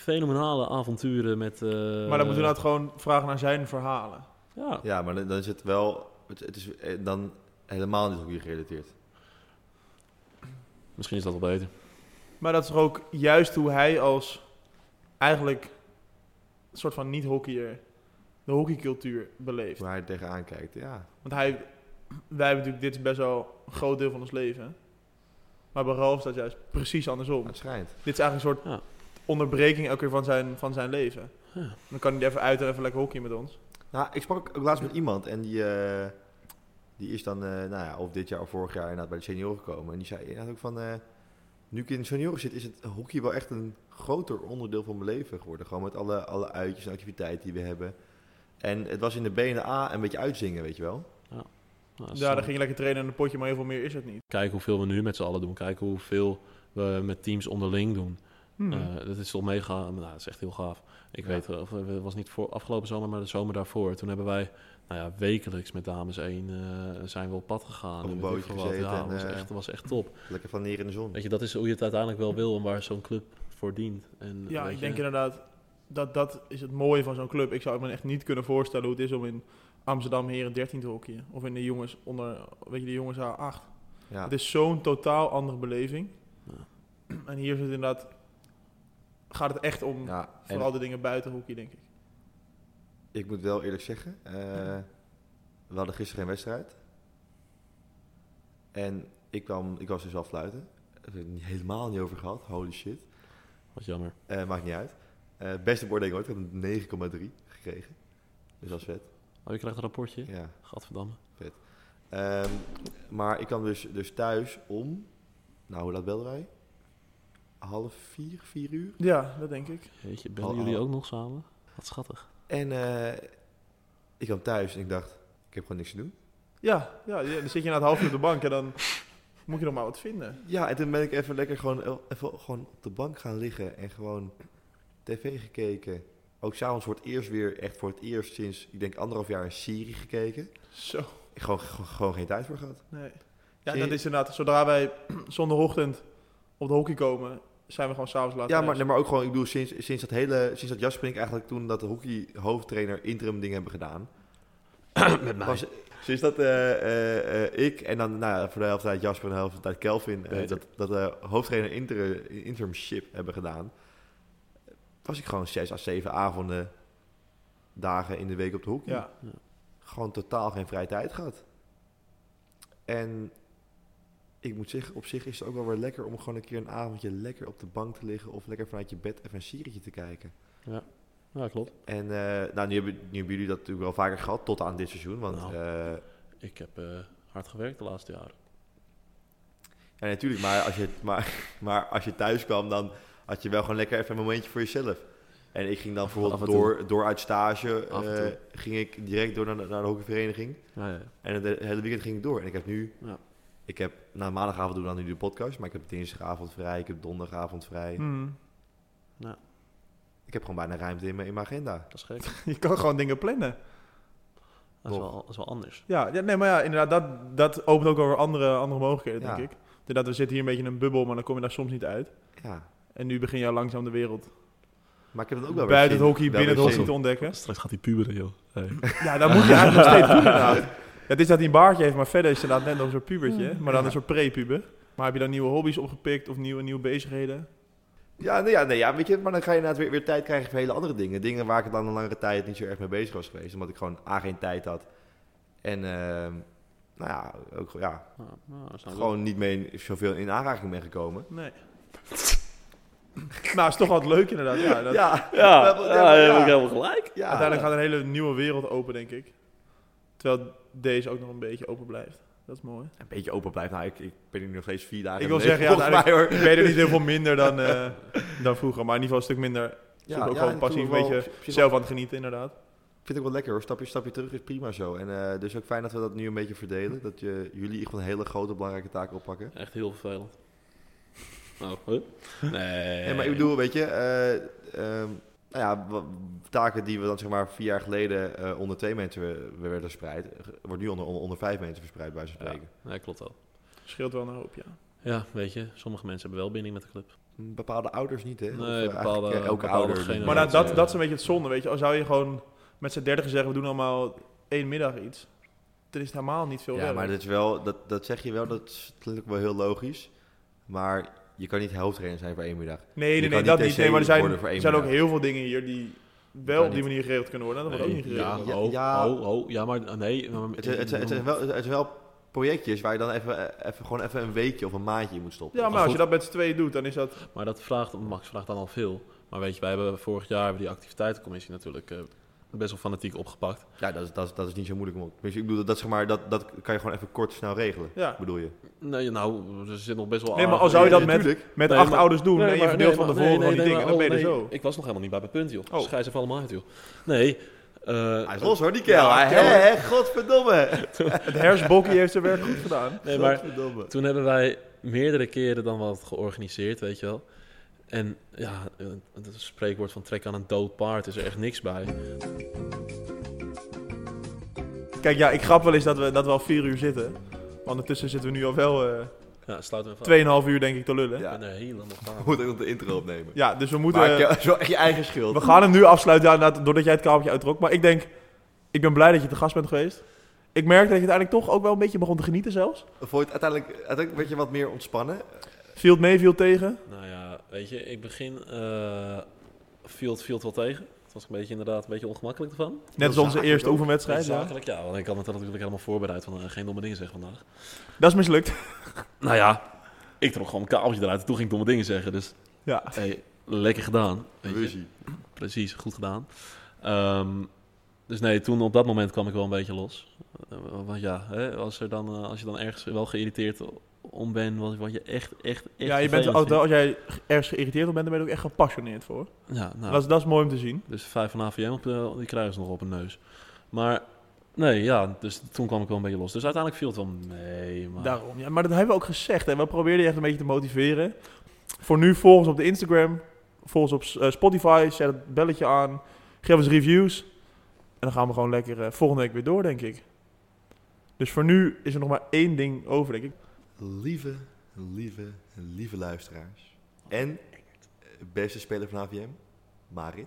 Speaker 4: fenomenale avonturen met... eh,
Speaker 3: maar dan moeten we inderdaad gewoon vragen naar zijn verhalen.
Speaker 4: Ja,
Speaker 2: Ja, maar dan dan is het wel... Het, het is eh, dan helemaal niet hockey gerelateerd.
Speaker 4: misschien is dat wel beter.
Speaker 3: Maar dat is toch ook juist hoe hij als eigenlijk een soort van niet-hockeyer de hockeycultuur beleeft.
Speaker 2: Hoe hij er tegenaan kijkt, ja.
Speaker 3: Want hij, wij hebben natuurlijk, dit is best wel een groot deel van ons leven. Maar bij Ralf staat juist precies andersom.
Speaker 2: Het schijnt.
Speaker 3: Dit is eigenlijk een soort
Speaker 4: Ja.
Speaker 3: onderbreking elke keer van zijn, van zijn leven.
Speaker 4: Ja.
Speaker 3: Dan kan hij er even uit en even lekker hockey met ons.
Speaker 2: Nou, ik sprak ook laatst met iemand en die, eh, die is dan, eh, nou ja, of dit jaar of vorig jaar inderdaad bij de senioren gekomen. En die zei inderdaad ook van, eh, nu ik in de senioren zit, is het hockey wel echt een groter onderdeel van mijn leven geworden. Gewoon met alle, alle uitjes en activiteiten die we hebben. En het was in de B en de A een beetje uitzingen, weet je wel.
Speaker 4: Nou, dat is
Speaker 3: Ja,
Speaker 4: dan-
Speaker 3: dan ging je lekker trainen aan een potje, maar heel veel meer is het niet.
Speaker 4: Kijk hoeveel we nu met z'n allen doen. Kijk hoeveel we met teams onderling doen.
Speaker 3: Hmm.
Speaker 4: Eh, dat is toch mega, nou, dat is echt heel gaaf. Ik
Speaker 2: Ja.
Speaker 4: weet wel, of- eh, het was niet voor, afgelopen zomer, maar de zomer daarvoor. Toen hebben wij, nou ja, wekelijks met dames 1 eh, zijn we op pad gegaan.
Speaker 2: Op
Speaker 4: en
Speaker 2: een
Speaker 4: weet ik
Speaker 2: bootje
Speaker 4: veel wat.
Speaker 2: gezeten
Speaker 4: Ja,
Speaker 2: en,
Speaker 4: was,
Speaker 2: eh,
Speaker 4: echt, was echt top.
Speaker 2: Lekker van neer in de zon.
Speaker 4: Weet je, dat is hoe je het uiteindelijk wel wil en waar zo'n club voor dient. En,
Speaker 3: Ja,
Speaker 4: weet
Speaker 3: ik
Speaker 4: je,
Speaker 3: denk inderdaad dat, dat is het mooie van zo'n club. Ik zou me echt niet kunnen voorstellen hoe het is om in Amsterdam Heren 13 te hockeyen. Of in de jongens onder, weet je, de jongens A8.
Speaker 2: Ja.
Speaker 3: Het is zo'n totaal andere beleving.
Speaker 4: Ja.
Speaker 3: En hier is het inderdaad, gaat het echt om
Speaker 2: ja, en
Speaker 3: vooral de dingen buiten hockey, denk ik.
Speaker 2: ik moet wel eerlijk zeggen, eh, we hadden gisteren geen wedstrijd. En ik, kwam, ik was dus al fluiten. Daar heb ik het niet- helemaal niet over gehad, holy shit.
Speaker 4: Wat jammer.
Speaker 2: Eh, maakt niet uit. Eh, beste beoordeling ooit, ik had een 9,3 gekregen. Dus dat is vet.
Speaker 4: Oh, je krijgt een rapportje?
Speaker 2: Ja.
Speaker 4: Gadverdamme.
Speaker 2: Ehm, maar ik kwam dus, dus thuis om, nou hoe laat belden wij? Half vier, vier uur?
Speaker 3: Ja, dat denk ik.
Speaker 4: Jeetje, bellen
Speaker 2: Oh,
Speaker 4: jullie
Speaker 2: oh.
Speaker 4: ook nog samen? Wat schattig.
Speaker 2: En eh, ik kwam thuis en ik dacht, ik heb gewoon niks te doen.
Speaker 3: Ja, ja, ja, dan zit je na het half uur op de bank en dan moet je nog maar wat vinden.
Speaker 2: Ja, en toen ben ik even lekker gewoon, eh, even gewoon op de bank gaan liggen en gewoon tv gekeken. Ook s'avonds voor het eerst weer, echt voor het eerst sinds, ik denk anderhalf jaar, een serie gekeken.
Speaker 3: Zo.
Speaker 2: Ik gewoon, gewoon, gewoon geen tijd voor gehad.
Speaker 3: Nee. Ja,
Speaker 2: Zie je-
Speaker 3: dat is inderdaad. Zodra wij zondagochtend op de hockey komen, zijn we gewoon s'avonds laat
Speaker 2: Ja, maar,
Speaker 3: thuis.
Speaker 2: nee, maar ook gewoon, ik bedoel, sinds, sinds dat hele, sinds dat Jasperink eigenlijk toen dat de hockey hoofdtrainer interim ding hebben gedaan.
Speaker 4: Met mij.
Speaker 2: Was, sinds dat eh, eh, eh, ik en dan nou, ja, voor de helft tijd Jasper en de helft tijd Kelvin eh,
Speaker 4: Beter.
Speaker 2: dat, dat eh, hoofdtrainer inter, interimship hebben gedaan, was ik gewoon zes à zeven avonden, dagen in de week op de hoek.
Speaker 3: Ja,
Speaker 2: Gewoon totaal geen vrije tijd gehad. En ik moet zeggen, op zich is het ook wel weer lekker om gewoon een keer een avondje lekker op de bank te liggen of lekker vanuit je bed even een serietje te kijken.
Speaker 4: Ja, klopt.
Speaker 2: En eh, nou, nu, hebben, nu hebben jullie dat natuurlijk wel vaker gehad tot aan dit seizoen, want
Speaker 4: Nou.
Speaker 2: eh,
Speaker 4: Ik heb eh, hard gewerkt de laatste jaren.
Speaker 2: Ja, natuurlijk, maar als, je, maar, maar als je thuis kwam, dan had je wel gewoon lekker even een momentje voor jezelf. En ik ging dan
Speaker 4: Af en
Speaker 2: bijvoorbeeld
Speaker 4: toe.
Speaker 2: door, door uit stage,
Speaker 4: Af en
Speaker 2: eh,
Speaker 4: toe.
Speaker 2: ging ik direct door naar de, naar de hockeyvereniging.
Speaker 4: Ja, ja.
Speaker 2: En het hele weekend ging ik door. En ik heb nu,
Speaker 4: Ja.
Speaker 2: ik heb, na maandagavond doen we dan nu de podcast, maar ik heb dinsdagavond vrij, ik heb donderdagavond vrij.
Speaker 3: Hm.
Speaker 2: Ik heb gewoon bijna ruimte in mijn, in mijn agenda.
Speaker 4: Dat is gek.
Speaker 3: je kan gewoon dingen plannen.
Speaker 4: Dat is wel, dat is wel anders.
Speaker 3: Ja, ja, nee, maar ja, inderdaad, dat, dat opent ook over andere, andere mogelijkheden,
Speaker 2: Ja.
Speaker 3: denk ik. Inderdaad, we zitten hier een beetje in een bubbel, maar dan kom je daar soms niet uit.
Speaker 2: Ja.
Speaker 3: En nu begin je langzaam de wereld
Speaker 2: Maar ik heb het ook wel weer
Speaker 3: buiten
Speaker 2: zin-
Speaker 3: het hockey,
Speaker 2: wel
Speaker 3: binnen het
Speaker 2: weer zin
Speaker 3: hockey te ontdekken.
Speaker 4: Straks gaat hij puberen, joh.
Speaker 3: Ja, dat moet je eigenlijk nog steeds doen. inderdaad. Ja, het is dat hij een baardje heeft, maar verder is het inderdaad net nog zo'n pubertje. Maar dan een soort pre-puber. Maar heb je dan nieuwe hobby's opgepikt of nieuwe, nieuwe bezigheden?
Speaker 2: om. Ja, nee, ja, nee, ja, weet je, maar dan ga je inderdaad weer, weer tijd krijgen voor hele andere dingen. Dingen waar ik dan een langere tijd niet zo erg mee bezig was geweest. Omdat ik gewoon A, geen tijd had. En, ehm, nou ja, ook, ja,
Speaker 4: Nou, nou, dat is nou
Speaker 2: gewoon niet mee in- zoveel in aanraking ben gekomen.
Speaker 3: Nee. nou, is toch wat leuk inderdaad. Ja, dat-
Speaker 2: Ja,
Speaker 4: wel-
Speaker 2: Ja,
Speaker 4: Ja, ja,
Speaker 2: maar-
Speaker 4: ja,
Speaker 2: ja.
Speaker 4: heb ik helemaal gelijk.
Speaker 2: ja.
Speaker 3: Uiteindelijk gaat een hele nieuwe wereld open, denk ik. Terwijl deze ook nog een beetje open blijft. Dat is mooi.
Speaker 2: Een beetje open blijven. Nou, ik, ik ben nu nog steeds vier dagen.
Speaker 3: Ik
Speaker 2: in
Speaker 3: wil
Speaker 2: mijn
Speaker 3: zeggen, ja,
Speaker 2: leven, volgens mij,
Speaker 3: uiteindelijk ben je er niet heel veel minder dan, eh, dan vroeger. Maar in ieder geval een stuk minder.
Speaker 2: Ja,
Speaker 3: zoek ook
Speaker 2: ja,
Speaker 3: gewoon
Speaker 2: ik
Speaker 3: passief
Speaker 2: doe
Speaker 3: een
Speaker 2: wel-
Speaker 3: beetje
Speaker 2: op zich wel-
Speaker 3: zelf aan het genieten, inderdaad.
Speaker 2: Ik vind het ook wel lekker hoor. Stapje, stapje terug is prima zo. En eh, dus ook fijn dat we dat nu een beetje verdelen. Dat je, jullie echt wel een hele grote belangrijke taak oppakken.
Speaker 4: Echt heel vervelend. Oh, huh? Nee.
Speaker 2: Nee, maar ik bedoel, weet je, eh, ehm, nou ja, wa- taken die we dan zeg maar vier jaar geleden eh, onder twee mensen we- we werden verspreid, eh, wordt nu onder, onder, onder vijf mensen verspreid bij zo'n
Speaker 4: Ja,
Speaker 2: spreken.
Speaker 4: nee, klopt wel.
Speaker 3: Scheelt wel een hoop, ja.
Speaker 4: Ja, weet je, sommige mensen hebben wel binding met de club.
Speaker 2: Hm, Bepaalde ouders niet, hè? Of,
Speaker 4: Nee,
Speaker 2: eh, eigenlijk,
Speaker 4: bepaalde-
Speaker 2: eh, elke
Speaker 4: bepaalde
Speaker 2: ouder.
Speaker 4: generatie.
Speaker 3: Maar
Speaker 4: Ja,
Speaker 3: nou,
Speaker 4: dat is,
Speaker 3: dat,
Speaker 4: eh,
Speaker 3: dat is een beetje het zonde, weet je. Al zou je gewoon met z'n dertigen zeggen, we doen allemaal één middag iets. Dan is het helemaal niet veel
Speaker 2: Ja,
Speaker 3: werk.
Speaker 2: maar dat, is wel, dat, dat zeg je wel, dat klinkt ook wel heel logisch. Maar je kan niet hoofdtrainer zijn voor één middag.
Speaker 3: nee,
Speaker 2: je
Speaker 3: nee,
Speaker 2: kan
Speaker 3: nee,
Speaker 2: niet
Speaker 3: dat niet.
Speaker 2: TC
Speaker 3: Nee, maar er zijn,
Speaker 2: worden voor één
Speaker 3: er zijn ook
Speaker 2: middag.
Speaker 3: heel veel dingen hier die wel
Speaker 2: kan
Speaker 3: op die
Speaker 2: niet.
Speaker 3: manier geregeld kunnen worden. Dat wordt ook
Speaker 4: Nee,
Speaker 3: niet geregeld.
Speaker 4: ja,
Speaker 2: Ja,
Speaker 4: oh,
Speaker 2: ja.
Speaker 4: oh, oh, ja, maar ah, nee. maar-
Speaker 2: Het, zijn- het, zijn- het, zijn wel, het zijn wel projectjes waar je dan even, eh, even, gewoon even een weekje of een maandje in moet stoppen.
Speaker 3: Ja, maar,
Speaker 4: Maar
Speaker 3: als je
Speaker 4: goed. Oh,
Speaker 3: dat met z'n tweeën doet, dan is dat...
Speaker 4: Maar dat vraagt, Max vraagt dan al veel. Maar weet je, wij hebben vorig jaar hebben die activiteitencommissie natuurlijk eh, best wel fanatiek opgepakt.
Speaker 2: Ja, dat, is- dat, is- dat is niet zo moeilijk. Om, op- tenminste, ik bedoel, dat, zeg maar, dat, dat kan je gewoon even kort snel regelen,
Speaker 3: Ja.
Speaker 2: bedoel je?
Speaker 4: Nee, nou, er zit nog best wel
Speaker 3: Nee, maar
Speaker 4: aardig-
Speaker 3: als zou je dat
Speaker 2: Ja,
Speaker 3: met,
Speaker 2: natuurlijk.
Speaker 3: met
Speaker 4: Nee,
Speaker 3: acht
Speaker 4: maar-
Speaker 3: ouders doen en je
Speaker 4: maar-
Speaker 3: verdeelt van
Speaker 4: maar-
Speaker 3: tevoren
Speaker 4: nee,
Speaker 3: gewoon die
Speaker 4: nee,
Speaker 3: dingen,
Speaker 4: maar-
Speaker 3: dan ben je er
Speaker 4: oh,
Speaker 3: zo.
Speaker 4: nee, Ik was nog helemaal niet bij mijn punt, joh.
Speaker 3: Oh.
Speaker 4: Oh. Schijs even allemaal uit, joh. Nee. eh,
Speaker 2: Hij is los hoor, die kerel.
Speaker 3: Ja,
Speaker 2: Hè,
Speaker 3: kerel.
Speaker 2: hè, godverdomme.
Speaker 3: Het hersbokkie heeft zijn werk goed gedaan.
Speaker 4: nee, maar
Speaker 2: Godverdomme.
Speaker 4: toen hebben wij meerdere keren dan wat georganiseerd, weet je wel. En ja, eh, het spreekwoord van trek aan een dood paard is er echt niks bij.
Speaker 3: Kijk, ja, ik grap wel eens dat we, dat we al vier uur zitten. Maar ondertussen zitten we nu al wel eh,
Speaker 4: Ja, sluiten we even af.
Speaker 3: 2,5 uur denk ik te lullen. Ja,
Speaker 2: Ja.
Speaker 4: Ik ben er helemaal
Speaker 2: We
Speaker 4: gaaf.
Speaker 2: moeten ook de intro opnemen.
Speaker 3: dus we moeten...
Speaker 2: Maar het is wel echt je eigen schuld.
Speaker 3: We gaan hem nu afsluiten, ja, inderdaad, doordat jij het kabeltje uittrok. Maar ik denk, ik ben blij dat je te gast bent geweest. Ik merk dat je uiteindelijk toch ook wel een beetje begon te genieten zelfs.
Speaker 2: Vond je het uiteindelijk, uiteindelijk werd je wat meer ontspannen.
Speaker 3: Viel het mee, viel het tegen.
Speaker 4: Nou ja, weet je, ik begin... eh viel, het, viel het wel tegen. Het was een beetje inderdaad een beetje ongemakkelijk ervan.
Speaker 3: Net als onze
Speaker 2: zakelijk
Speaker 3: eerste
Speaker 2: ook.
Speaker 3: oefenwedstrijd. Ja.
Speaker 4: Zakelijk, ja. Want ik had het natuurlijk helemaal voorbereid van eh, geen domme dingen zeggen vandaag.
Speaker 3: Dat is mislukt.
Speaker 4: Nou ja, ik trok gewoon een kabeltje eruit en toen ging ik domme dingen zeggen. Dus
Speaker 3: Ja.
Speaker 4: hey, lekker gedaan. weet je.
Speaker 2: Ruzie.
Speaker 4: Precies, goed gedaan. Ehm, dus nee, toen op dat moment kwam ik wel een beetje los. Eh, want ja, hè, als, er dan, eh, als je dan ergens wel geïrriteerd om bent, wat, wat je echt, echt, echt
Speaker 3: ja, je bent,
Speaker 4: vervelend
Speaker 3: als, als jij ergens geïrriteerd op bent, dan ben je er ook echt gepassioneerd voor.
Speaker 4: vindt. Ja, nou,
Speaker 3: Dat, is, dat is mooi om te zien.
Speaker 4: Dus vijf van AVM, op de, die krijgen ze nog op hun neus. Maar nee, ja, dus toen kwam ik wel een beetje los. Dus uiteindelijk viel het wel mee, maar...
Speaker 3: Daarom. Ja, maar dat hebben we ook gezegd. En we probeerden je echt een beetje te motiveren. Voor nu, volg ons op de Instagram. Volg ons op eh, Spotify. Zet het belletje aan. Geef ons reviews. En dan gaan we gewoon lekker eh, volgende week weer door, denk ik. Dus voor nu is er nog maar één ding over, denk ik.
Speaker 2: Lieve, lieve, lieve luisteraars. En eh, beste speler van AVM, Marit.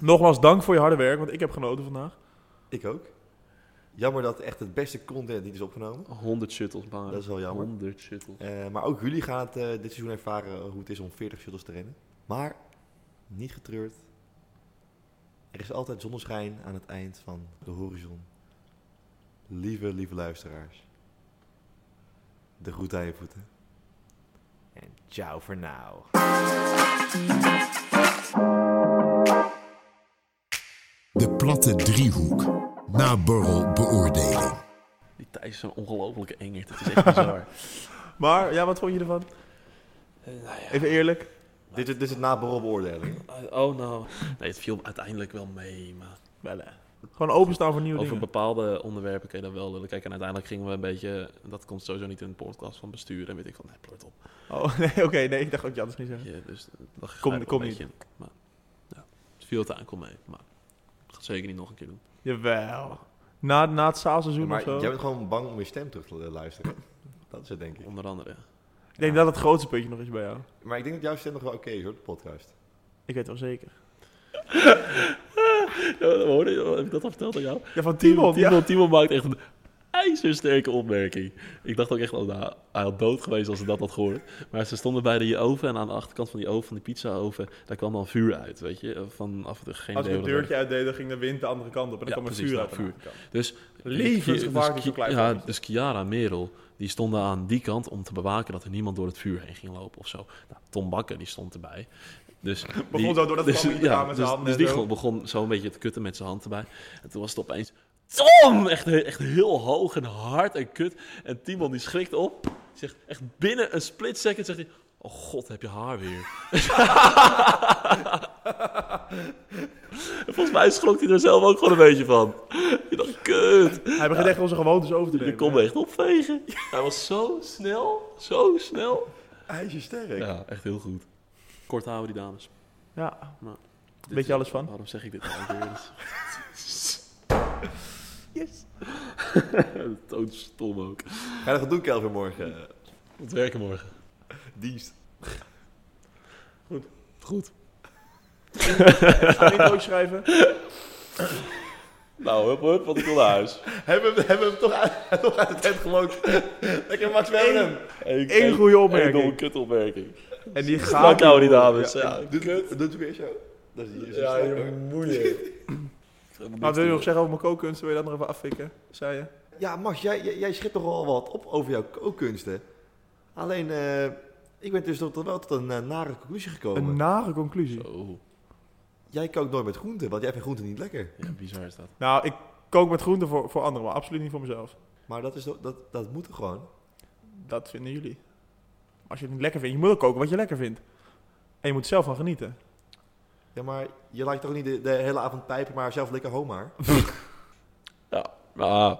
Speaker 3: Nogmaals, dank voor je harde werk, want ik heb genoten vandaag.
Speaker 2: Ik ook. Jammer dat echt het beste content niet is opgenomen.
Speaker 4: 100 shuttles, maar.
Speaker 2: Dat is wel jammer.
Speaker 4: 100 shuttles.
Speaker 2: Eh, maar ook jullie gaan het eh, dit seizoen ervaren hoe het is om 40 shuttles te rennen. Maar niet getreurd. Er is altijd zonneschijn aan het eind van de horizon. Lieve, lieve luisteraars. De groet aan je voeten. En ciao voor now.
Speaker 1: De platte driehoek. Naborrel beoordeling.
Speaker 4: Die Thijs is een ongelofelijke engert. Het is echt bizar.
Speaker 3: Maar ja, wat vond je ervan? Even eerlijk.
Speaker 2: Dit is, dit is het naborrel beoordeling.
Speaker 4: oh, nou. Nee, het viel uiteindelijk wel mee, maar...
Speaker 3: Bellen. Gewoon openstaan voor nieuwe
Speaker 4: Over
Speaker 3: dingen.
Speaker 4: bepaalde onderwerpen kun je dan wel lullen. Kijk, en uiteindelijk gingen we een beetje... Dat komt sowieso niet in de podcast van bestuur. En weet ik van, nee, plort op.
Speaker 3: Oh, nee, oké. nee, ik dacht ook, ja, dat is niet zeggen.
Speaker 4: Je, dus dat
Speaker 3: Kom-
Speaker 4: grijp ik
Speaker 3: kom
Speaker 4: een beetje in. Maar, ja, het viel het aankomt mee. Maar ik ga het zeker niet nog een keer doen.
Speaker 3: Jawel. Na, na het zaalseizoen
Speaker 2: maar
Speaker 3: of zo.
Speaker 2: jij bent gewoon bang om je stem terug te luisteren. Dat is het denk ik.
Speaker 4: Onder andere.
Speaker 3: Ik denk dat het grootste puntje nog is bij jou.
Speaker 2: Maar ik denk dat jouw stem nog wel oké is hoor, de podcast.
Speaker 3: Ik weet wel zeker.
Speaker 4: hoorde Heb ik dat al verteld aan jou?
Speaker 3: Ja, van
Speaker 4: Timon,
Speaker 3: Timon.
Speaker 4: Timon,
Speaker 3: Ja.
Speaker 4: Timon maakt echt een ijzersterke opmerking. Ik dacht ook echt, oh, nou, hij had dood geweest als ze dat had gehoord. Maar ze stonden bij die oven en aan de achterkant van die oven, van die pizzaoven, daar kwam dan vuur uit, weet je. Van af en toe geen
Speaker 3: Als ik
Speaker 4: idee
Speaker 3: het
Speaker 4: hoe dat
Speaker 3: deurtje uitdeed, dan ging de wind de andere kant op. En dan
Speaker 4: Ja,
Speaker 3: kwam er
Speaker 4: precies,
Speaker 3: vuur
Speaker 4: dat
Speaker 3: uit. van de
Speaker 4: vuur.
Speaker 3: andere kant.
Speaker 4: Dus
Speaker 3: Levensgevaarlijk
Speaker 4: dus
Speaker 3: zo klein
Speaker 4: Ja,
Speaker 3: voorbeeld.
Speaker 4: dus Kiara en Merel, die stonden aan die kant om te bewaken dat er niemand door het vuur heen ging lopen of zo. Nou, Tom Bakker, die stond erbij. Dus die,
Speaker 3: zo door dat vlammetje te gaan met
Speaker 4: dus,
Speaker 3: zijn handen
Speaker 4: dus
Speaker 3: en
Speaker 4: die
Speaker 3: zo.
Speaker 4: gewoon begon zo'n beetje te kutten met zijn hand erbij. En toen was het opeens... Tom! Echt, he- echt heel hoog en hard en kut. En Timon die schrikt op. Zegt echt binnen een split second zegt hij... Oh god, heb je haar weer. En Volgens mij schrok hij er zelf ook gewoon een beetje van. Ik dacht, kut.
Speaker 3: Hij begint echt onze gewoontes over te
Speaker 4: Je
Speaker 3: nemen.
Speaker 4: kon me echt opvegen. Hij was zo snel, zo snel.
Speaker 2: sterk.
Speaker 4: Ja, echt heel goed. Kort houden die dames.
Speaker 3: Ja.
Speaker 4: Nou,
Speaker 3: Weet je alles van?
Speaker 4: Waarom zeg ik dit eigenlijk weer?
Speaker 3: Yes.
Speaker 4: Doodstom ook.
Speaker 2: Ga je dat gaan doen Kelvin morgen? eh,
Speaker 4: Het werken morgen.
Speaker 2: Dienst.
Speaker 4: Goed.
Speaker 3: Ga je het ook schrijven?
Speaker 4: Nou, hup, hup, want ik wil naar huis.
Speaker 2: Hebben we hebben we hem toch uit, toch uit het hemd gelokt? Lekker Max Verhoeven.
Speaker 3: Eén
Speaker 4: Eén
Speaker 3: goede
Speaker 4: Eén
Speaker 3: opmerking.
Speaker 4: domme kutopmerking.
Speaker 3: En die gaat...
Speaker 4: Dank jou, die dames. Ja, eh,
Speaker 2: Doe doe het weer zo. Dat is hier zo
Speaker 4: Ja,
Speaker 2: sterk, hoor.
Speaker 3: Maar wil je nog zeggen over mijn kookkunst? Wil je dat nog even afvikken? Zei je?
Speaker 2: Ja, Max, jij, jij, jij schrikt toch wel wat op over jouw kookkunsten. Alleen, eh, ik ben dus tot, tot wel tot een eh, nare conclusie gekomen.
Speaker 3: Een nare conclusie.
Speaker 4: Zo.
Speaker 2: jij kookt nooit met groenten, want jij vindt groenten niet lekker.
Speaker 4: Ja, bizar is dat.
Speaker 3: Nou, ik kook met groenten voor, voor anderen, maar absoluut niet voor mezelf.
Speaker 2: Maar dat, is, toch- dat, dat moet toch gewoon.
Speaker 3: Dat vinden jullie. Als je het niet lekker vindt, je moet ook koken wat je lekker vindt. En je moet er zelf van genieten.
Speaker 2: Ja, maar je laat toch niet de, de hele avond pijpen, maar zelf lekker homaar?
Speaker 4: Ja, maar...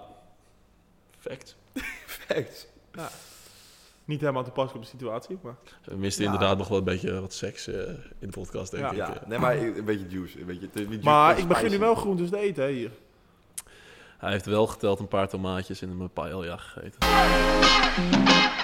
Speaker 4: Fact.
Speaker 2: Perfect.
Speaker 3: Niet helemaal toepasselijk op de situatie, maar...
Speaker 4: We misten
Speaker 2: Ja.
Speaker 4: inderdaad nog wel een beetje wat seks eh, in de podcast, denk
Speaker 3: Ja.
Speaker 4: ik.
Speaker 2: Ja, nee, maar een beetje juice. Een beetje, een beetje juice
Speaker 3: Maar
Speaker 2: en
Speaker 3: ik begin nu
Speaker 2: spicy.
Speaker 3: wel groentes te eten hè, hier.
Speaker 4: Hij heeft wel geteld een paar tomaatjes en een paella gegeten.